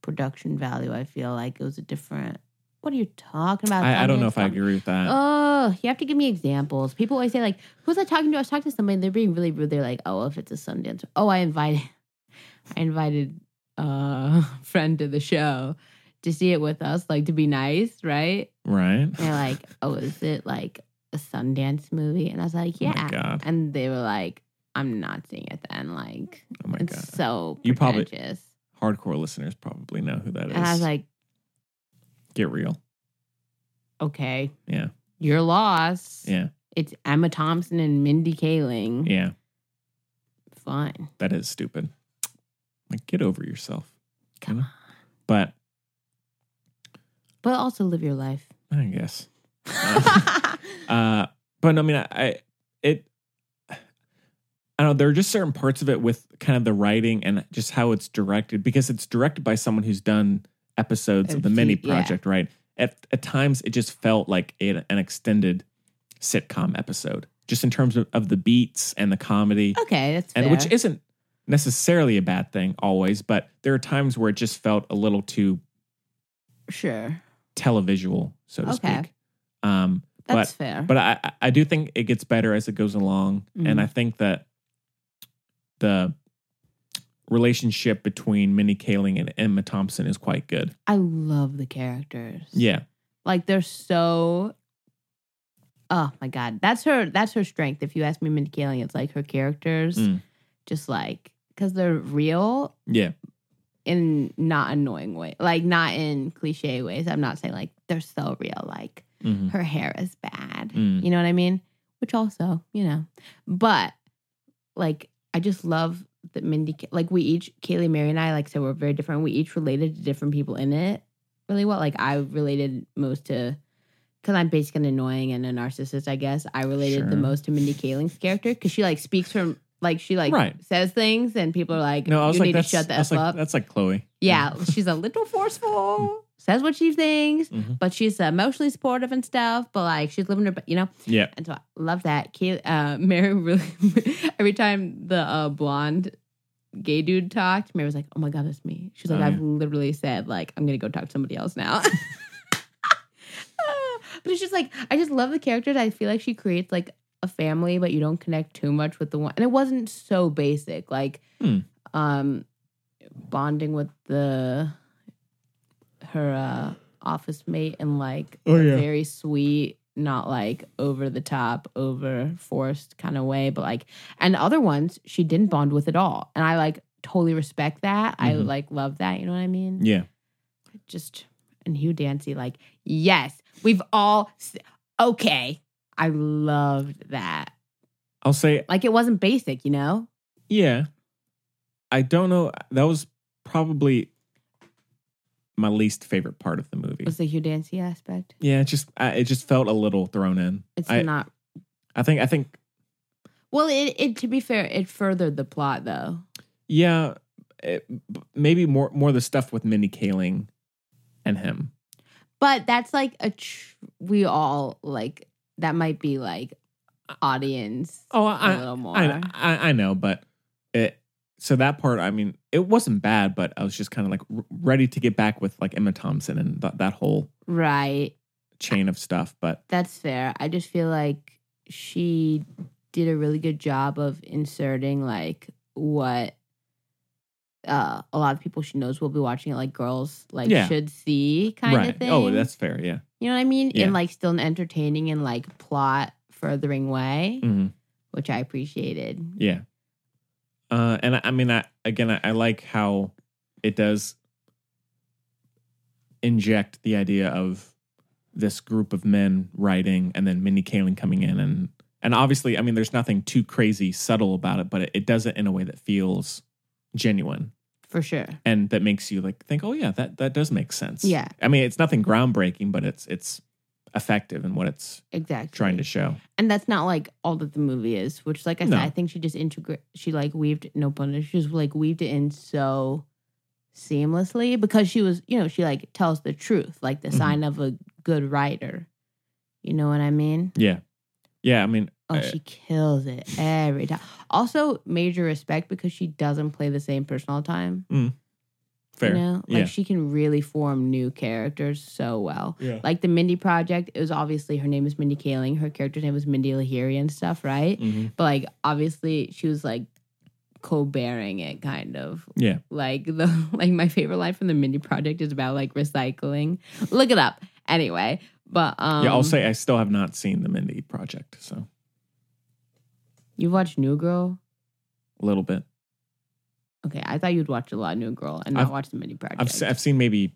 production value, I feel like. It was a different. What are you talking about?
I, I don't know if I
Audience
agree with that.
Oh, you have to give me examples. People always say, like, who's I talking to? I was talking to somebody, and they're being really rude. They're like, oh, if it's a Sundance. Oh, I invited I invited uh, a friend to the show to see it with us, like to be nice, right?
right.
And they're like, oh, is it like a Sundance movie? And I was like,
Oh my
yeah.
God.
And they were like, I'm not seeing it then. Like,
Oh my
it's
God.
so
You probably-
pretentious.
Hardcore listeners probably know who that is.
And I was like,
Get real.
okay,
Yeah.
you're lost.
Yeah.
It's Emma Thompson and Mindy Kaling.
Yeah.
Fine.
That is stupid. Like, get over yourself. Come on. But
But also live your life.
I guess. uh, but no, I mean, I, I it. I don't know. There are just certain parts of it with kind of the writing and just how it's directed because it's directed by someone who's done episodes of the
Of
mini
the- yeah.
project, right? At, at times, it just felt like a, an extended sitcom episode, just in terms of, of the beats and the comedy.
Okay, that's
and
fair.
which isn't necessarily a bad thing always, but there are times where it just felt a little too
Sure.
televisual, so to
Okay.
speak. Um,
That's
but,
fair.
But I, I- I do think it gets better as it goes along,
Mhm.
and I think that the relationship between Minnie Kaling and Emma Thompson is quite good.
I love the characters.
Yeah,
Like they're so. Oh my god, that's her. That's her strength. If you ask me, Mindy Kaling, it's like her characters,
Mm.
just like because they're real
yeah,
in not annoying way, like not in cliche ways. I'm not saying like they're so real. Like
Mhm.
her hair is bad.
Mm.
You know what I mean? Which also, you know, but like I just love that Mindy. Like we each, Kaylee, Mary, and I, like so we're very different. We each related to different people in it really well. Like I related most to. Because I'm basically an annoying and a narcissist, I guess. I related the
Sure.
most to Mindy Kaling's character because she like speaks from like she like
Right.
says things and people are like,
no, I was
you
like,
need to
that's,
shut the
that's
f
like
up.
that's like Chloe.
Yeah, she's a little forceful, says what she thinks,
Mhm.
but she's uh, emotionally supportive and stuff. But like she's living her, you know.
Yeah.
And so I love that. Kay- Uh, Mary really every time the uh, blonde gay dude talked, Mary was like, "Oh my god, it's me." She's like,
Oh,
"I've
yeah.
literally said like I'm gonna go talk to somebody else now." Ah, but it's just like I just love the characters. I feel like she creates like a family, but you don't connect too much with the one. And it wasn't so basic, like
Hmm.
um bonding with the her uh office mate and like
Oh,
a
yeah.
very sweet not like over the top over forced kind of way but like and other ones she didn't bond with at all and i like totally respect that i
Mhm.
like love that you know what i mean
Yeah.
just and hugh dancy like yes we've all s- okay i loved that
I'll say
like it wasn't basic you know
Yeah. I don't know. That was probably my least favorite part of the movie.
was the hugh dancy aspect
Yeah, it just I, it just felt a little thrown in.
it's
I,
not
I think I think
well it, it to be fair it furthered the plot though
yeah, it, b- maybe more more the stuff with Mindy Kaling and him.
But that's like a tr- we all like that might be like audience.
Oh,
a
I
little more.
I, I I know, but it so that part. I mean, it wasn't bad, but I was just kind of like r- ready to get back with like Emma Thompson and th- that whole
right,
chain of stuff. But
that's fair. I just feel like she did a really good job of inserting like what uh a lot of people she knows will be watching it like girls like
Yeah.
should see kind
right,
of thing.
oh, that's fair. Yeah.
you know what I mean?
Yeah.
In like still an entertaining and like plot furthering way,
hmm
which I appreciated.
Yeah. Uh, and I, I mean, I again, I, I like how it does inject the idea of this group of men writing, and then Minnie Kaling coming in, and and obviously, I mean, there's nothing too crazy subtle about it, but it, it does it in a way that feels genuine
For sure.
and that makes you like think, oh yeah, that that does make sense.
Yeah.
I mean, it's nothing groundbreaking, but it's it's effective in what it's
Exactly.
trying to show.
and that's not like all that the movie is which like i
No.
said i think she just integrate she like weaved no pun intended, she just like weaved it in so seamlessly because she was you know she like tells the truth like the
Mhm.
sign of a good writer you know what i mean
Yeah. Yeah. I mean,
oh
uh,
she kills it every time also major respect because she doesn't play the same person all the time
Mm. fair.
you know? Like
yeah.
she can really form new characters so well.
Yeah.
Like the Mindy Project, it was obviously her name is Mindy Kaling. Her character's name was Mindy Lahiri and stuff, right?
Mhm.
But like obviously she was like co-bearing it kind of.
Yeah.
Like the like my favorite line from the Mindy Project is about like recycling. Look it up. Anyway. But um
yeah, I'll say I still have not seen the Mindy project, so
you watched New Girl?
a little bit.
Okay. I thought you'd watch a lot of New Girl and not
I've-
watch the Mindy Project.
I've se- I've seen maybe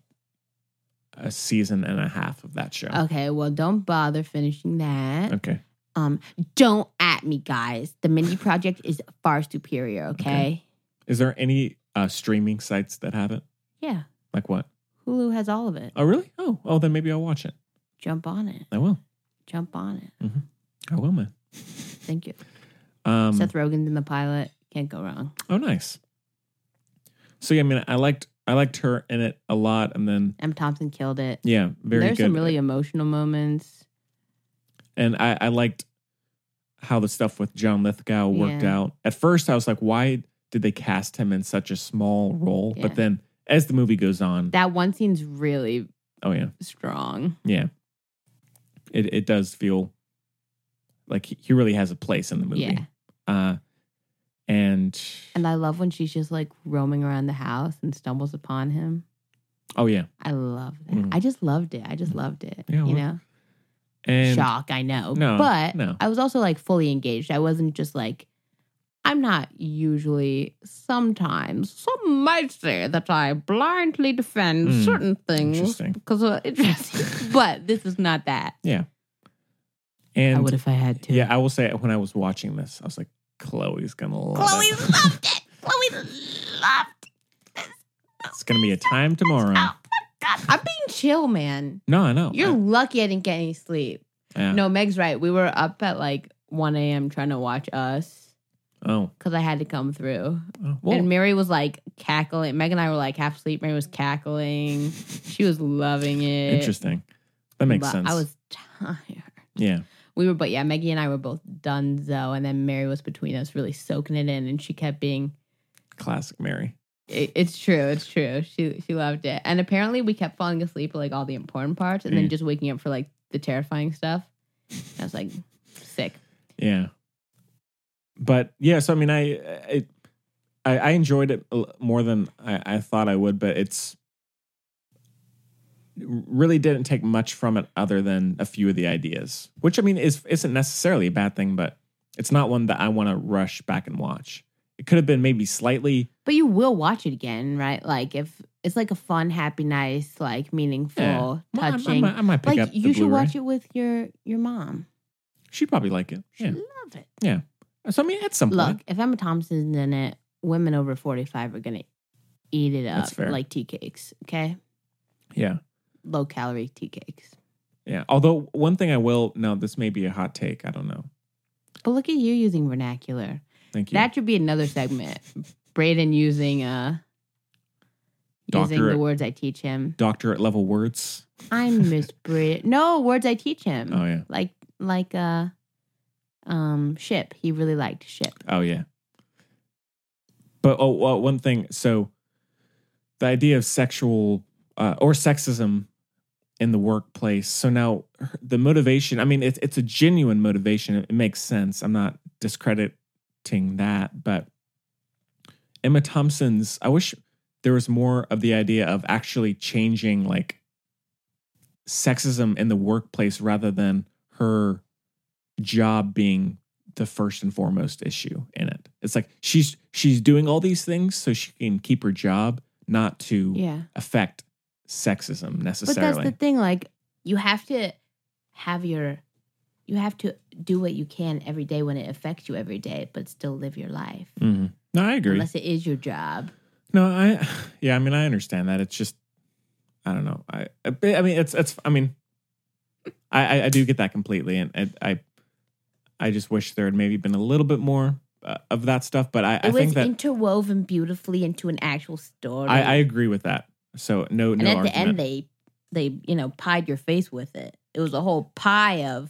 a season and a half of that show.
Okay, well don't bother finishing that.
Okay.
Um, don't at me, guys. The Mindy Project is far superior. Okay.
Okay. Is there any uh, streaming sites that have it?
Yeah.
Like what?
Hulu has all of it.
Oh, really? Oh, oh, then maybe I'll watch it.
Jump on it.
I will.
Jump on it.
I will, man.
Thank you.
Um,
Seth Rogen's in the pilot. Can't go wrong.
oh, nice. So yeah, I mean, I liked I liked her in it a lot, and then
M. Thompson killed it.
yeah, very
There's
good.
some really emotional moments.
and I, I liked how the stuff with John Lithgow worked
Yeah.
out. At first, I was like, why did they cast him in such a small role?
Yeah.
But then as the movie goes on,
That one scene's really
Mm. oh yeah,
strong.
yeah, it it does feel like he- he really has a place in the movie.
Yeah.
Uh, and
And I love when she's just like roaming around the house and stumbles upon him.
oh yeah,
I love that.
Mhm.
I just loved it. I just loved it.
Yeah, well,
you know?
and
Shock, I know.
No,
but
no.
I was also like fully engaged. I wasn't just like, I'm not usually, sometimes, some might say that I blindly defend
Mm,
certain things
interesting.
because of interesting. but this is not that.
Yeah. And
I would if I had to.
Yeah, I will say when I was watching this, I was like, Chloe's gonna love
Chloe
it.
loved it. Chloe loved
It's gonna be a time tomorrow.
God, I'm being chill, man.
No, I know.
You're lucky I didn't get any sleep.
Yeah.
No, Meg's right. We were up at like 1 a.m. trying to watch us
Oh,
because I had to come through.
well-
and Mary was like cackling. Meg and I were like half asleep. Mary was cackling. she was loving it.
interesting. That makes
But
sense.
I was tired.
yeah.
We were, but yeah, Meggie and I were both done though. And then Mary was between us, really soaking it in. And she kept being
Classic Mary.
It, it's true. It's true. She she loved it, and apparently we kept falling asleep at like all the important parts, and
Mm.
then just waking up for like the terrifying stuff. I was like, sick.
Yeah. But yeah, so I mean, I it, I, I enjoyed it a l- more than I, I thought I would, but it's really didn't take much from it other than a few of the ideas, which I mean is isn't necessarily a bad thing, but it's not one that I want to rush back and watch. It could have been maybe slightly
But you will watch it again, right? Like if it's like a fun, happy, nice, like meaningful,
Yeah. Well, I- I
touching.
might- I might pick
like
up the
you should
Blu-ray.
watch it with your your mom.
she'd probably like it.
She
Yeah,
love it.
yeah. So I mean, at some
Look,
point,
if Emma Thompson's in it, women over forty five are gonna eat it up
That's fair.
like tea cakes. Okay,
yeah.
low calorie tea cakes.
Yeah. Although one thing I will now this may be a hot take. I don't know.
But look at you using vernacular.
Thank you.
That should be another segment. Braden using uh using
Doctorate.
the words I teach him.
Doctorate level words.
I'm Miss Braden. No, words I teach him.
Oh yeah.
Like like uh um ship. He really liked ship.
Oh yeah. But oh, well, one thing. So the idea of sexual uh, or sexism in the workplace. So now her- the motivation. I mean, it's it's a genuine motivation. It, it makes sense. I'm not discrediting that, but Emma Thompson's. I wish there was more of the idea of actually changing like sexism in the workplace rather than her job being the first and foremost issue in it. It's like she's she's doing all these things so she can keep her job, not to
Yeah.
affect sexism
But that's
necessarily.
the thing, like you have to have your you have to do what you can every day when it affects you every day, but still live your life.
Mhm. No, I agree.
Unless it is your job.
No, I yeah, I mean I understand that. It's just I don't know. I I mean it's it's I mean I I, I do get that completely and I, I I just wish there had maybe been a little bit more uh, of that stuff, but I,
It
I
was
think that
interwoven beautifully into an actual story.
I, I agree with that. So no,
and
no
at
argument.
the end they they you know pied your face with it it was a whole pie of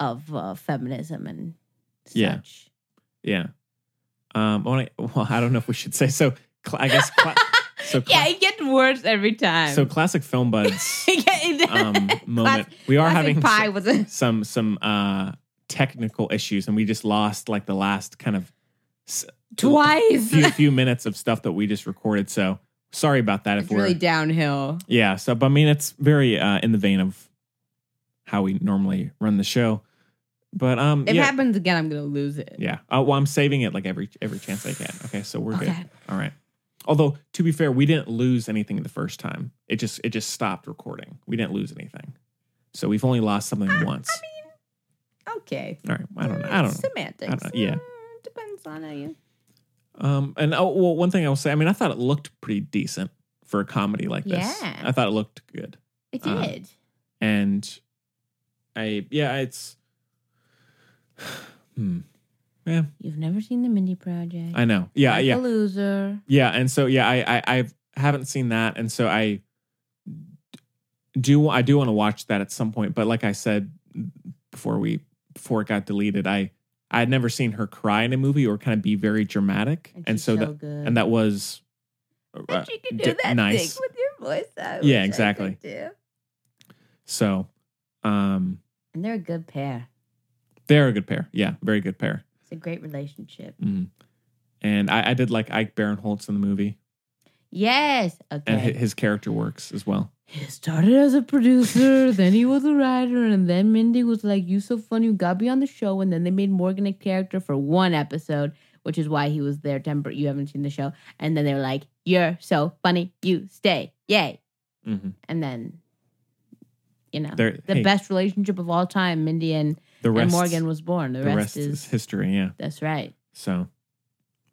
of uh, feminism and
yeah, yeah. Um, I wanna- well, I don't know if we should say so. Cl- I guess cla- so. Cla-
yeah it gets worse every time
so classic film buds um, moment.
Class-
we are
classic
having
pie
s-
was a-
some some uh, technical issues, and we just lost like the last kind of s-
Twice.
few few minutes of stuff that we just recorded. So sorry about that. If
it's
we're
really downhill
yeah, so but I mean it's very uh, in the vein of how we normally run the show. But um,
if it
yeah.
happens again i'm gonna lose it
Yeah. Uh, well, I'm saving it like every every chance I can. Okay, so we're
Okay.
good. All right. Although to be fair, we didn't lose anything the first time. It just it just stopped recording. We didn't lose anything. So we've only lost something once.
okay Hmm,
All right. I don't know. I don't know.
semantics
I don't- yeah.
Mm, depends on how you
Um. And oh, well, one thing I will say. I mean, I thought it looked pretty decent for a comedy like this.
Yeah.
I thought it looked good.
it
Uh,
did
and I yeah, it's. Hmm. Yeah.
you've never seen the mindy project
I know. Yeah.
Like
yeah.
a loser
Yeah, and so yeah, I I I've, haven't seen that, and so I do I do want to watch that at some point. But like I said before we before it got deleted, I I'd never seen her cry in a movie or kind of be very dramatic, and, so,
so
that
good.
and that was uh,
you can
di-
do that
nice.
thing with your voice. I
Yeah,
wish I could
exactly.
do.
So, um,
And they're a good pair.
they're a good pair. Yeah, very good pair.
It's a great relationship.
Mm. And I, I did like Ike Barinholtz in the movie,
Yes.
and hi-
Okay.
his character works as well.
He started as a producer, then he was a writer, and then Mindy was like, You so funny, you gotta be on the show. And then they made Morgan a character for one episode, which is why he was there temper you haven't seen the show. And then they were like, You're so funny, you stay. Yay.
Mm-hmm.
And then you know
They're-
the
hey.
best relationship of all time, Mindy and,
The
and
rest-
Morgan was born. The, rest, is
history. Yeah.
that's right.
So,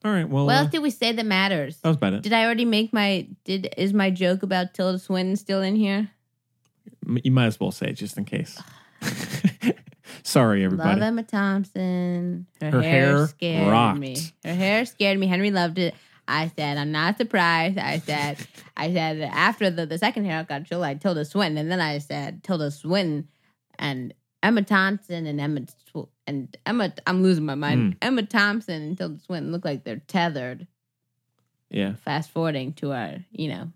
all right. Well,
what
uh,
else did we say that matters?
that was about it.
Did I already make my did is my joke about Tilda Swinton still in here?
M- you might as well say it just in case. Sorry, everybody.
Love Emma Thompson. Her,
Her
hair,
hair
scared
rocked.
me. Her hair scared me. Henry loved it. I said, I'm not surprised. I said, I said that after the, the second haircut, she'll like Tilda Swinton. And then I said, Tilda Swinton and Emma Thompson and Emma Sw- and Emma, I'm losing my mind.
Mm.
Emma Thompson and Tilda Swinton look like they're tethered.
Yeah.
Fast forwarding to our, you know,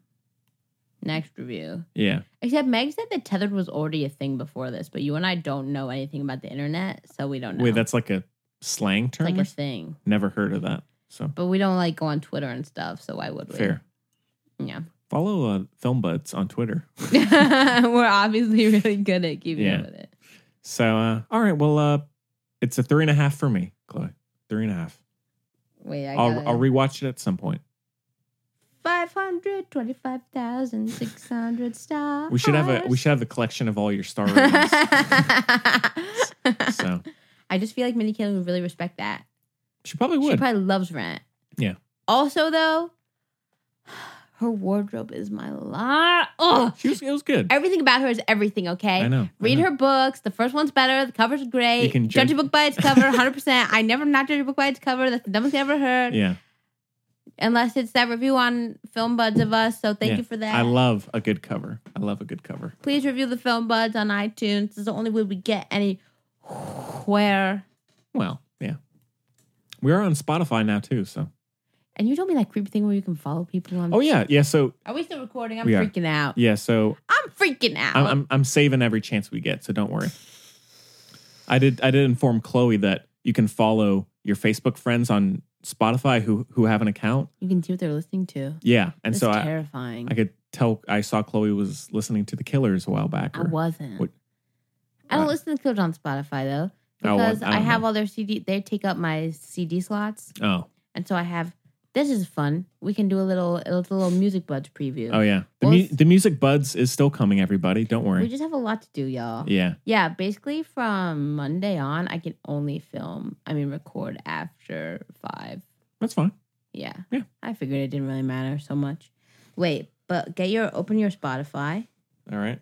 next review.
Yeah.
Except Meg said that tethered was already a thing before this, but you and I don't know anything about the internet, so we don't know.
Wait, that's like a slang
it's
term.
like
or
a
s-
thing.
Never heard of that. So
But we don't like go on Twitter and stuff, so why would we?
fair.
Yeah.
Follow uh, Film Buds on Twitter.
We're obviously really good at keeping
Yeah.
up with it.
So, uh, all right. Well, uh, it's a three and a half for me, Chloe. Three and a half.
Wait, I
I'll,
got
I'll rewatch it at some point.
five hundred twenty-five thousand six hundred stars.
We should have a we should have the collection of all your Star Wars. so
I just feel like Minnie Kaling would really respect that.
she probably
She
would.
probably loves Rent.
yeah.
Also, though, her wardrobe is my lot. Oh,
She was, it was good.
everything about her is everything. Okay,
I know, I
Read her books. The first one's better. The cover's great.
You can
judge,
judge-
a book by its cover. Hundred percent. I never not judge a book by its cover. That's the dumbest thing I ever heard.
Yeah.
Unless it's that review on Film Buds of us. So thank
Yeah.
you for that.
I love a good cover. I love a good cover.
Please review the Film Buds on iTunes. It's the only way we get anywhere.
Well, yeah. We are on Spotify now too, so.
And you told me that creepy thing where you can follow people on.
Oh yeah, yeah, so
Are we still recording? I'm
we are.
freaking out.
Yeah, so
I'm freaking out.
I'm, I'm I'm saving every chance we get, so don't worry. I did I did inform Chloe that you can follow your Facebook friends on Spotify who who have an account.
you can see what they're listening to.
Yeah, and
That's
so I
terrifying.
I could tell I saw Chloe was listening to the Killers a while back.
I
or-
wasn't.
What-
I don't listen to Killers on Spotify though
Oh, well,
because
I
I,
don't
have
know.
all their CD. They take up my CD slots,
Oh,
and so I have. This is fun. We can do a little, a little music buds preview.
oh yeah. The
Well,
mu- the music buds is still coming everybody. Don't
We
worry.
just have a lot to do, y'all.
Yeah.
Yeah, basically from Monday on, I can only film. I mean, record after five.
That's fine.
Yeah.
Yeah.
I figured it didn't really matter so much. Wait, but get your open your Spotify.
All right.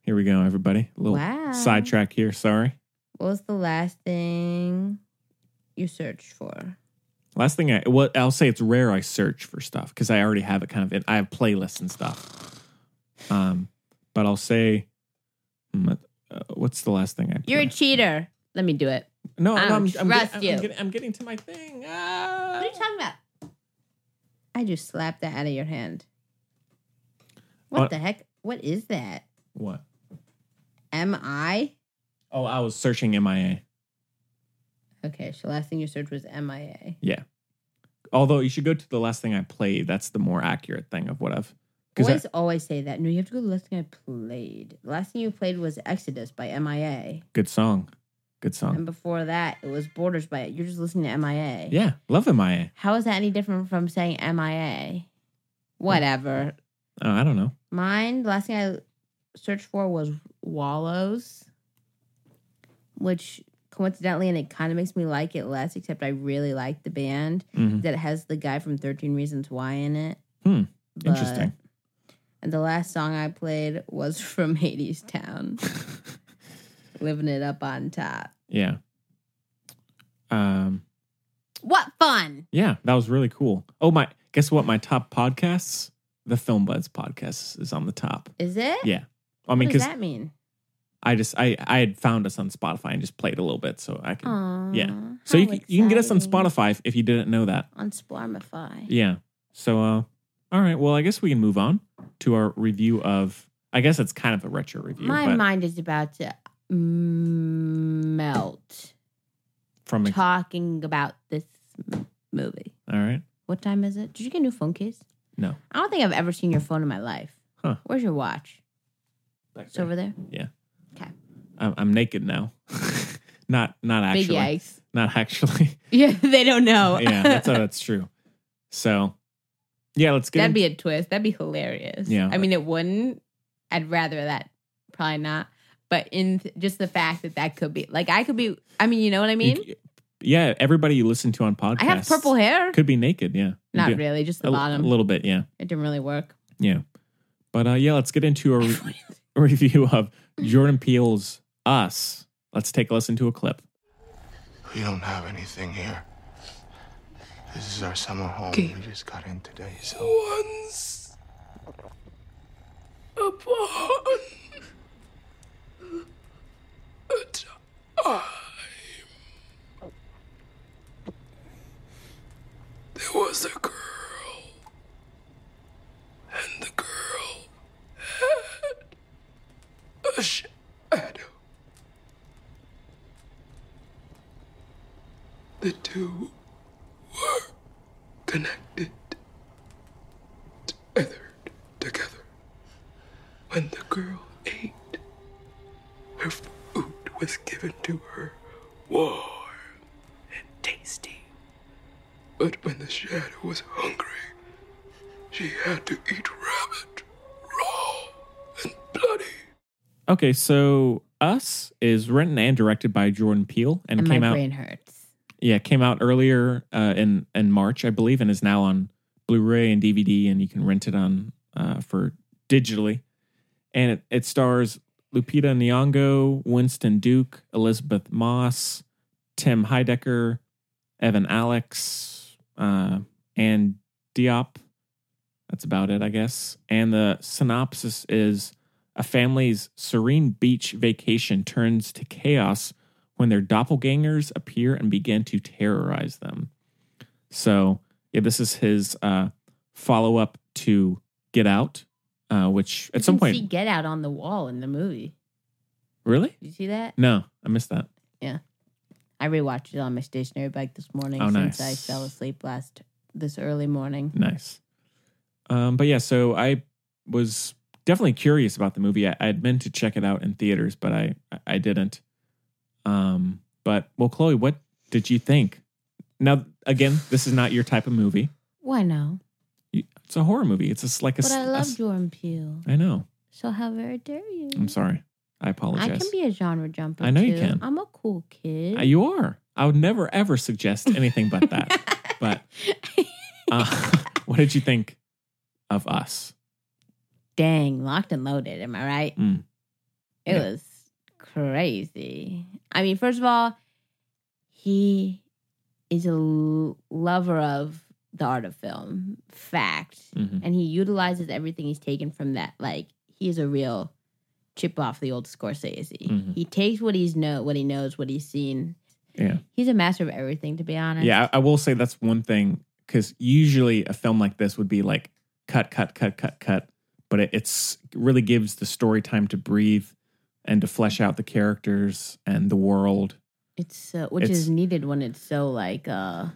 Here we go everybody. A little
Wow.
sidetrack here, sorry.
What was the last thing you searched for?
Last thing I well, I'll say it's rare I search for stuff because I already have it kind of in I have playlists and stuff. Um, but I'll say, hmm, uh, what's the last thing I?
You're a cheater. Let me do it.
No, no,
I don't
I'm- I'm
trust
get- I'm
you.
get- I'm getting to my thing. Ah.
what are you talking about? I just slapped that out of your hand. What
What?
the heck? What is that?
What?
Am I?
Oh, I was searching MIA.
Okay, so last thing you searched was MIA.
Yeah. Although you should go to the last thing I played. That's the more accurate thing of what I've.
Boys
I-
always say that. No, you have to go to the last thing I played. The last thing you played was Exodus by MIA.
good song, good
And
song.
before that, it was Borders by You're just listening to MIA.
Yeah, love MIA.
How is that any different from saying MIA? Whatever.
Oh, I don't know.
Mine, the last thing I searched for was Wallows, which coincidentally, and it kind of makes me like it less, except I really like the band
Mhm.
that has the guy from 13 Reasons Why in it.
Hmm.
But-
Interesting.
And the last song I played was from Hades Town. Living it up on top.
Yeah. Um.
What fun!
Yeah, that was really cool. Oh my, guess what? My top podcasts, the Film Buds podcast is on the top.
Is it?
Yeah, I
Eh, What
mean,
does
because
that mean?
I just I I had found us on Spotify and just played a little bit, so I can
Aw,
yeah. So you can, you can get us on Spotify if, if you didn't know that.
on
Eh.
Splarmify.
Yeah. So uh, all right. Well, I guess we can move on to our review of. I guess it's kind of a retro review,
My
but
mind is about to melt
from ex-
talking about this m- movie.
all right.
What time is it? Did you get a new phone case?
No.
I don't think I've ever seen your phone in my life.
Huh.
Where's your watch? It's over there.
Yeah.
Okay.
I'm, I'm naked now. not not actually.
Big yikes.
Not actually.
Yeah, they don't know.
yeah, that's how that's true. So, yeah, let's get.
That'd
into-
be a twist. That'd be hilarious.
Yeah.
I mean, it wouldn't. I'd rather that probably not. But in th- just the fact that that could be like I could be. I mean, you know what I mean.
yeah, everybody you listen to on podcasts.
I have purple hair.
Could be naked. Yeah. You
Not
do.
really, just the
a,
bottom.
A little bit. Yeah.
It didn't really work.
Yeah. But uh, yeah, let's get into a, re- a review of Jordan Peele's Us. Let's take a listen to a clip.
We don't have anything here. This is our summer home.
Okay.
We just got in today, so.
Once upon a time, there was a girl, and the girl had a shadow. The two were connected, tethered together. When the girl ate, her food was given to her warm and tasty. But when the shadow was hungry, she had to eat rabbit, raw and bloody.
Okay, so Us is written and directed by Jordan Peele and,
And
came
my
out.
brain hurts.
Yeah, it came out earlier uh, in in March, I believe, and is now on Blu-ray and DVD, and you can rent it on uh, for digitally. And it, it stars Lupita Nyong'o, Winston Duke, Elizabeth Moss, Tim Heidecker, Evan Alex, uh, and Diop. That's about it, I guess. And the synopsis is a family's serene beach vacation turns to chaos when their doppelgangers appear and begin to terrorize them. So, yeah, this is his uh, follow up to Get Out, uh, which at
You
some
can
point,
see Get Out on the wall in the movie.
really?
Did you see that?
No, I missed that.
Yeah, I rewatched it on my stationary bike this morning
Oh,
since I
nice.
fell asleep last this early morning.
Nice. Um, but yeah, so I was definitely curious about the movie. I, I had meant to check it out in theaters, but I I didn't. Um, but well, Chloe, what did you think? Now, again, this is not your type of movie.
Why no?
You- It's a horror movie. It's just like a.
but I
a-
love Jordan Peele.
I know.
So how very dare you?
I'm sorry. I
Mm-hmm. I
apologize.
can be a genre jumper.
I know you
too.
can.
I'm a cool kid.
Uh, you are. I would never ever suggest anything but that. but uh, what did you think of us?
Dang, locked and loaded. Am I right?
Mm.
It
Yeah.
was crazy. I mean, first of all, he is a l- lover of the art of film, fact,
Mm-hmm.
Mhm.
and he utilizes everything he's taken from that. Like he is a real chip off the old Scorsese.
Mhm.
He takes what he's know, what he knows, what he's seen.
Yeah.
He's a master of everything, to be honest.
Yeah, I, I will say that's one thing because usually a film like this would be like cut, cut, cut, cut, cut, but it it's really gives the story time to breathe and to flesh out the characters and the world.
It's so, which
It's-
is needed when it's so like uh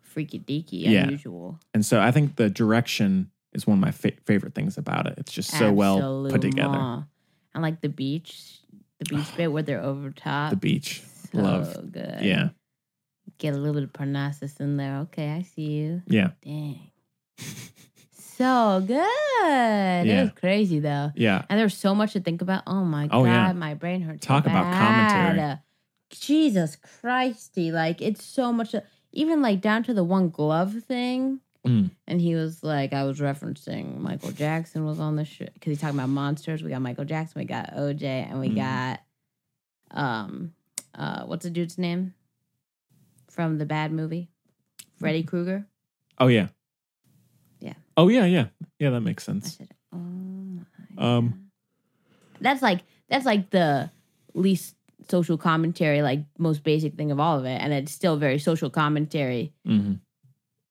freaky deaky,
Yeah.
unusual.
And so I think the direction is one of my fa- favorite things about it. It's just so well put together.
Absolument. And like the beach, the beach bit where they're over top.
The beach,
So
love,
good.
yeah,
Get a little bit of Parnassus in there. Okay, I see you.
yeah,
Dang. so good. That
Yeah.
was crazy though.
yeah.
And there's so much to think about. Oh my
Oh,
god,
yeah.
my brain hurts. so
Talk about commentary.
bad. Jesus Christy, like it's so much. Even like down to the one glove thing.
Mm.
And he was like, I was referencing Michael Jackson was on the show because he's talking about monsters. We got Michael Jackson, we got OJ, and we
Mhm.
Mm-hmm.
got um, uh, what's the dude's name from the bad movie?
Mm-hmm.
Freddy Krueger.
Oh yeah.
Yeah. "Oh
Oh yeah, yeah, yeah. That makes sense.
Um,
Um,
that's like that's like the least social commentary, like most basic thing of all of it, and it's still very social commentary.
Mm-hmm.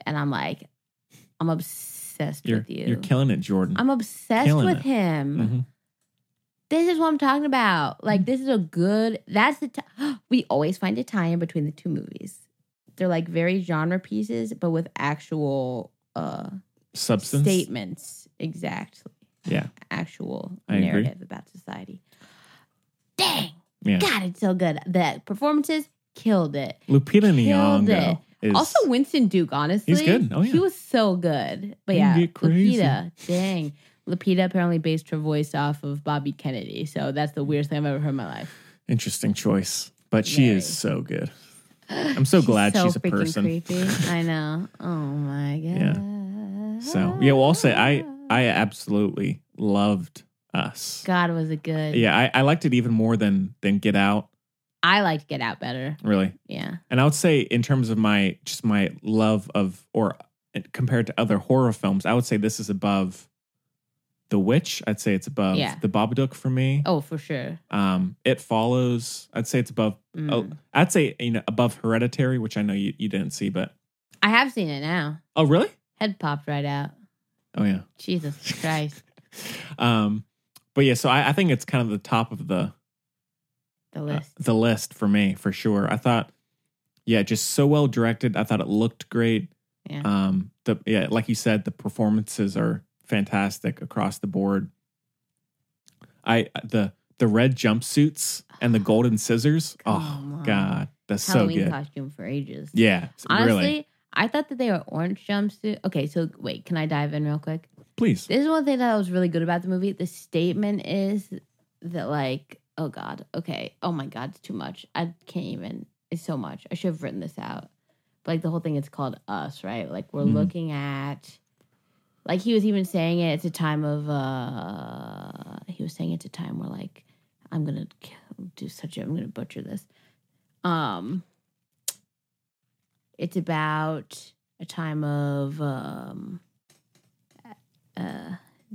And I'm like, I'm obsessed
You're
with you.
you're killing it, Jordan.
I'm obsessed
Killing
with
it.
him.
Mhm.
This is what I'm talking about. Like,
Mm-hmm.
this is a good. That's the time we always find a tie in between the two movies. They're like very genre pieces, but with actual uh
Substance.
statements. Exactly.
Yeah.
Actual
I agree.
narrative about society. Dang.
Yeah.
God, it's so good. The performances killed it.
Lupita
Killed
Nyong'o
it.
is
also, Winston Duke, honestly.
He's good. Oh, yeah.
He was so good. But
He can
yeah,
get crazy.
Lupita, dang. Lupita apparently based her voice off of Bobby Kennedy. So that's the weirdest thing I've ever heard in my life.
interesting choice, but she is so good. I'm so
She's
glad
so
she's a
freaking
person.
creepy. I know. Oh my God.
Yeah. So yeah, well, I'll say I I absolutely loved Us.
God was it good.
Yeah, I, I liked it even more than than Get Out.
I liked Get Out better.
Really,
Yeah.
And I would say, in terms of my just my love of or uh, compared to other horror films, I would say this is above The Witch. I'd say it's above
Yeah.
The Babadook for me.
Oh, for sure.
Um, It Follows. I'd say it's above.
Mm.
Oh, I'd say you know above Hereditary, which I know you, you didn't see, but
I have seen it now.
oh really?
Head popped right out.
Oh yeah.
Jesus Christ.
Um, but yeah, so I, I think it's kind of the top of the
The list.
the list for me for sure. I thought, yeah, just so well directed. I thought it looked great.
Yeah.
Um, the yeah, like you said, the performances are fantastic across the board. I the the red jumpsuits and the golden scissors.
Oh, Come
Oh
on.
God, that's
Halloween
so good.
costume for ages.
Yeah, s-
Honestly,
really.
I thought that they were orange jumpsuit. Okay, so wait, can I dive in real quick?
Please.
This is one thing that was really good about the movie. The statement is that like, oh God, okay, oh my God, it's too much. I can't even. It's so much. I should have written this out. But like the whole thing, it's called us, right? Like we're
Mm-hmm.
Mhm.
looking at. Like he was even saying it. It's a time of. uh He was saying it's a time where like, I'm gonna k- do such a. I'm gonna butcher this. Um. It's about a time of um, uh,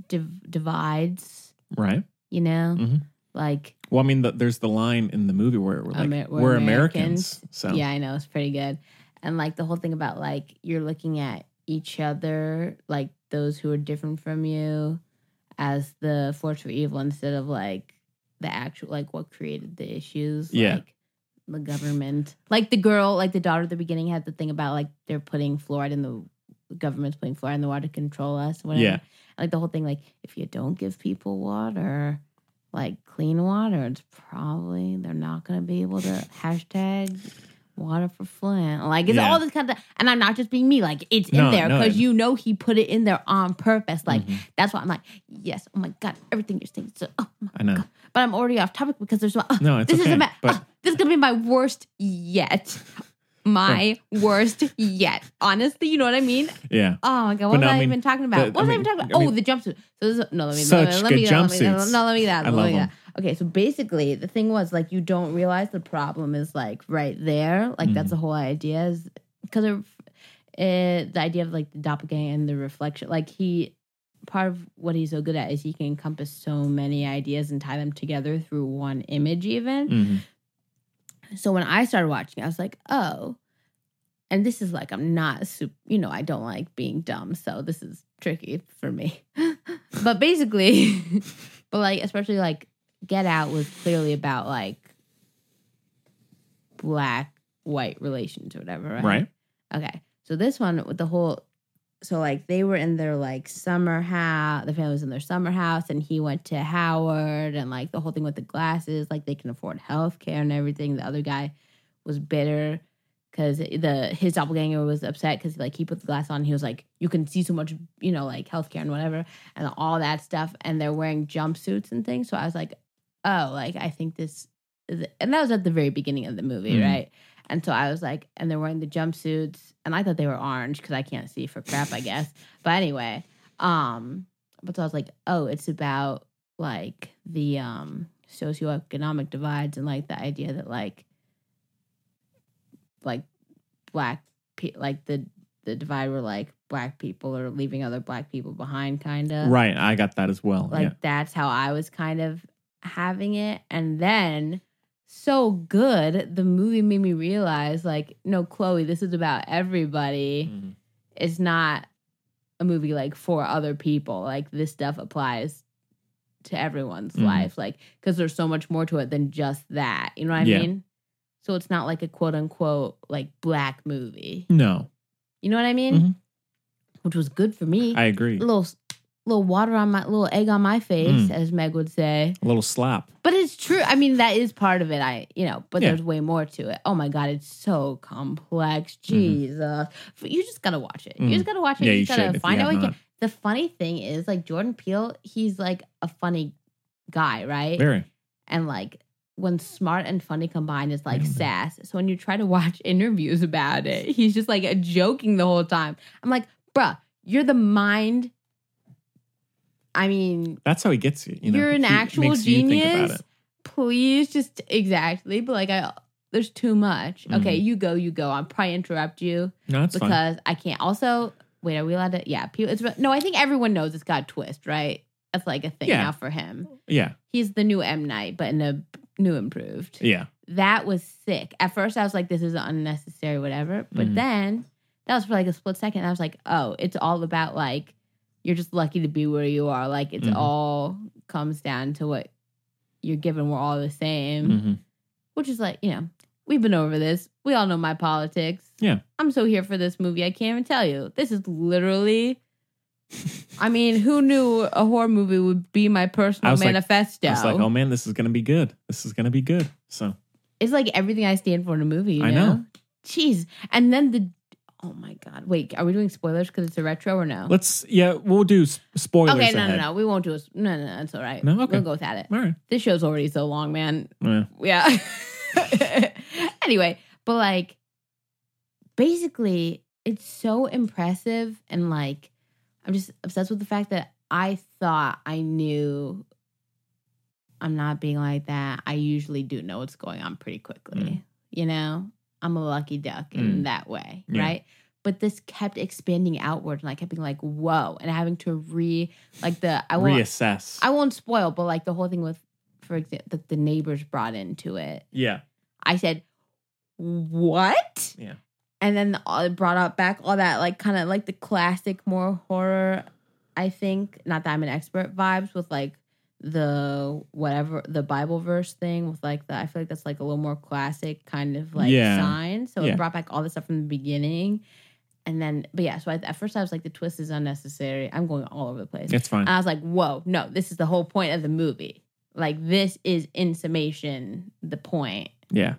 div- divides,
Right.
you know,
Mhm.
like
Well, I mean, the, there's the line in the movie where we're like,
Amer-
we're, Americans. So
yeah, I know it's pretty good. And like the whole thing about like you're looking at each other, like those who are different from you, as the force for evil instead of like the actual like what created the issues.
Yeah.
Like, the government, like the girl, like the daughter at the beginning had the thing about like they're putting fluoride in the, the government's putting fluoride in the water to control us. Whatever.
Yeah.
Like the whole thing, like if you don't give people water, like clean water, it's probably they're not gonna be able to hashtag water for Flint. Like it's
Yeah.
all this kind of, and I'm not just being me. Like it's
No,
in there
no,
because
it-
you know he put it in there on purpose. Like
Mm-hmm.
that's why I'm like, yes, oh my god, everything you're saying. is So, oh my
I know.
but I'm already off topic because there's uh,
No, it's
this
okay.
is about
but
this is gonna be my worst yet. My worst yet. Honestly, you know what I mean?
yeah.
Oh my god,
But
what
no,
was
I
I,
mean,
even talking about?
the-
What
I
was I,
mean-
even talking
I
about?
mean-
oh, the jumpsuit. So this is, no, let me
Such
let me, let me
good
get- let me-
jumpsuits.
No, let me get
I
that.
love
Let me get
them.
that. Okay, so basically the thing was like you don't realize the problem is like right there. Like that's
Mm.
the whole idea is because of uh, the idea of like the doppelganger and the reflection. Like he part of what he's so good at is he can encompass so many ideas and tie them together through one image even.
Mm-hmm.
So when I started watching, I was like, oh, and this is like, I'm not super, you know, I don't like being dumb. So this is tricky for me. but basically, but like, especially like Get Out was clearly about like black white relations or whatever, right?
Right.
Okay. So this one with the whole, so like they were in their like summer house, the family was in their summer house, and he went to Howard and like the whole thing with the glasses, like they can afford health care and everything. The other guy was bitter because the his doppelganger was upset because like he put the glass on he was like you can see so much you know like healthcare and whatever and all that stuff and they're wearing jumpsuits and things so i was like oh like i think this is and that was at the very beginning of the movie
Mhm.
right and so i was like and they're wearing the jumpsuits and i thought they were orange because i can't see for crap i guess but anyway um but so i was like oh it's about like the um socioeconomic divides and like the idea that like like black pe- like the the divide where like black people are leaving other black people behind kind of
right. I got that as well.
like
yeah.
that's how i was kind of having it and then so good, the movie made me realize like, no, Chloe, this is about everybody.
Mm-hmm.
It's not a movie like for other people. Like this stuff applies to everyone's
Mm-hmm.
Mhm.
life. Like, because there's so much more to it than just that. You know what I
Yeah.
mean? So it's not like a quote unquote like black movie.
No,
You know what I mean? Which was good for me.
I agree.
little little water on my little egg on my face,
Mm.
as Meg would say.
A little slap.
But it's true. I mean, that is part of it. I, you know, but
Yeah.
there's way more to it. Oh my God, it's so complex. Jesus. But You just got to watch it.
Mhm.
You just got to watch it.
Yeah,
you
you
just
should if
got to
you
find out
have
what you can.
not.
The funny thing is, like, Jordan Peele, he's like a funny guy, right?
Very.
And like, when smart and funny combined is
Mm-hmm.
like sass. So when you try to watch interviews about it, he's just like joking the whole time. I'm like, bruh, you're the mind. I mean,
That's how he gets you. You know,
you're an
He
actual
makes you think about
genius.
it.
Please, just exactly. But like, I there's too much. Okay, you go, you go. I'm probably interrupt you.
Mm-hmm. No, it's fine.
because I can't. Also, wait, are we allowed to? Yeah, people. It's no. I think everyone knows it's got a twist, right? That's like a thing
Yeah.
now for him.
Yeah,
He's the new M Night, but in a new improved.
yeah.
That was sick. At first, I was like, this is unnecessary, whatever. But
Mhm.
then that was for like a split second. I was like, oh, it's all about like, you're just lucky to be where you are. Like, it's
Mhm.
Mm-hmm.
all comes down to what you're given. We're all the same,
Mm-hmm.
which is like, you know, we've been over this. We all know my politics.
Yeah.
I'm so here for this movie. I can't even tell you. This is literally. I mean, who knew a horror movie would be my
I
personal
was
manifesto?
like, I was like, oh man, this is gonna be good. This is gonna be good. So
It's like everything I stand for in a movie. You
I
know?
know.
Jeez. And then the. Oh my God. Wait, are we doing spoilers because it's a retro or no?
let's, yeah, we'll do s- spoilers.
Oh. okay, no,
ahead.
no, no. We won't do a. No, no, no. It's all right.
No? Okay.
We'll go without it.
All right.
This show's already so long, man.
Yeah.
Yeah. anyway, but like, basically, it's so impressive. And like, I'm just obsessed with the fact that I thought I knew I'm not being like that. I usually do know what's going on pretty quickly. You know, I'm a lucky duck in
Mm.
that way,
Yeah.
right? But this kept expanding outward, and I kept being like, "Whoa!" and having to re, like the I won't
Reassess.
I won't spoil, but like the whole thing with, for example, that the neighbors brought into it.
Yeah.
I said, "What?"
Yeah.
and then all- it brought up back all that like kind of like the classic more horror i think not that i'm an expert vibes with like the whatever the bible verse thing with like the i feel like that's like a little more classic kind of like
Yeah.
sign so
Yeah.
it brought back all the stuff from the beginning and then but yeah so I, at first i was like the twist is unnecessary i'm going all over the place
It's fine.
and i was like whoa oh, no this is the whole point of the movie like this is in summation the point
Yeah.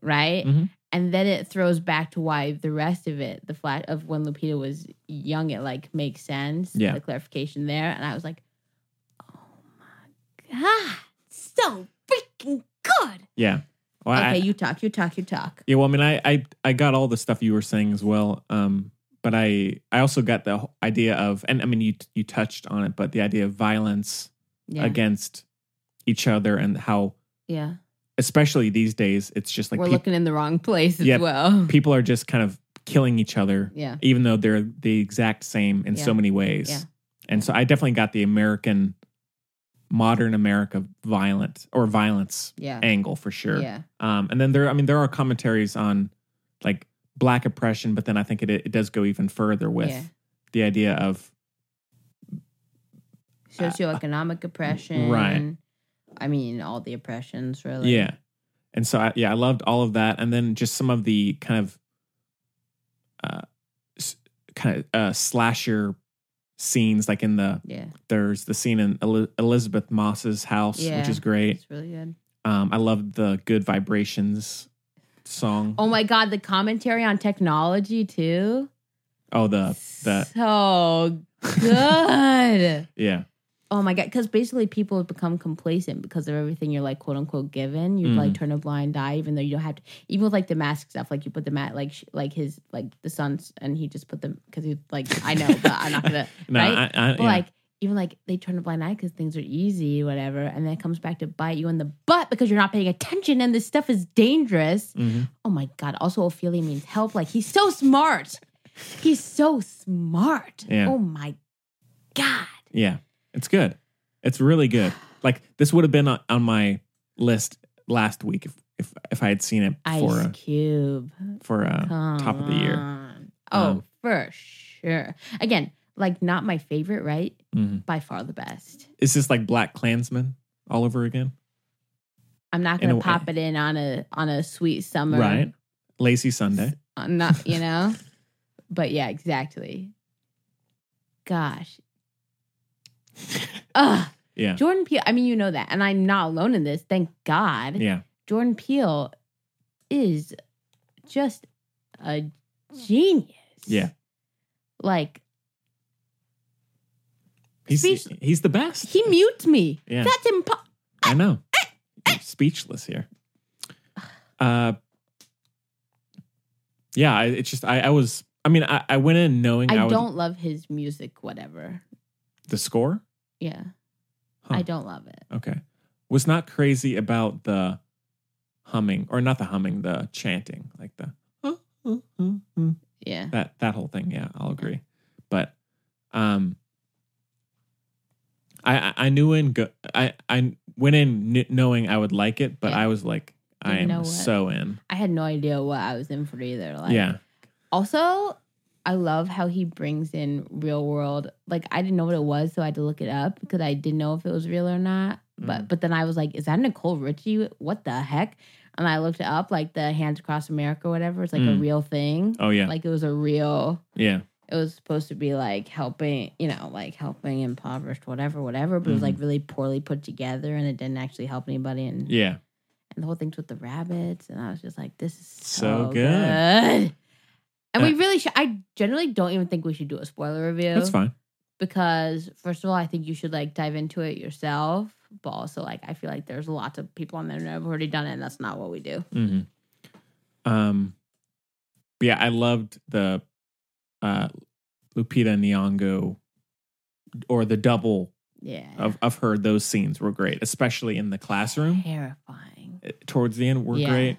right?
Mhm.
And then it throws back to why the rest of it, the flat of when Lupita was young, it like makes sense.
Yeah.
The clarification there. And I was like, oh my God, so freaking good.
Yeah. Well,
okay,
I-
you talk, you talk, you talk.
Yeah, well, I mean, I, I I got all the stuff you were saying as well, um, but I I also got the wh- idea of, and I mean, you you touched on it, but the idea of violence
Yeah.
against each other and how,
Yeah.
especially these days, it's just like
We're
peop-
looking in the wrong place as
yeah,
well.
people are just kind of killing each other,
Yeah.
even though they're the exact same in
Yeah.
so many ways,
Yeah.
and so I definitely got the American, modern America violent or violence
Yeah.
angle for sure.
Yeah.
Um, and then there, I mean, there are commentaries on like black oppression, but then I think it it does go even further with
Yeah.
the idea of
Socioeconomic oppression.
uh, right.
I mean, all the oppressions, really.
yeah. And so I, yeah, I loved all of that, and then just some of the kind of uh, s- kind of uh, slasher scenes, like in the
Yeah.
there's the scene in El- Elizabeth Moss's house,
Yeah.
which is great.
It's really good.
Um, I loved the Good Vibrations song.
Oh my God, the commentary on technology, too.
Oh, the the
So good.
yeah.
Oh my god! Because basically, people have become complacent because of everything you're like, quote unquote, given. You
Mm.
like turn a blind eye, even though you don't have to. Even with like the mask stuff, like you put the mat, like sh- like his like the sons, and he just put them because he like I know, but I'm not gonna
No,
right.
I- I-
but
yeah.
like even like they turn a blind eye because things are easy, whatever, and then it comes back to bite you in the butt because you're not paying attention and this stuff is dangerous.
Mhm.
Oh my god! Also, Ophelia means help. Like he's so smart. He's so smart.
Yeah.
Oh my
Yeah, it's good. It's really good. Like this would have been on, on my list last week if if if I had seen it
Ice
for a,
Cube
for a
Come
top of the year.
on. Oh,
Um,
for sure. Again, like not my favorite, right?
Mhm.
By far the best.
Is this like Black Klansman all over again?
I'm not
In a
gonna
way.
pop it in on a on a sweet summer,
Right, Lazy Sunday.
I'm not, you know. but yeah, exactly. Gosh. Ugh.
Yeah.
Jordan Peele. I mean, you know that, and I'm not alone in this. Thank God.
Yeah.
Jordan Peele is just a genius.
Yeah.
Like
He's he's the best.
he mutes me.
Yeah.
That's impossible.
I know. I'm speechless here. Uh, yeah, I, it's just I, I was. I mean, I, I went in knowing I,
I
was
don't love his music. Whatever.
the score.
Yeah.
Huh.
I don't love it.
Okay, was not crazy about the humming or not the humming, the chanting, like the
Yeah.
that that whole thing. Yeah, I'll agree. But um, I I- I knew in go, I I went in kn- knowing I would like it, but I was like, I
Didn't know
am
what-
so in.
I had no idea what I was in for either. Like,
yeah,
Also, I love how he brings in real world. Like I didn't know what it was, so I had to look it up because I didn't know if it was real or not. But
Mm.
but then I was like, is that Nicole Richie? What the heck? And I looked it up, like the Hands Across America or whatever. It's like a
Mm.
real thing.
Oh, yeah.
Like it was a real
yeah.
it was supposed to be like helping, you know, like helping impoverished, whatever, whatever, but it was
Mm-hmm.
like really poorly put together and it didn't actually help anybody. And
Yeah.
and the whole thing's with the rabbits. And I was just like, this is so,
So
good.
good.
And we
Uh,
really should, I generally don't even think we should do a spoiler review.
That's fine.
Because, first of all, I think you should like dive into it yourself. But also, like, I feel like there's lots of people on there that have already done it, and that's not what we do.
hmm Um, but yeah, I loved the uh, Lupita Nyong'o or the double
Yeah.
of of her. Those scenes were great, especially in the classroom.
Terrifying.
Towards the end, were
Yeah.
great.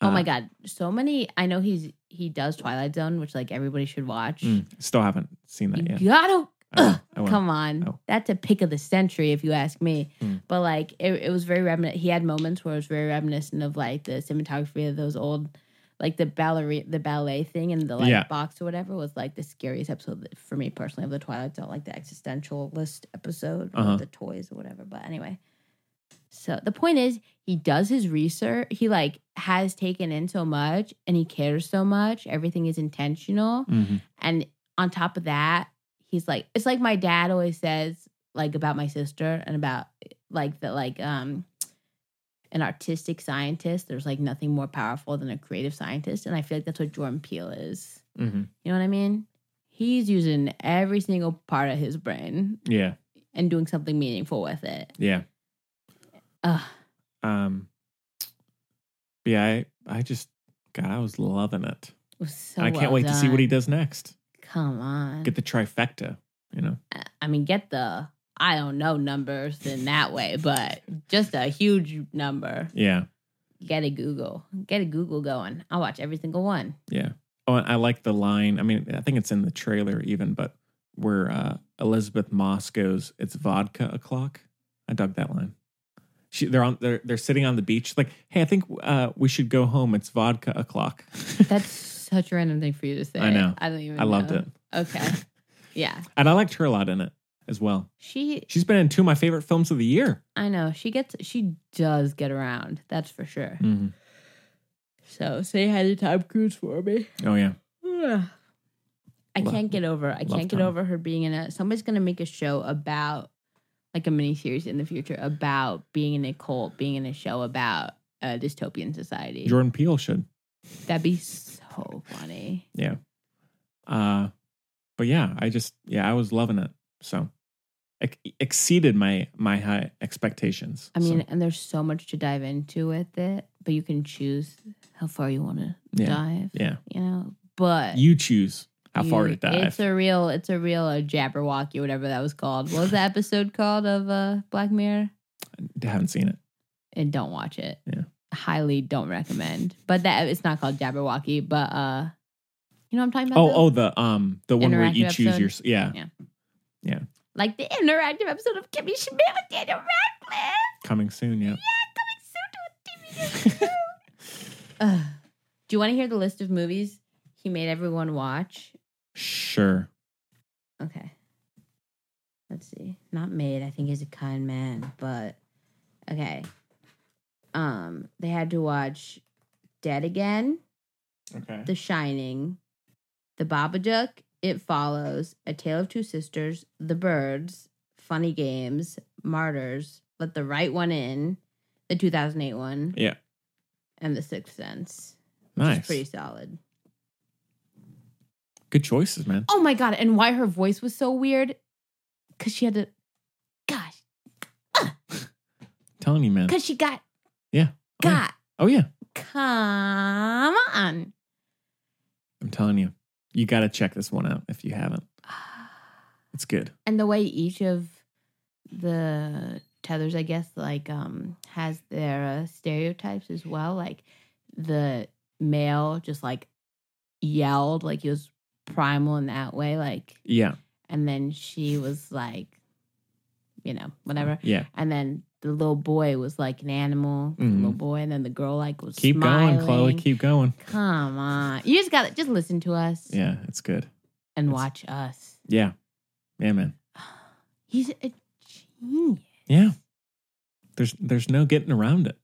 Oh
Uh,
my god, so many. I know he's he does Twilight Zone, which like everybody should watch.
mm, still haven't seen that yet.
Gotta
I- I wanna-
come on, that's a pick of the century if you ask me.
Mm.
But like it, it was very reminiscent. He had moments where it was very reminiscent of like the cinematography of those old, like the ballerina, the ballet thing, and the like
Yeah.
box or whatever was like the scariest episode for me personally of the Twilight Zone, like the existentialist episode
Uh-huh.
with the toys or whatever. But anyway. So the point is, he does his research. He like has taken in so much and he cares so much. Everything is intentional.
Mhm.
And on top of that, he's like it's like my dad always says like about my sister and about like that like um an artistic scientist, there's like nothing more powerful than a creative scientist and I feel like that's what Jordan Peele is.
Mhm.
You know what I mean? He's using every single part of his brain
Yeah,
and doing something meaningful with it.
yeah.
Ugh.
Um, but yeah, I I just God, I was loving it.
It was so
I can't
well
wait to see what he
done.
does next.
Come on.
Get the trifecta, you know.
I mean, get the I don't know numbers in that way, but just a huge number.
Yeah.
Get a Google. Get a Google going. I'll watch every single one.
Yeah. Oh, and I like the line. I mean, I think it's in the trailer even, but where uh, Elizabeth Moss goes, "It's vodka o'clock." I dug that line. She, they're on. They're they're sitting on the beach. Like, hey, I think uh, we should go home. It's vodka o'clock.
That's such a random thing for you to say.
I know.
I don't even
I loved
know.
it.
Okay. Yeah.
And I liked her a lot in it as well.
She
She's been in two of my favorite films of the year.
I know. She gets she does get around. That's for sure.
Mhm.
So say hi to Tom Cruise for me.
Oh yeah.
Ugh. I
Love-
can't get over. I
love
can't get
Tom.
over her being in a. Somebody's gonna make a show about, like a mini series in the future about being in a cult, being in a show about a dystopian society.
Jordan Peele should.
That'd be so funny.
Yeah. Uh, but yeah, I just yeah, I was loving it. So, ex- exceeded my my high expectations.
I
So,
mean, and there's so much to dive into with it, but you can choose how far you want to
Yeah.
dive.
Yeah.
You know, but
you choose how far
uh, you-
to dive.
It's a real. It's a real uh, Jabberwocky, whatever that was called. What was the episode called of uh, Black Mirror?
I haven't seen it.
and don't watch it.
Yeah.
Highly don't recommend. But that it's not called Jabberwocky, but uh you know what I'm talking about?
Oh,
though?
oh, the um, the one where
Interactive
you choose your
episode?
yeah,
Yeah.
yeah,
Like the interactive episode of Kimmy Schmidt with Daniel Radcliffe.
coming soon. Yeah,
Coming soon to a TV Ugh. Do you want to hear the list of movies he made everyone watch?
Sure.
Okay. Let's see. Not made. I think he's a kind man, but okay. Um, they had to watch Dead Again,
Okay.
The Shining, The Babadook, It Follows, A Tale of Two Sisters, The Birds, Funny Games, Martyrs, Let the Right One In, the 2008 one,
Yeah.
and The Sixth Sense. which is
Nice.
pretty solid.
Good choices, man.
Oh my god! And why her voice was so weird? Cause she had to, gosh,
telling you, man.
cause she got
Yeah.
got.
Oh yeah.
Come on.
I'm telling you. You gotta check this one out if you haven't. It's good.
And the way each of the tethers, I guess, like um has their uh, stereotypes as well. Like the male just like yelled, like he was primal in that way, like
Yeah.
and then she was like, you know, whatever.
Yeah.
And then the little boy was like an animal, the
Mhm.
little boy, and then the girl like was
Keep going, Chloe.
smiling.
Keep going.
Come on, you just got to just listen to us
Yeah, it's good.
and watch us.
Yeah. Yeah, man.
He's a genius.
Yeah. There's there's no getting around it.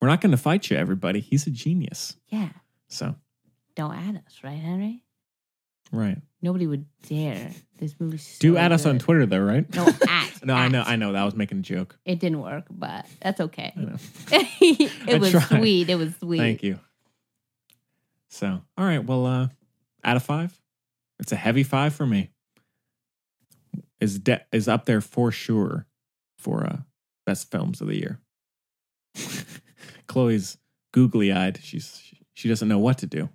We're not gonna fight you, everybody. He's a genius.
Yeah.
So
Don't add us, right, Henry?
right.
Nobody would dare. This movie's so
Do add us on
good.
Twitter though, right?
No, at.
no, I know, I know. That was making a joke.
It didn't work, but that's okay.
I know.
it
I
was
tried.
sweet. It was sweet.
Thank you. So, all right. Well, uh, out of five, it's a heavy five for me. Is de- is up there for sure for uh, best films of the year. Chloe's googly eyed. She's she doesn't know what to do.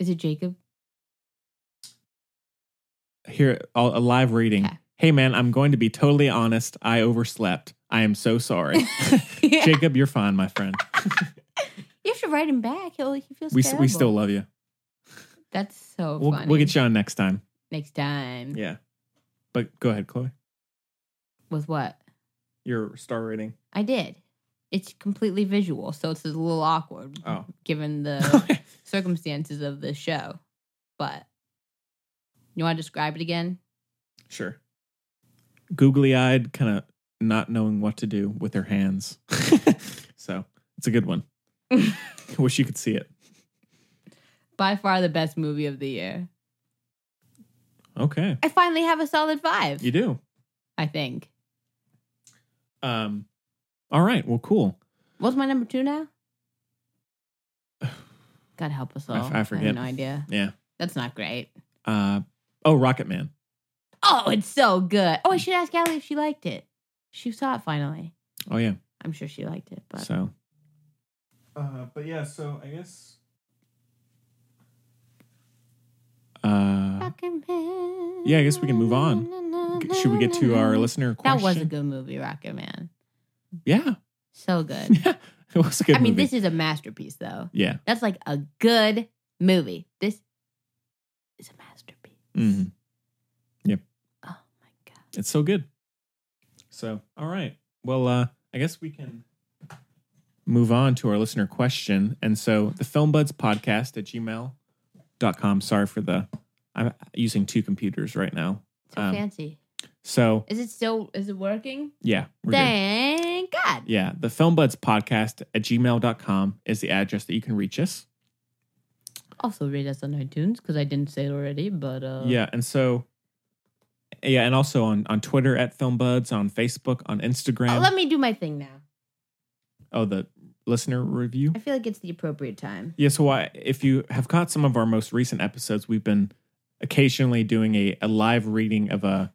Is it Jacob?
Here, a, a live reading. Hey, man, I'm going to be totally honest. I overslept. I am so sorry. Jacob, you're fine, my friend.
You have to write him back. He'll, he feels
We s-
terrible.
we still love you.
That's so
We'll,
funny.
we'll get you on next time.
next time.
Yeah. But go ahead, Chloe.
With what?
Your star rating.
I did. It's completely visual, so it's a little awkward
Oh.
given the circumstances of the show. But you want to describe it again?
Sure. Googly eyed, kind of not knowing what to do with her hands. so it's a good one. Wish you could see it.
By far the best movie of the year.
Okay.
I finally have a solid five,
You do.
I think.
Um, all right. Well, cool.
What's my number two now? God help us all.
I f- I
I have
forget.
no idea.
Yeah.
That's not great.
Uh, oh, Rocket Man.
Oh, it's so good. Oh, I should ask Allie if she liked it. She saw it finally.
Oh, yeah.
I'm sure she liked it, but
So. Uh, but yeah, so I guess. Uh, yeah, I guess we can move on. G- Should we get to our listener question?
that was a good movie, Rocket Man.
Yeah,
So good.
it was a good
I mean,
movie.
this is a masterpiece, though.
Yeah.
That's like a good movie. This
Mhm. Yep. Oh my god. It's so good. So, all right. Well, uh I guess we can move on to our listener question. And so the Film Buds podcast at gmail.com. Sorry for the I'm using two computers right now.
so
Um,
fancy.
So
Is it still? Is it working?
yeah, we're good.
Thank God.
Yeah. The Film Buds podcast at gmail.com is the address that you can reach us.
Also, rate us on iTunes because I didn't say it already, but uh,
yeah and so yeah and also on on twitter at film buds on facebook on instagram
Oh, let me do my thing now.
oh the listener review
I feel like it's the appropriate time.
yeah so I, if you have caught some of our most recent episodes we've been occasionally doing a, a live reading of a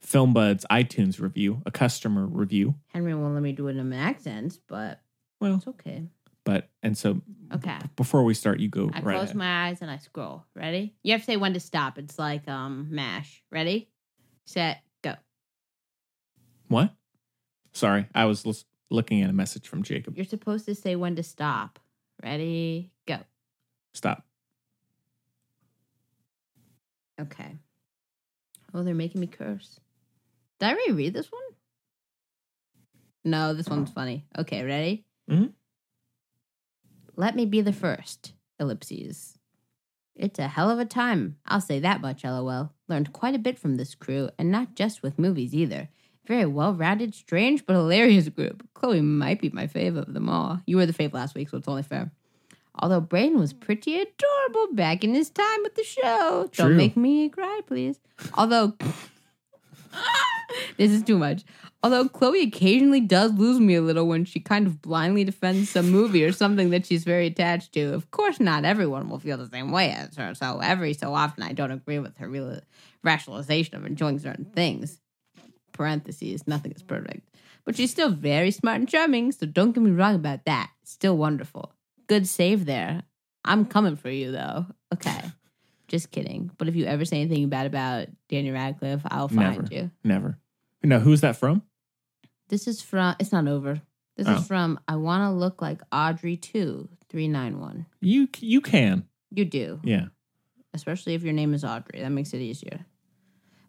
film buds itunes review a customer review
Henry won't let me do it in an accent, but
well,
it's okay.
but and so
Okay.
before we start you go
I
right
close
ahead.
my eyes and I scroll. Ready? You have to say when to stop. It's like um mash. Ready? Set. Go.
what sorry i was lis- looking at a message from jacob
You're supposed to say when to stop. Ready? Go.
stop
Okay. Oh, they're making me curse. Did I reread this one? No, this one's funny. Okay, ready?
Mhm.
Let me be the first. Ellipses. It's a hell of a time. I'll say that much, lol. Learned quite a bit from this crew, and not just with movies either. Very well rounded, strange, but hilarious group. Chloe might be my fave of them all. You were the fave last week, so it's only fair. Although Brain was pretty adorable back in his time with the show.
True.
Don't make me cry, please. Although this is too much. Although Chloe occasionally does lose me a little when she kind of blindly defends some movie or something that she's very attached to. Of course, not everyone will feel the same way as her, so every so often I don't agree with her real rationalization of enjoying certain things. Parentheses, nothing is perfect. But she's still very smart and charming, so don't get me wrong about that. Still wonderful. Good save there. I'm coming for you, though. Okay. Just kidding. But if you ever say anything bad about Daniel Radcliffe, I'll find
Never.
you.
Never. No, who's that from?
This is from. It's not over. This
Oh.
is from. I want to look like Audrey two three nine one.
You you can.
You do,
Yeah.
especially if your name is Audrey. That makes it easier.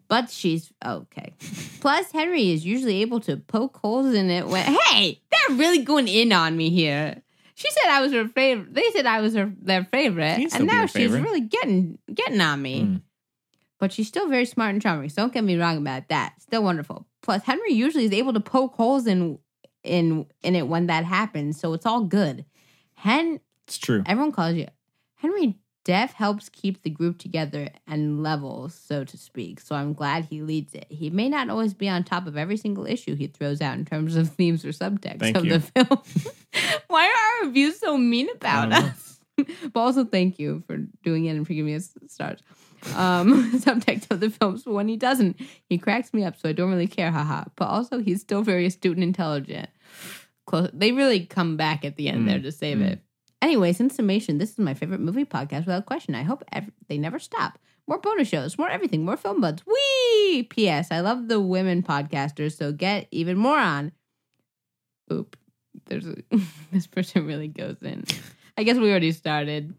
But she's okay. Plus, Henry is usually able to poke holes in it when. Hey, they're really going in on me here. She said I was her favorite. They said I was her their favorite,
She'd still
and
be
now
your
she's
favorite. Hmm.
really getting getting on me. But she's still very smart and charming. So don't get me wrong about that. Still wonderful. Plus, Henry usually is able to poke holes in in in it when that happens. So it's all good. Hen
It's true.
Everyone calls you Henry Def helps keep the group together and level, so to speak. So I'm glad he leads it. He may not always be on top of every single issue he throws out in terms of themes or subtext
Thank
of
you.
the film. Why are our reviews so mean about us? but also thank you for doing it and for giving me a s- stars. Um, subtext of the films. But when he doesn't, he cracks me up, so I don't really care. Haha. But also, he's still very astute and intelligent. Close. They really come back at the end
Mm,
there to save
mm.
it. Anyways, in summation, this is my favorite movie podcast without question. I hope ev- they never stop. More bonus shows, more everything, more film buds. Wee! P.S. I love the women podcasters, so get even more on. Oop. There's a, this person really goes in. I guess we already started.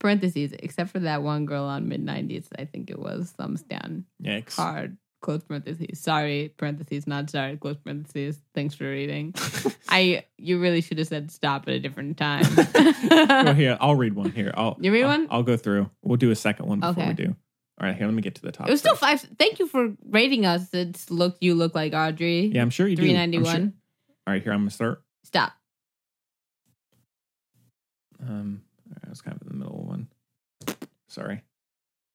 Parentheses, except for that one girl on mid 90s, I think it was. Thumbs down.
Yikes.
Hard. Close parentheses. Sorry. Parentheses, not sorry. Close parentheses. Thanks for reading. I you really should have said stop at a different time.
Well, here, I'll read one here. I'll
You read
I'll-
one?
I'll go through. We'll do a second one before
Okay.
we do. All right, here, let me get to the top.
It was still five. Thank you for rating us. It's look you look like Audrey.
Yeah, I'm sure you do. I'm
Three
sure-
ninety one.
All right, here I'm gonna start.
Stop.
Um, all right, I was kind of in the middle of one. Sorry.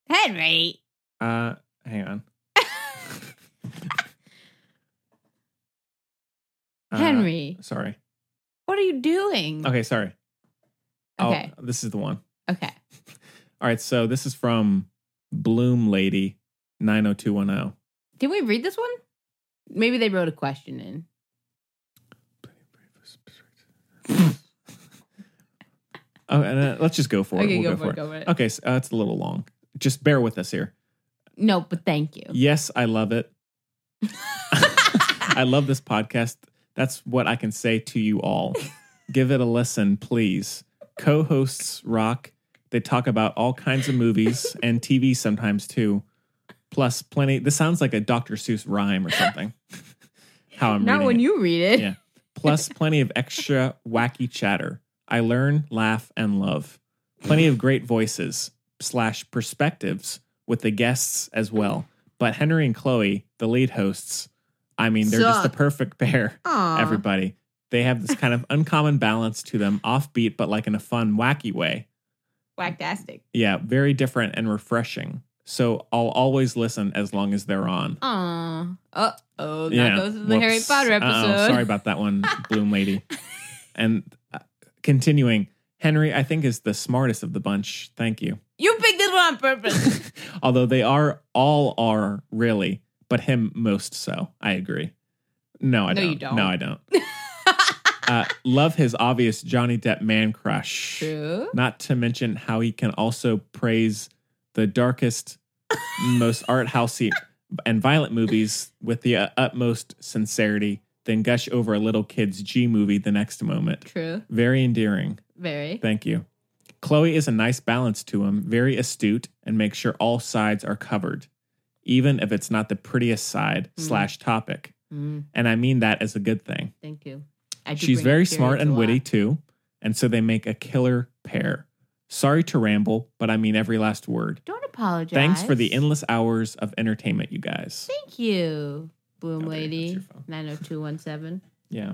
Henry.
Uh, hang on. Uh,
Henry.
sorry.
What are you doing?
Okay, sorry.
Okay.
I'll, this is the one.
Okay.
All right, so this is from Bloom Lady 90210.
Did we read this one? Maybe they wrote a question in.
Oh, and uh, let's just go for it.
Okay,
We'll
go for it, go for it.
Okay, so, uh, it's a little long. Just bear with us here.
No, but thank you.
Yes, I love it. I love this podcast. That's what I can say to you all. Give it a listen, please. Co hosts rock. They talk about all kinds of movies and TV sometimes too. Plus, plenty. This sounds like a Dr. Seuss rhyme or something. How I'm
Not
reading
when
it.
you read it.
Yeah. Plus, plenty of extra wacky chatter. I learn, laugh, and love. Plenty of great voices slash perspectives with the guests as well. But Henry and Chloe, the lead hosts, I mean, they're just the
Suck.
perfect pair.
Aw.
Everybody, they have this kind of uncommon balance to them, offbeat but like in a fun, wacky way.
Whacktastic.
Yeah, very different and refreshing. So I'll always listen as long as they're on.
Aw. Uh oh. That
yeah.
goes to the Harry
Whoops.
Potter
Uh-oh.
episode.
sorry about that one, Bloom Lady. And uh, continuing, Henry, I think, is the smartest of the bunch. Thank you.
You picked this one on purpose.
Although they are all are really, but him most so. I agree. No, I
No,
don't.
you don't.
No, I don't. uh, love his obvious Johnny Depp man crush.
True.
Not to mention how he can also praise the darkest, most art housey and violent movies with the uh, utmost sincerity, then gush over a little kid's G movie the next moment.
True.
Very endearing.
Very.
Thank you. Chloe is a nice balance to him, very astute, and makes sure all sides are covered, even if it's not the prettiest side
Mm.
slash topic.
Mm,
And I mean that as a good thing.
thank too. I do
She's
bring
very
experience
smart
a
and
lot.
witty too, and so they make a killer pair. Sorry to ramble, but I mean every last word.
Don't apologize.
Thanks for the endless hours of entertainment, you guys.
Thank you, Bloom Lady nine zero two one seven.
Yeah.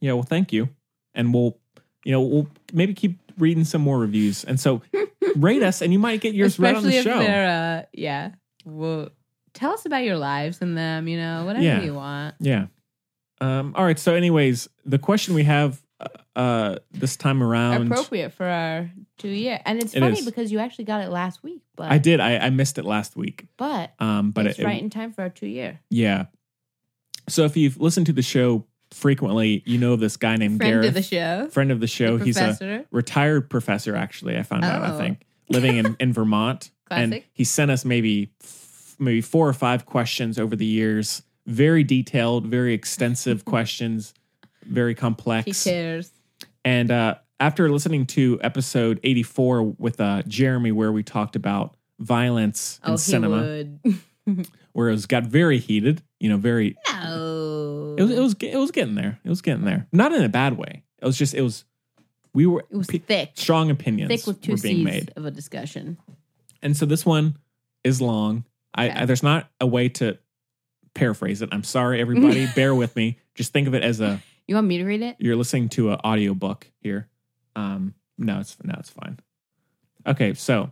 Yeah, well, thank you. And we'll, you know, we'll maybe keep reading some more reviews. And so rate us and you might get yours read on
Especially
the
if
show.
they're, uh, yeah. Well, tell us about your lives and them. You know, whatever
Yeah.
you want.
Yeah. Um, all right. So, anyways, the question we have uh, this time around,
Appropriate for our two year, and it's
It
funny
is.
because you actually got it last week, but
I did. I, I missed it last week.
But
Um, but
it's
it,
right in time for our two year.
yeah. So if you've listened to the show frequently, you know of this guy named
Friend
Gareth,
of the show.
friend of the show.
The
He's a
professor.
retired professor, actually. I found out. I
Oh.
think living in, in Vermont, and
Classic.
he sent us maybe f- maybe four or five questions over the years. Very detailed, very extensive questions, very
He
complex.
cares.
And uh, after listening to episode 84 with uh, Jeremy, where we talked about violence in
Oh, he
cinema,
would.
where it was, got very heated, you know, very,
No.
it was, it was, ge- it was getting there. It was getting there. Not in a bad way. It was just, it was, we were,
It was thick.
strong opinions
Thick with two
were being
C's
made.
of a discussion.
And so this one is long. I, I there's not a way to paraphrase it. I'm sorry, everybody. Bear with me. Just think of it as a,
You want me to read it?
you're listening to an audiobook here. Um, no, it's no, it's fine. Okay, so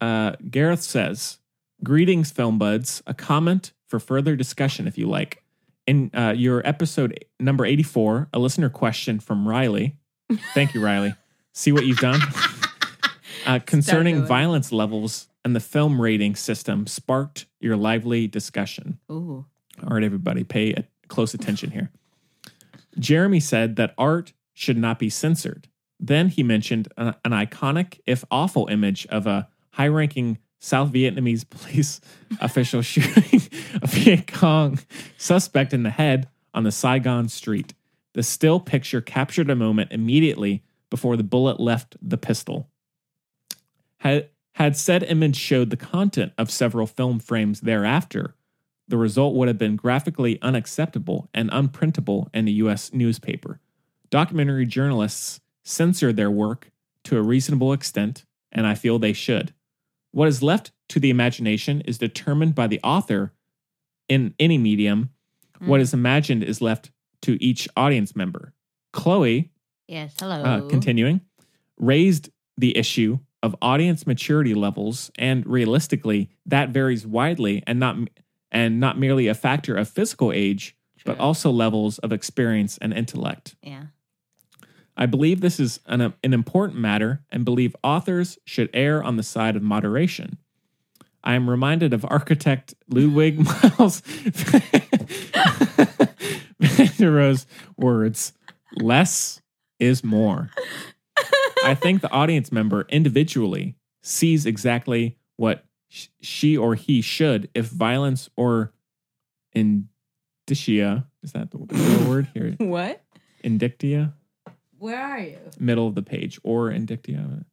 uh, Gareth says, "Greetings, film buds. A comment for further discussion, if you like. In uh, your episode number eighty-four, a listener question from Riley. Thank you, Riley. See what you've done uh, concerning
doing it.
violence levels and the film rating system sparked your lively discussion."
Ooh.
All right, everybody, pay a close attention here. Jeremy said that art should not be censored. Then he mentioned a- an iconic, if awful, image of a high ranking South Vietnamese police official shooting a Viet Cong suspect in the head on the Saigon street. The still picture captured a moment immediately before the bullet left the pistol had had said image showed the content of several film frames thereafter, the result would have been graphically unacceptable and unprintable in a U.S. newspaper. Documentary journalists censor their work to a reasonable extent, and I feel they should. What is left to the imagination is determined by the author in any medium. What is imagined is left to each audience member. Chloe,
Yes. Hello.
uh, continuing, raised the issue of audience maturity levels, and realistically, that varies widely, and not and not merely a factor of physical age, but also levels of experience and intellect.
Yeah.
I believe this is an, an important matter, and believe authors should err on the side of moderation. I am reminded of architect Ludwig Miles Van der Rohe's words less is more. I think the audience member individually sees exactly what sh- she or he should if violence or indicia is that the real word here?
What?
Indictia,
Where are you?
middle of the page, or indictia.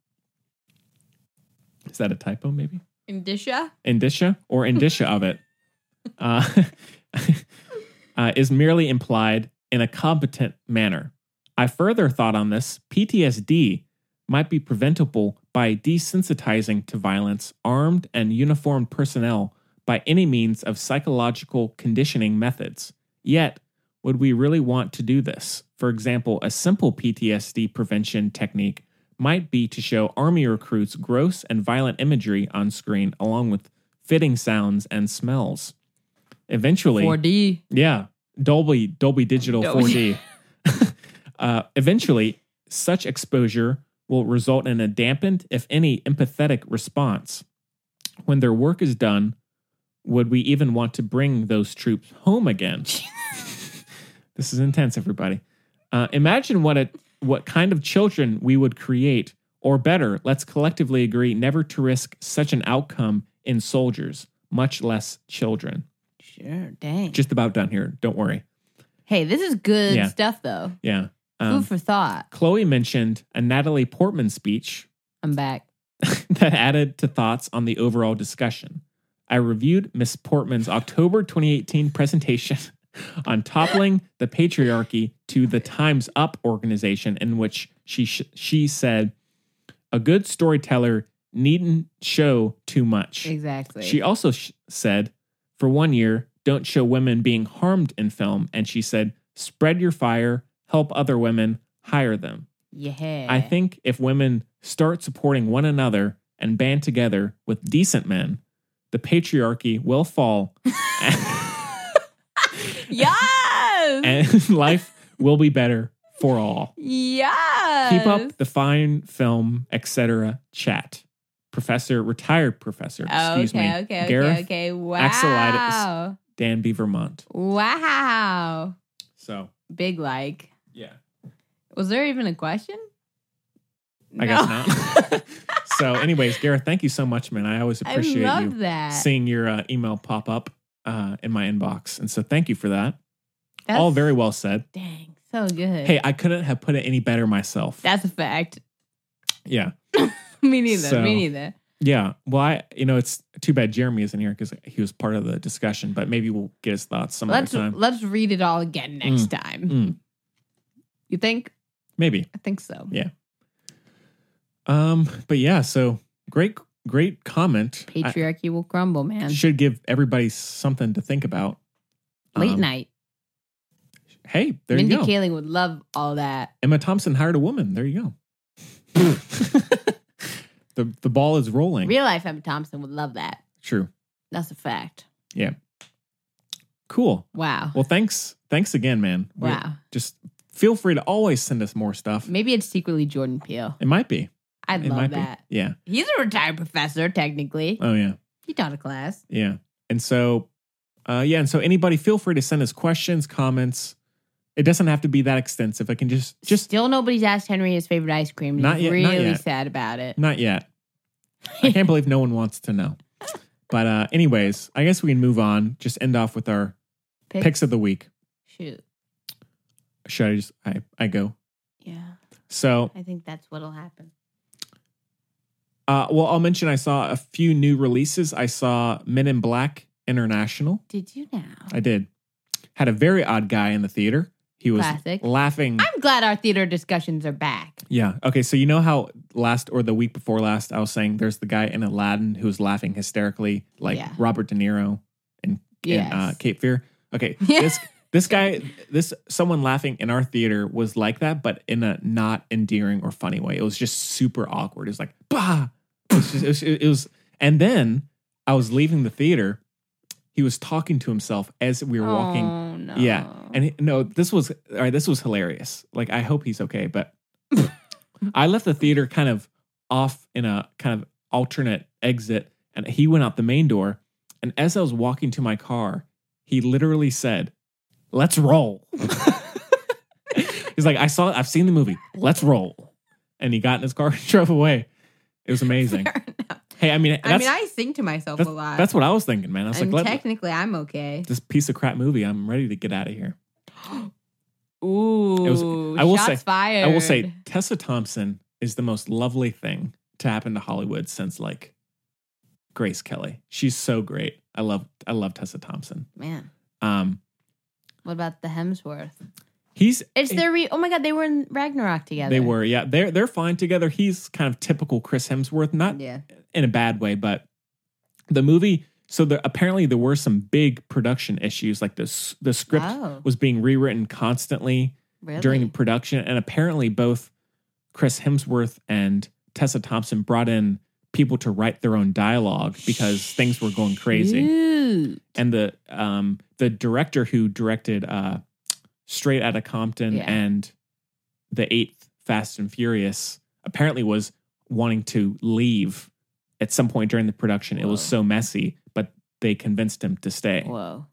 Is that a typo, maybe?
Indicia?
indicia or indicia of it uh, uh, is merely implied in a competent manner. I further thought on this PTSD might be preventable by desensitizing to violence armed and uniformed personnel by any means of psychological conditioning methods. Yet, would we really want to do this? For example, a simple PTSD prevention technique might be to show army recruits gross and violent imagery on screen along with fitting sounds and smells. Eventually,
4D.
Yeah, Dolby Dolby Digital
Dolby.
4D. uh, eventually, such exposure will result in a dampened, if any, empathetic response. When their work is done, would we even want to bring those troops home again? this is intense, everybody. Uh, imagine what a what kind of children we would create, or better, let's collectively agree never to risk such an outcome in soldiers, much less children.
Sure. Dang.
Just about done here. Don't worry.
Hey, this is good
Yeah.
stuff, though.
Yeah. um,
Food for thought.
Chloe mentioned a Natalie Portman speech
I'm back.
that added to thoughts on the overall discussion. I reviewed Miss Portman's October 2018 presentation on toppling the patriarchy to the Time's Up organization, in which she sh- she said, "A good storyteller needn't show too much."
Exactly.
She also sh- said, "For one year, don't show women being harmed in film," and she said, "Spread your fire, help other women, hire them."
Yeah.
I think if women start supporting one another and band together with decent men, the patriarchy will fall
Yes.
and life will be better for all.
yes.
Keep up the fine film, etc. Chat. Professor, retired professor, excuse
okay,
me.
okay, okay,
Gareth
okay.
Axelides,
Wow.
Danby, Vermont.
Wow.
So,
Big like.
Yeah.
Was there even a question?
I guess not. so, anyways, Gareth, thank you so much, man. I always
I
appreciate
love
you
that.
seeing your uh, email pop up uh, in my inbox, and so thank you for that.
That's-
All very well said.
So good.
Hey, I couldn't have put it any better myself.
That's a fact.
Yeah,
Me neither.
So-
Me neither.
yeah. Well, I, you know, it's too bad Jeremy isn't here because he was part of the discussion, but maybe we'll get his thoughts some
Let's
other time.
let's read it all again next
Mm,
time.
mm.
You think?
Maybe.
I think so.
Yeah. Um. But yeah. So great, great comment. I-
Patriarchy will crumble, man.
should give everybody something to think about.
Late
Um,
night.
Hey, there
Mindy
you go.
Kaling would love all that.
Emma Thompson hired a woman. There you go. the the ball is rolling.
Real life Emma Thompson would love that.
True.
That's a fact.
Yeah. Cool.
Wow.
Well, thanks. Thanks again, man. We-
Wow.
Just feel free to always send us more stuff.
Maybe it's secretly Jordan Peele.
It might be.
I
It might
love
be.
that.
Yeah.
He's a retired professor, technically.
Oh yeah.
He taught a class.
Yeah. And so, uh, yeah. And so, anybody, feel free to send us questions, comments. It doesn't have to be that extensive. I can just, just
Still nobody's asked Henry his favorite ice cream. and
Not
He's
yet,
really
not yet.
sad about it.
not yet. I can't believe no one wants to know. But, uh, anyways, I guess we can move on. Just end off with our picks,
Picks?
of the week.
Shoot.
Should I just, I, I go.
Yeah.
So,
I think that's what'll happen.
uh, well, I'll mention I saw a few new releases. I saw Men in Black International.
Did you now?
I did. Had a very odd guy in the theater. He was
Classic.
laughing.
I'm glad our theater discussions are back.
Yeah. Okay. So you know how last or the week before last, I was saying there's the guy in Aladdin who was laughing hysterically, like
Yeah.
Robert De Niro and,
Yes.
and uh, Cape Fear. Okay. This this guy, this someone laughing in our theater was like that, but in a not endearing or funny way. It was just super awkward. It was like bah. It was, just- it was- it was- and then I was leaving the theater. He was talking to himself as we were walking.
Oh, no.
Yeah. And he, no, this was all right, this was hilarious. Like I hope he's okay, but I left the theater kind of off in a kind of alternate exit and he went out the main door and as I was walking to my car, he literally said, "Let's roll." he's like, "I saw I've seen the movie. Let's roll." And he got in his car and drove away. It was amazing. Hey, I mean,
I
that's-
mean, I sing to myself
that's,
a lot.
that's what I was thinking, man. I was
and
like, let,
technically, I'm okay.
this piece of crap movie. I'm ready to get out of here.
Ooh,
It was, I will
shots
say, I will say,
fired.
Tessa Thompson is the most lovely thing to happen to Hollywood since like Grace Kelly. She's so great. I love, I love Tessa Thompson.
man.
Um,
What about the Hemsworth?
he's
It's their re- oh my god, they were in Ragnarok together.
they were yeah they're they're fine together. He's kind of typical Chris Hemsworth, not
Yeah.
in a bad way, but the movie. So there, apparently there were some big production issues. Like the s- the script
Oh.
was being rewritten constantly during
Really?
production, and apparently both Chris Hemsworth and Tessa Thompson brought in people to write their own dialogue because things were going crazy.
Shoot.
And the um the director who directed uh Straight Outta Compton
Yeah.
and the eighth Fast and Furious apparently was wanting to leave at some point during the production. It was so messy, but they convinced him to stay.
Whoa.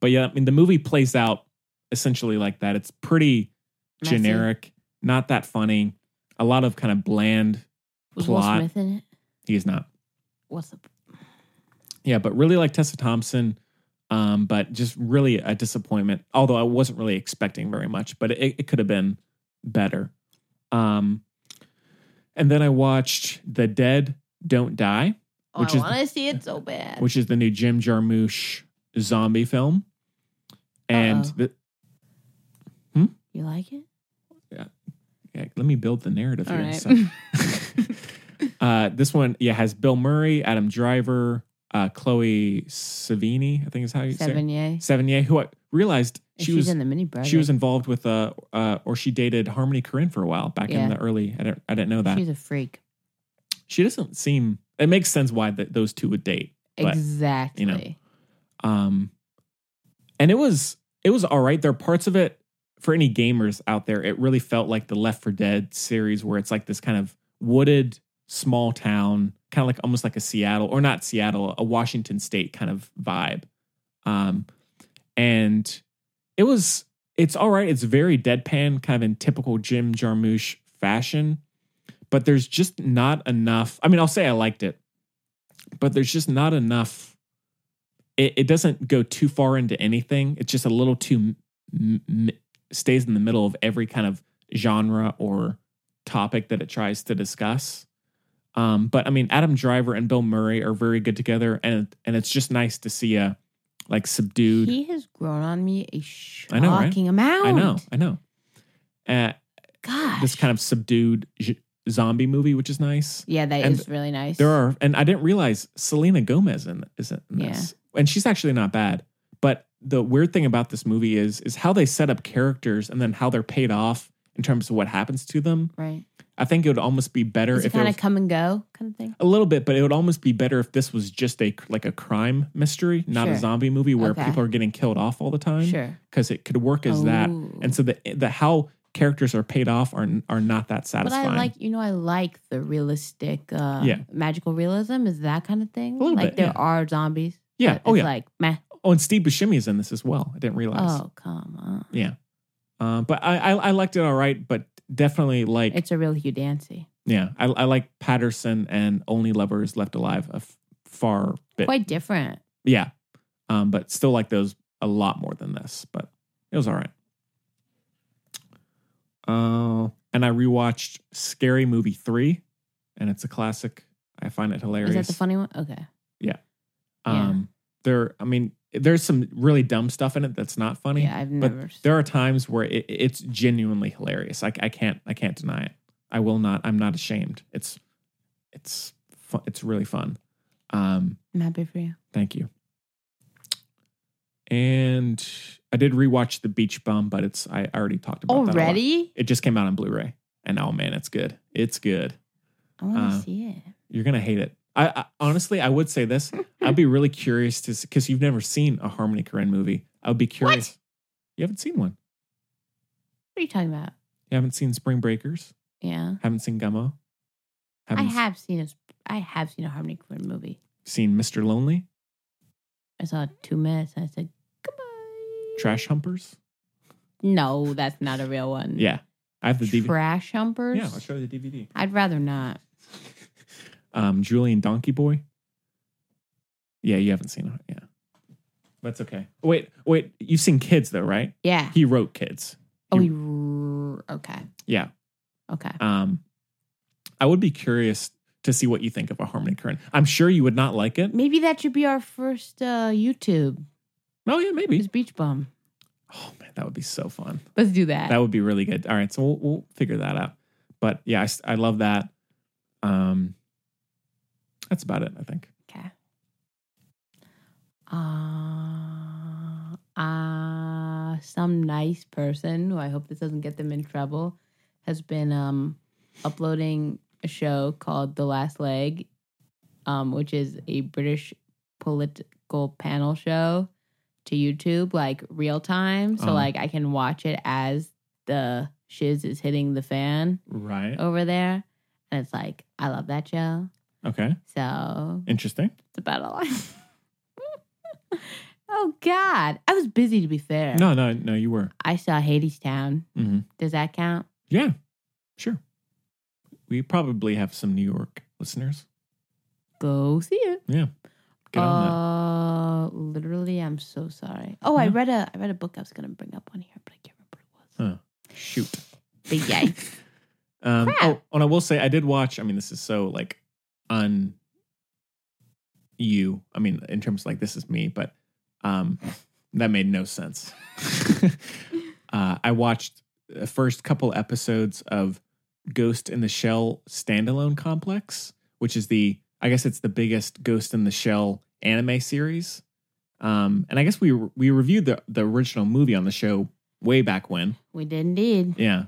But yeah, I mean the movie plays out essentially like that. It's pretty
Messy.
generic, not that funny. A lot of kind of bland
Was
plot.
Will Smith in it?
He's not.
What's up?
Yeah, but really like Tessa Thompson. Um, but just really a disappointment. Although I wasn't really expecting very much, but it, it could have been better. Um, and then I watched The Dead Don't Die,
Oh,
which
I
is
want to see it so bad.
which is the new Jim Jarmusch zombie film. and the,
You like it?
yeah, let me build the narrative
All
here. in a
right.
second. uh, this one, yeah, has Bill Murray, Adam Driver, uh, Chloe Savini, I think is how you say it.
Sevigny.
Sevigny, who I realized
And
she
she's
was
in the mini brother.
She was involved with uh, uh or she dated Harmony Korine for a while back in
Yeah.
the early. I don't, I didn't know that.
She's a freak.
she doesn't seem. It makes sense why th- those two would date. but,
exactly.
You know, um, and it was it was all right. There are parts of it for any gamers out there. It really felt like the Left for Dead series, where it's like this kind of wooded small town, kind of like almost like a Seattle or not Seattle, a Washington State kind of vibe. Um, and it was it's all right. It's very deadpan, kind of in typical Jim Jarmusch fashion. But there's just not enough. I mean, I'll say I liked it, but there's just not enough it, it doesn't go too far into anything. It's just a little too m- m- stays in the middle of every kind of genre or topic that it tries to discuss. Um, but I mean, Adam Driver and Bill Murray are very good together, and and it's just nice to see a like subdued.
He has grown on me a
I know, right?
shocking amount.
I know, I know. Uh, this kind of subdued j- zombie movie, which is nice.
Yeah, that is
And
really nice.
There are, and I didn't realize Selena Gomez in, is in this, and she's actually not bad. But the weird thing about this movie is is how they set up characters and then how they're paid off in terms of what happens to them.
right.
I think it would almost be better
Is it
if it
kind
was-
of come and go kind of thing?
a little bit, but it would almost be better if this was just a like a crime mystery, not a
Sure.
zombie movie where
Okay.
people are getting killed off all the time.
Sure. Oh.
because it could work as that,
Ooh.
and so the the how characters are paid off are are not that
But
satisfying.
I like, you know, I like the realistic, uh,
Yeah.
magical realism. Is that kind of thing?
little
like
bit,
there
yeah.
are zombies.
yeah,
but
oh
it's
yeah,
Like meh.
oh, and Steve Buscemi is in this as well. I didn't realize.
Oh come on.
Yeah, uh, but I, I I liked it all right, but definitely like
It's a real Hugh Dancy.
yeah, I I like Patterson and Only Lovers Left Alive a f- far bit
Quite different.
Yeah. Um, but still like those a lot more than this, but it was all right. Uh, and I rewatched Scary Movie 3, and it's a classic. I find it hilarious.
Is that the funny one? Okay.
Yeah.
Yeah.
Um, there, I mean, there's some really dumb stuff in it that's not funny.
Yeah, I've never
But there are times where it, it's genuinely hilarious. Like I can't, I can't deny it. I will not. I'm not ashamed. It's, it's, fu- it's really fun. Um,
I'm happy for you.
Thank you. And I did rewatch The Beach Bum, but it's I already talked
Oh,
about that. a lot.
Already?
It just came out on Blu-ray. And oh man, it's good. It's good.
I want to
Uh,
see it.
You're gonna hate it. I, I honestly I would say this. I'd be really curious to because you've never seen a Harmony Korine movie. I would be curious. You haven't seen one.
What are you talking about?
You haven't seen Spring Breakers.
Yeah.
Haven't seen Gummo.
I
Haven't
have seen a, sp- I have seen a Harmony Korine movie.
seen Mr. Lonely.
I saw two minutes and I said,
Trash Humpers.
no, that's not a real one.
Yeah, I have the DVD.
Trash humpers?
Yeah, I'll show you the DVD.
I'd rather not.
um, Julian Donkey Boy. Yeah, you haven't seen it. Yeah, that's okay. Wait, wait, you've seen Kids though, right?
Yeah.
He wrote Kids.
Oh, he, r- okay.
Yeah.
Okay.
Um, I would be curious to see what you think of a Harmony Korine. I'm sure you would not like it.
Maybe that should be our first uh, YouTube.
Oh, yeah, maybe.
It's Beach Bum.
Man, that would be so fun.
Let's do that.
That would be really good. All right, so we'll, we'll figure that out. But yeah, I s- I, love that. Um, that's about it, I think.
uh, uh, some nice person who I hope this doesn't get them in trouble has been um, uploading a show called The Last Leg, um, which is a British political panel show to YouTube, like real time. So
Uh-huh.
like I can watch it as the shiz is hitting the fan
Right.
over there, and it's like I love that show.
Okay.
So
Interesting.
it's about all. I- oh God, I was busy to be fair.
No, no, no, you were.
I saw Hades Town.
Mm-hmm.
Does that count?
Yeah, sure. We probably have some New York listeners.
Go see it.
Yeah. Get on that.
uh, literally, I'm so sorry. Oh, I
No.
read a I read a book I was gonna bring up on here, but I can't
Huh. Shoot.
But yikes.
um, oh, and I will say, I did watch, I mean, this is so like un you. I mean, in terms of like, this is me, but um, That made no sense. uh, I watched the first couple episodes of Ghost in the Shell standalone complex, which is the I guess it's the biggest Ghost in the Shell anime series. Um, and I guess we we reviewed the the original movie on the show way back when.
We did indeed.
Yeah.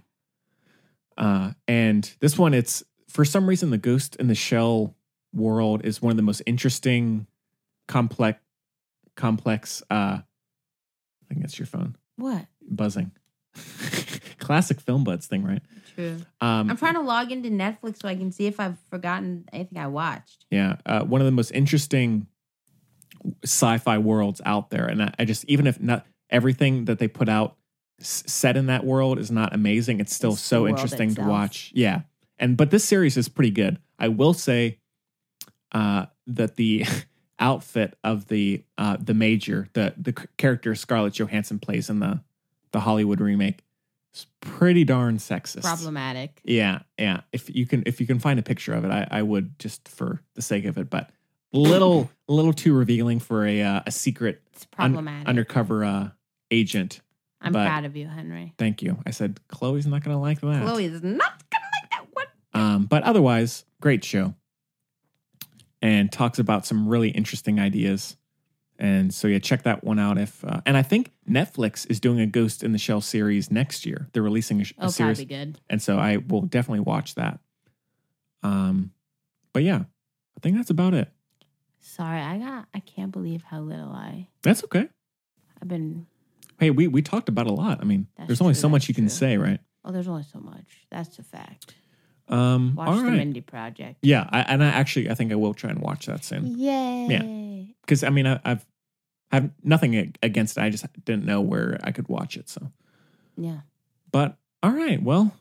Uh, and this one, it's for some reason the Ghost in the Shell world is one of the most interesting, complex, complex. Uh, I think that's your phone
What?
buzzing. Classic film buds thing, right?
True.
Um,
I'm trying to log into Netflix so I can see if I've forgotten anything I watched.
Yeah, uh, one of the most interesting sci-fi worlds out there, and I, I just even if not everything that they put out s- set in that world is not amazing, it's still
the
so
world
interesting
itself.
to watch. Yeah, and but this series is pretty good. I will say uh, that the outfit of the uh, the major, the the c- character Scarlett Johansson plays in the the Hollywood remake, is pretty darn sexist.
Problematic.
Yeah, yeah. If you can, if you can find a picture of it, I, I would just for the sake of it, but little, little too revealing for a uh, a secret un-
problematic.
undercover uh, agent.
I'm
But
proud of you, Henry.
Thank you. I said Chloe's not gonna like that.
Chloe is not
Um, but otherwise, great show. And talks about some really interesting ideas. And so yeah, check that one out. If uh, and I think Netflix is doing a Ghost in the Shell series next year. They're releasing a, sh- a
Oh,
series,
probably good.
and so I will definitely watch that. Um, but yeah, I think that's about it.
sorry. I got. I can't believe how little I.
That's okay.
I've been.
Hey, we we talked about a lot. I mean,
That's
there's only
true,
so much you can say, right?
Oh, there's only so much. That's a fact.
Um,
Watch
all
the
right.
Mindy Project.
Yeah, I, and I actually I think I will try and watch that soon.
Yay.
because I mean I, I've I have nothing ag- against it. I just didn't know where I could watch it. So,
Yeah.
but all right, well,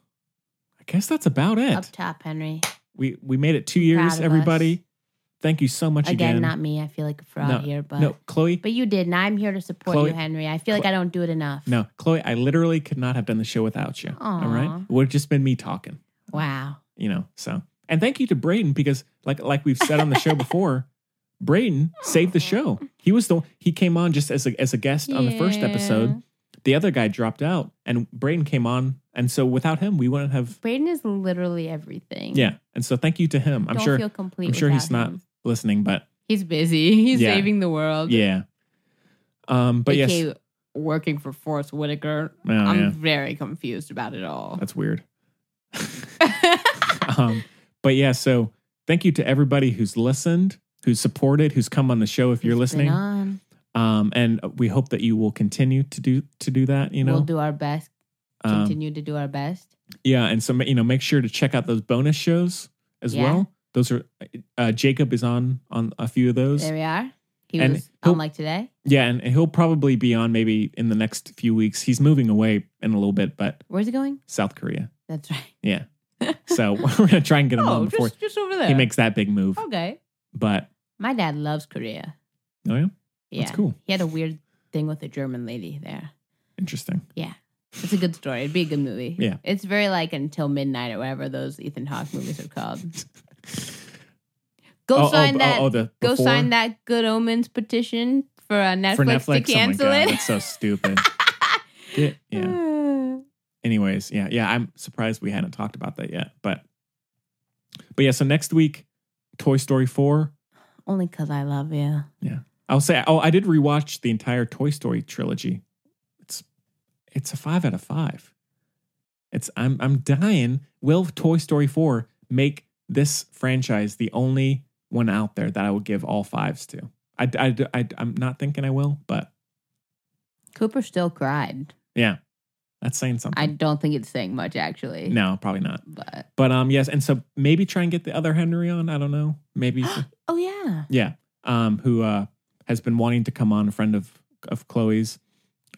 I guess that's about it.
Up top, Henry.
we we made it two
proud
years,
of
everybody. Thank you so much
Again,
again.
not me. I feel like a fraud
No,
here, but
no, Chloe.
But you did, and I'm here to support
Chloe-
you, Henry. I feel like I don't do it enough.
No, Chloe, I literally could not have done the show without you. All right,
Aw.
it would have just been me talking.
Wow.
You know, so and thank you to Braden because like like we've said on the show before. Braden saved the show. He was the he came on just as a as a guest on the first
Yeah.
episode. The other guy dropped out, and Braden came on, and so without him, we wouldn't have.
Braden is literally everything.
Yeah, and so thank you to him. I'm
Don't
sure.
feel complete
I'm sure he's
without
not listening, but
He's busy. He's
Yeah.
saving the world.
yeah. Um, but yes,
AKA working for Forrest Whitaker.
Oh,
I'm
yeah.
very confused about it all.
That's weird. um, but yeah, so thank you to everybody who's listened, who's supported, who's come on the show. If you're listening,
on.
um, and we hope that you will continue to do to do that. You know,
we'll do our best.
Um,
Continue to do our best.
yeah, and so ma- you know, make sure to check out those bonus shows as
Yeah.
well. Those are uh, Jacob is on on a few of those.
There we are. He
and
was
he'll-
on like today.
Yeah, and, and he'll probably be on maybe in the next few weeks. He's moving away in a little bit, but
Where's he going?
South Korea.
That's right.
Yeah. So we're gonna try and get him
Oh,
on before
just- just over there.
he makes that big move.
Okay.
But
My dad loves Korea.
oh yeah,
Yeah.
that's cool.
He had a weird thing with a German lady there.
Interesting.
Yeah. It's a good story. It'd be a good movie.
Yeah.
It's very like until midnight or whatever those Ethan Hawke movies are called. Go
Oh, oh,
sign
oh,
that.
oh, the
go
before?
sign that Good Omens petition for uh, Netflix,
For Netflix,
to
oh
cancel
my God,
it.
that's so stupid. yeah, yeah. Anyways, yeah, yeah. I'm surprised we hadn't talked about that yet, but but yeah. So next week, Toy Story four.
Only because I love you.
I'll say. Oh, I did rewatch the entire Toy Story trilogy. It's it's a five out of five. It's I'm I'm dying. Will Toy Story four make this franchise the only one out there that I would give all fives to? I I, I I'm not thinking I will, but
Cooper still cried.
yeah, that's saying something.
I don't think it's saying much actually.
No, probably not.
But
But um, yes, and so maybe try and get the other Henry on. I don't know. Maybe
oh yeah.
yeah, um, who uh has been wanting to come on, a friend of of Chloe's,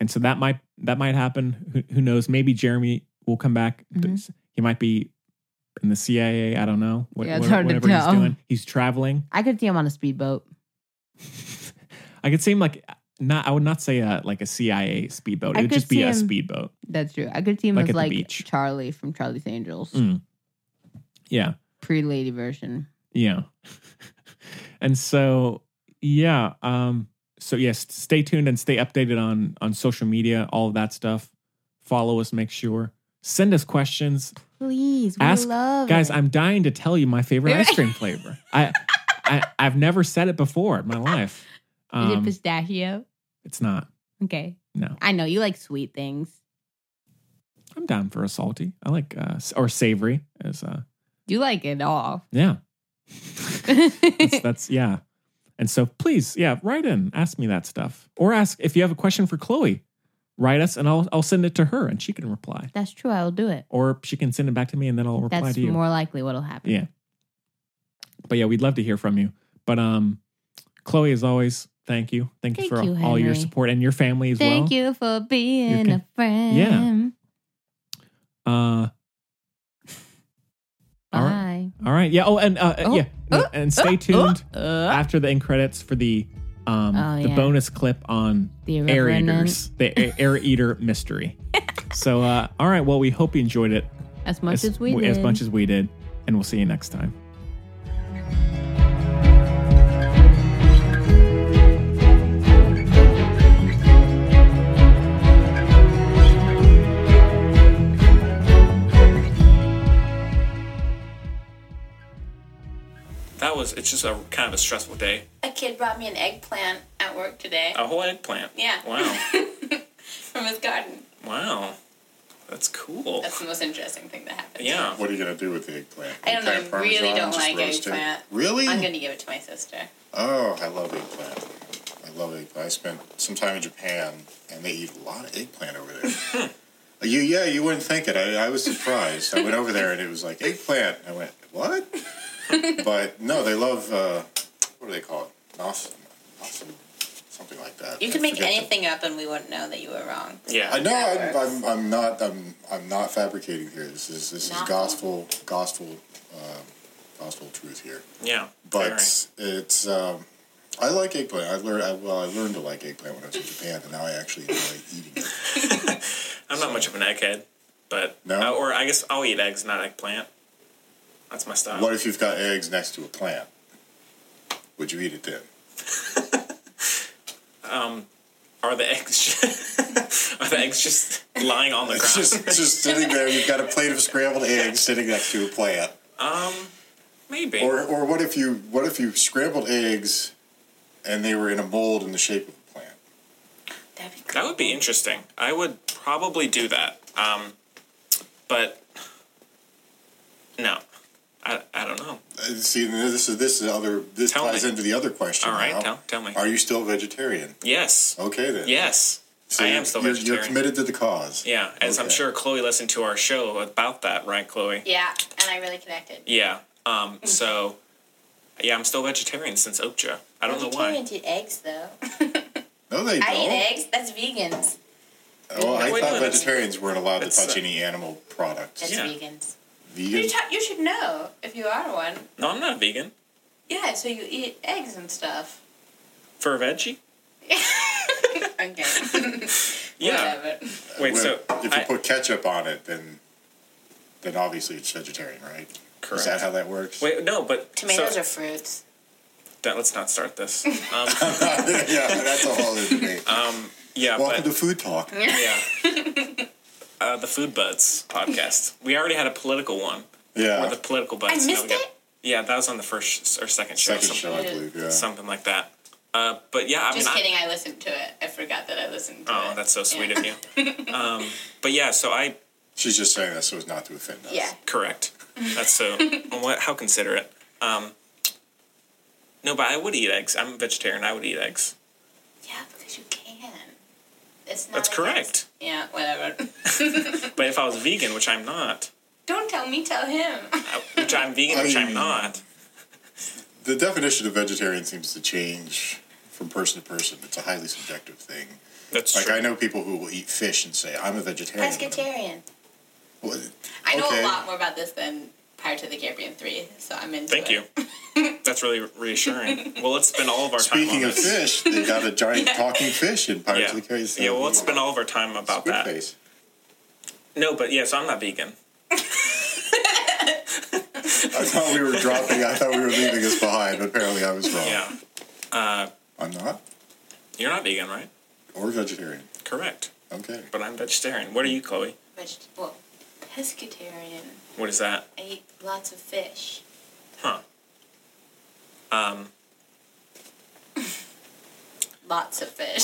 and so that might that might happen. Who, who knows? Maybe Jeremy will come back.
Mhm.
He might be in the CIA. I don't know. What,
Yeah, it's hard to
whatever
tell.
he's doing, he's traveling.
I could see him on a speedboat.
I could see him like not. I would not say a like a CIA speedboat. Oh,
I
It would
could
just be
see
a
him-
speedboat.
That's true. I could see him
Like at
as
the
like
beach.
Charlie from Charlie's Angels,
Mm. Yeah.
pre lady version.
Yeah. and so, yeah, um,
so yes, stay tuned and stay updated on on social media, all of that stuff. Follow us, make sure. Send us questions.
Please, we
Ask
love
guys.
it.
I'm dying to tell you my favorite ice cream flavor. I, I I've never said it before in my life.
Is it
Um,
pistachio?
it's not.
Okay.
No.
I know you like sweet things.
I'm down for a salty. I like uh s- or savory as uh
You like it all.
yeah. that's, that's yeah. And so please, yeah, write in, ask me that stuff. Or ask if you have a question for Chloe, write us and I'll I'll send it to her and she can reply.
That's true. I will do it.
Or she can send it back to me and then I'll reply
That's
to you.
more likely what'll happen.
yeah. But yeah, we'd love to hear from you. But um Chloe as always, thank you. Thank, you
Thank
for
you,
all your
Henry.
support and your family as well.
Thank you for being
con-
a friend.
Uh all right.
Bye.
All right. Yeah. Oh, and uh, uh,
Oh,
yeah, No,
oh,
and stay
oh,
tuned
oh, oh.
after the end credits for the um
Oh,
the
yeah.
bonus clip on
The
air
Irreverent.
eaters, the a- air eater mystery. so, uh, all right. Well, we hope you enjoyed it
As much as we
as
did.
much as we did, and we'll see you next time.
That was, it's just a kind of a stressful day.
A kid brought me an eggplant at work today.
A whole eggplant.
Yeah.
Oh, Wow.
From his garden.
wow. That's cool.
That's the most interesting thing that happened.
yeah.
What are you going to do with the eggplant?
I don't know.
Eggplant
I really
parmesan,
don't
just
like
roast it?
eggplant.
Really?
I'm gonna give it to my sister.
Oh, I love eggplant. I love eggplant. I spent some time in Japan, and they eat a lot of eggplant over there. you, yeah, you wouldn't think it. I, I was surprised. I went over there, and it was like eggplant. I went, what? but no, they love. Uh, what do they call it? Nothing. Something like that.
You
I
could make
forget the-
anything up and we wouldn't know that you were wrong.
Yeah.
I know. I'm, I'm, I'm not. I'm, I'm not fabricating here. This is this is
Novel.
gospel, gospel, uh, gospel truth here.
Yeah.
But it's. Um, I like eggplant. I learned. I, well, I learned to like eggplant when I was in Japan, and now I actually enjoy eating it.
I'm not much of an egghead, but uh, or I guess I'll eat eggs, not eggplant. That's my style.
What if you've got eggs next to a plant? Would you eat it then?
Um, are the eggs? are the eggs just lying on the ground?
It's just just sitting there. You've got a plate of scrambled eggs sitting next to a plant.
Um, maybe.
Or or what if you what if you scrambled eggs, and they were in a mold in the shape of a plant?
That would be interesting. I would probably do that. Um, but no, I, I don't know.
Uh, See, this is this is other. This ties into the other question.
All right,
now.
tell- tell me.
Are you still vegetarian?
Yes.
Okay then.
Yes.
So
I
you're-
am still
you're,
vegetarian.
You're committed to the cause.
Yeah, as I'm
Okay.
sure Chloe listened to our show about that, right, Chloe?
Yeah, and I really connected.
Yeah. Um. So, yeah, I'm still vegetarian since Okja. I don't know why.
Vegetarians eat eggs though.
No, they
I
don't.
eat eggs. That's vegans.
Well, Oh, I
Wait,
thought
no, that's-
vegetarians weren't allowed to
uh,
touch any animal products.
That's vegans. You,
Vegan.
ta- you should know if you are one.
No, I'm not vegan.
Yeah, so you eat eggs and stuff.
For a veggie?
Okay.
Yeah.
Whatever.
Wait,
Well,
so
if you put ketchup on it, then then obviously it's vegetarian, right? Correct. Is that how that works?
Wait, no, but
Tomatoes
so-
are fruits.
Don't- let's not start this. Um,
yeah, that's a whole other debate.
Um, yeah,
Welcome
but
to food talk.
yeah, uh, the Food Buds podcast. We already had a political one.
Yeah.
Or the political buds.
I
Now
missed
we got- yeah, that was on the first sh- or second show.
Second show, I
something-
believe, yeah.
Something like that. Uh, but yeah, I mean,
Just
I-
kidding. I listened to it. I forgot that I listened to
oh,
it.
that's so sweet of you. Um, but yeah, so I.
She's just saying that so as not to offend us.
Yeah.
Correct. That's so. what? How considerate. Um, no, but I would eat eggs. I'm a vegetarian. I would eat eggs.
Yeah, because you can. It's not.
That's correct.
Yeah, whatever.
But if I was vegan, which I'm not,
Don't tell me. Tell him.
which I'm vegan, which I'm not.
The definition of vegetarian seems to change from person to person. It's a highly subjective thing.
That's
like I know people who will eat fish and say I'm a vegetarian.
Pescatarian.
Well,
I know
Okay.
a lot more about this than Pirates of the Caribbean three, so I'm into
Thank
it.
you. That's really reassuring. Well, let's spend all of our time.
Speaking
on
of fish,
this.
they got a giant talking fish in Pirates
yeah.
of the Caribbean.
Yeah, well, let's spend all of our time about that. No, but yeah, so I'm not vegan.
I thought we were dropping. I thought we were leaving us behind. Apparently, I was wrong.
Yeah. Uh,
I'm not.
You're not vegan, right?
Or vegetarian.
Correct.
Okay.
But I'm vegetarian. What are you, Chloe?
Vegetable. Pescatarian.
What is that?
I eat lots of fish.
Huh. Um,
Lots of fish.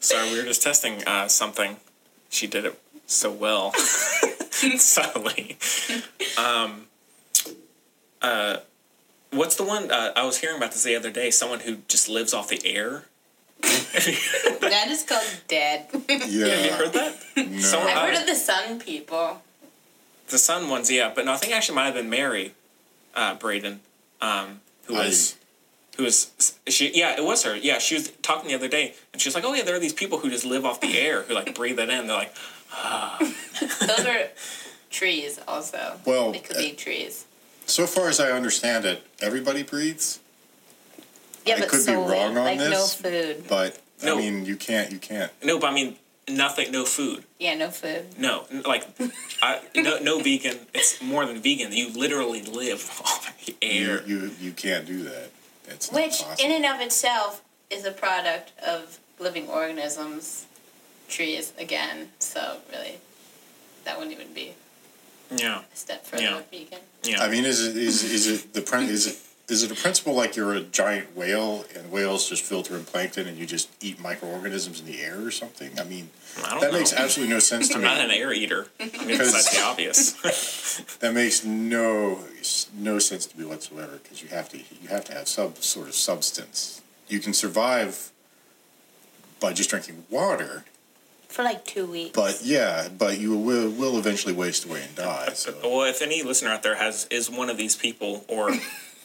sorry, we were just testing uh, something. She did it so well. Subtly. Um, uh, what's the one uh, I was hearing about this the other day? Someone who just lives off the air.
that is called dead.
Have you heard that? No. Someone,
I've
uh,
heard of the sun people.
the sun ones, yeah. But no, I think actually might have been Mary, uh, Braden, um, who
I-
was, who was she? Yeah, it was her. Yeah, she was talking the other day, and she was like, "Oh yeah, there are these people who just live off the air, who like breathe it in. They're like, ah,
Those are trees also.
Well,
They could be trees.
So far as I understand it, everybody breathes,
Yeah,
I
but
could be
solely,
wrong on
like
this,
no food.
but
No.
I mean, you can't. You can't.
no, but I mean nothing, no food,
Yeah, no food.
no, n- like, I, no, no vegan. It's more than vegan. You literally live off the air.
You you, you can't do that. It's
Which, in and of itself, is a product of living organisms, trees again. So really, that wouldn't even be
yeah.
a step further
Yeah.
vegan.
Yeah.
I mean, is it is is it the prin- is it is it a principle like you're a giant whale and whales just filter in plankton and you just eat microorganisms in the air or something? I mean,
I don't
that
know.
makes absolutely no sense to
I'm
me.
not an air eater. I mean,
Because-
besides the obvious.
That makes no no sense to me whatsoever because you have to you have to have some sort of substance. You can survive by just drinking water,
For like two weeks.
but yeah, but you will will eventually waste away and die. So
Well, if any listener out there has is one of these people or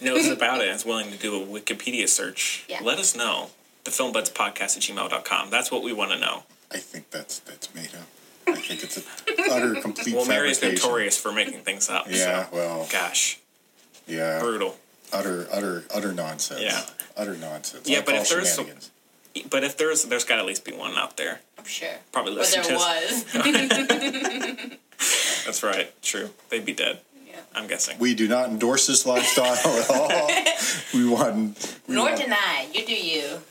knows about it and is willing to do a Wikipedia search,
Yeah.
let us know. The podcast at gmail.com. That's what we want to know.
I think that's that's made up. I think it's an utter complete
Well, Mary is
fabrication.
notorious for making things up.
Yeah,
so,
well,
gosh,
yeah,
brutal,
utter, utter, utter nonsense.
Yeah.
utter nonsense.
yeah.
I
But
call
if there's some,
shenanigans.
but if there's there's got to at least be one out there.
I'm Oh, sure.
Probably
But
listen to
there
us.
was.
That's right. True. They'd be dead. I'm guessing.
we do not endorse this lifestyle at all. We want, we
Nor
want-
deny. You do you.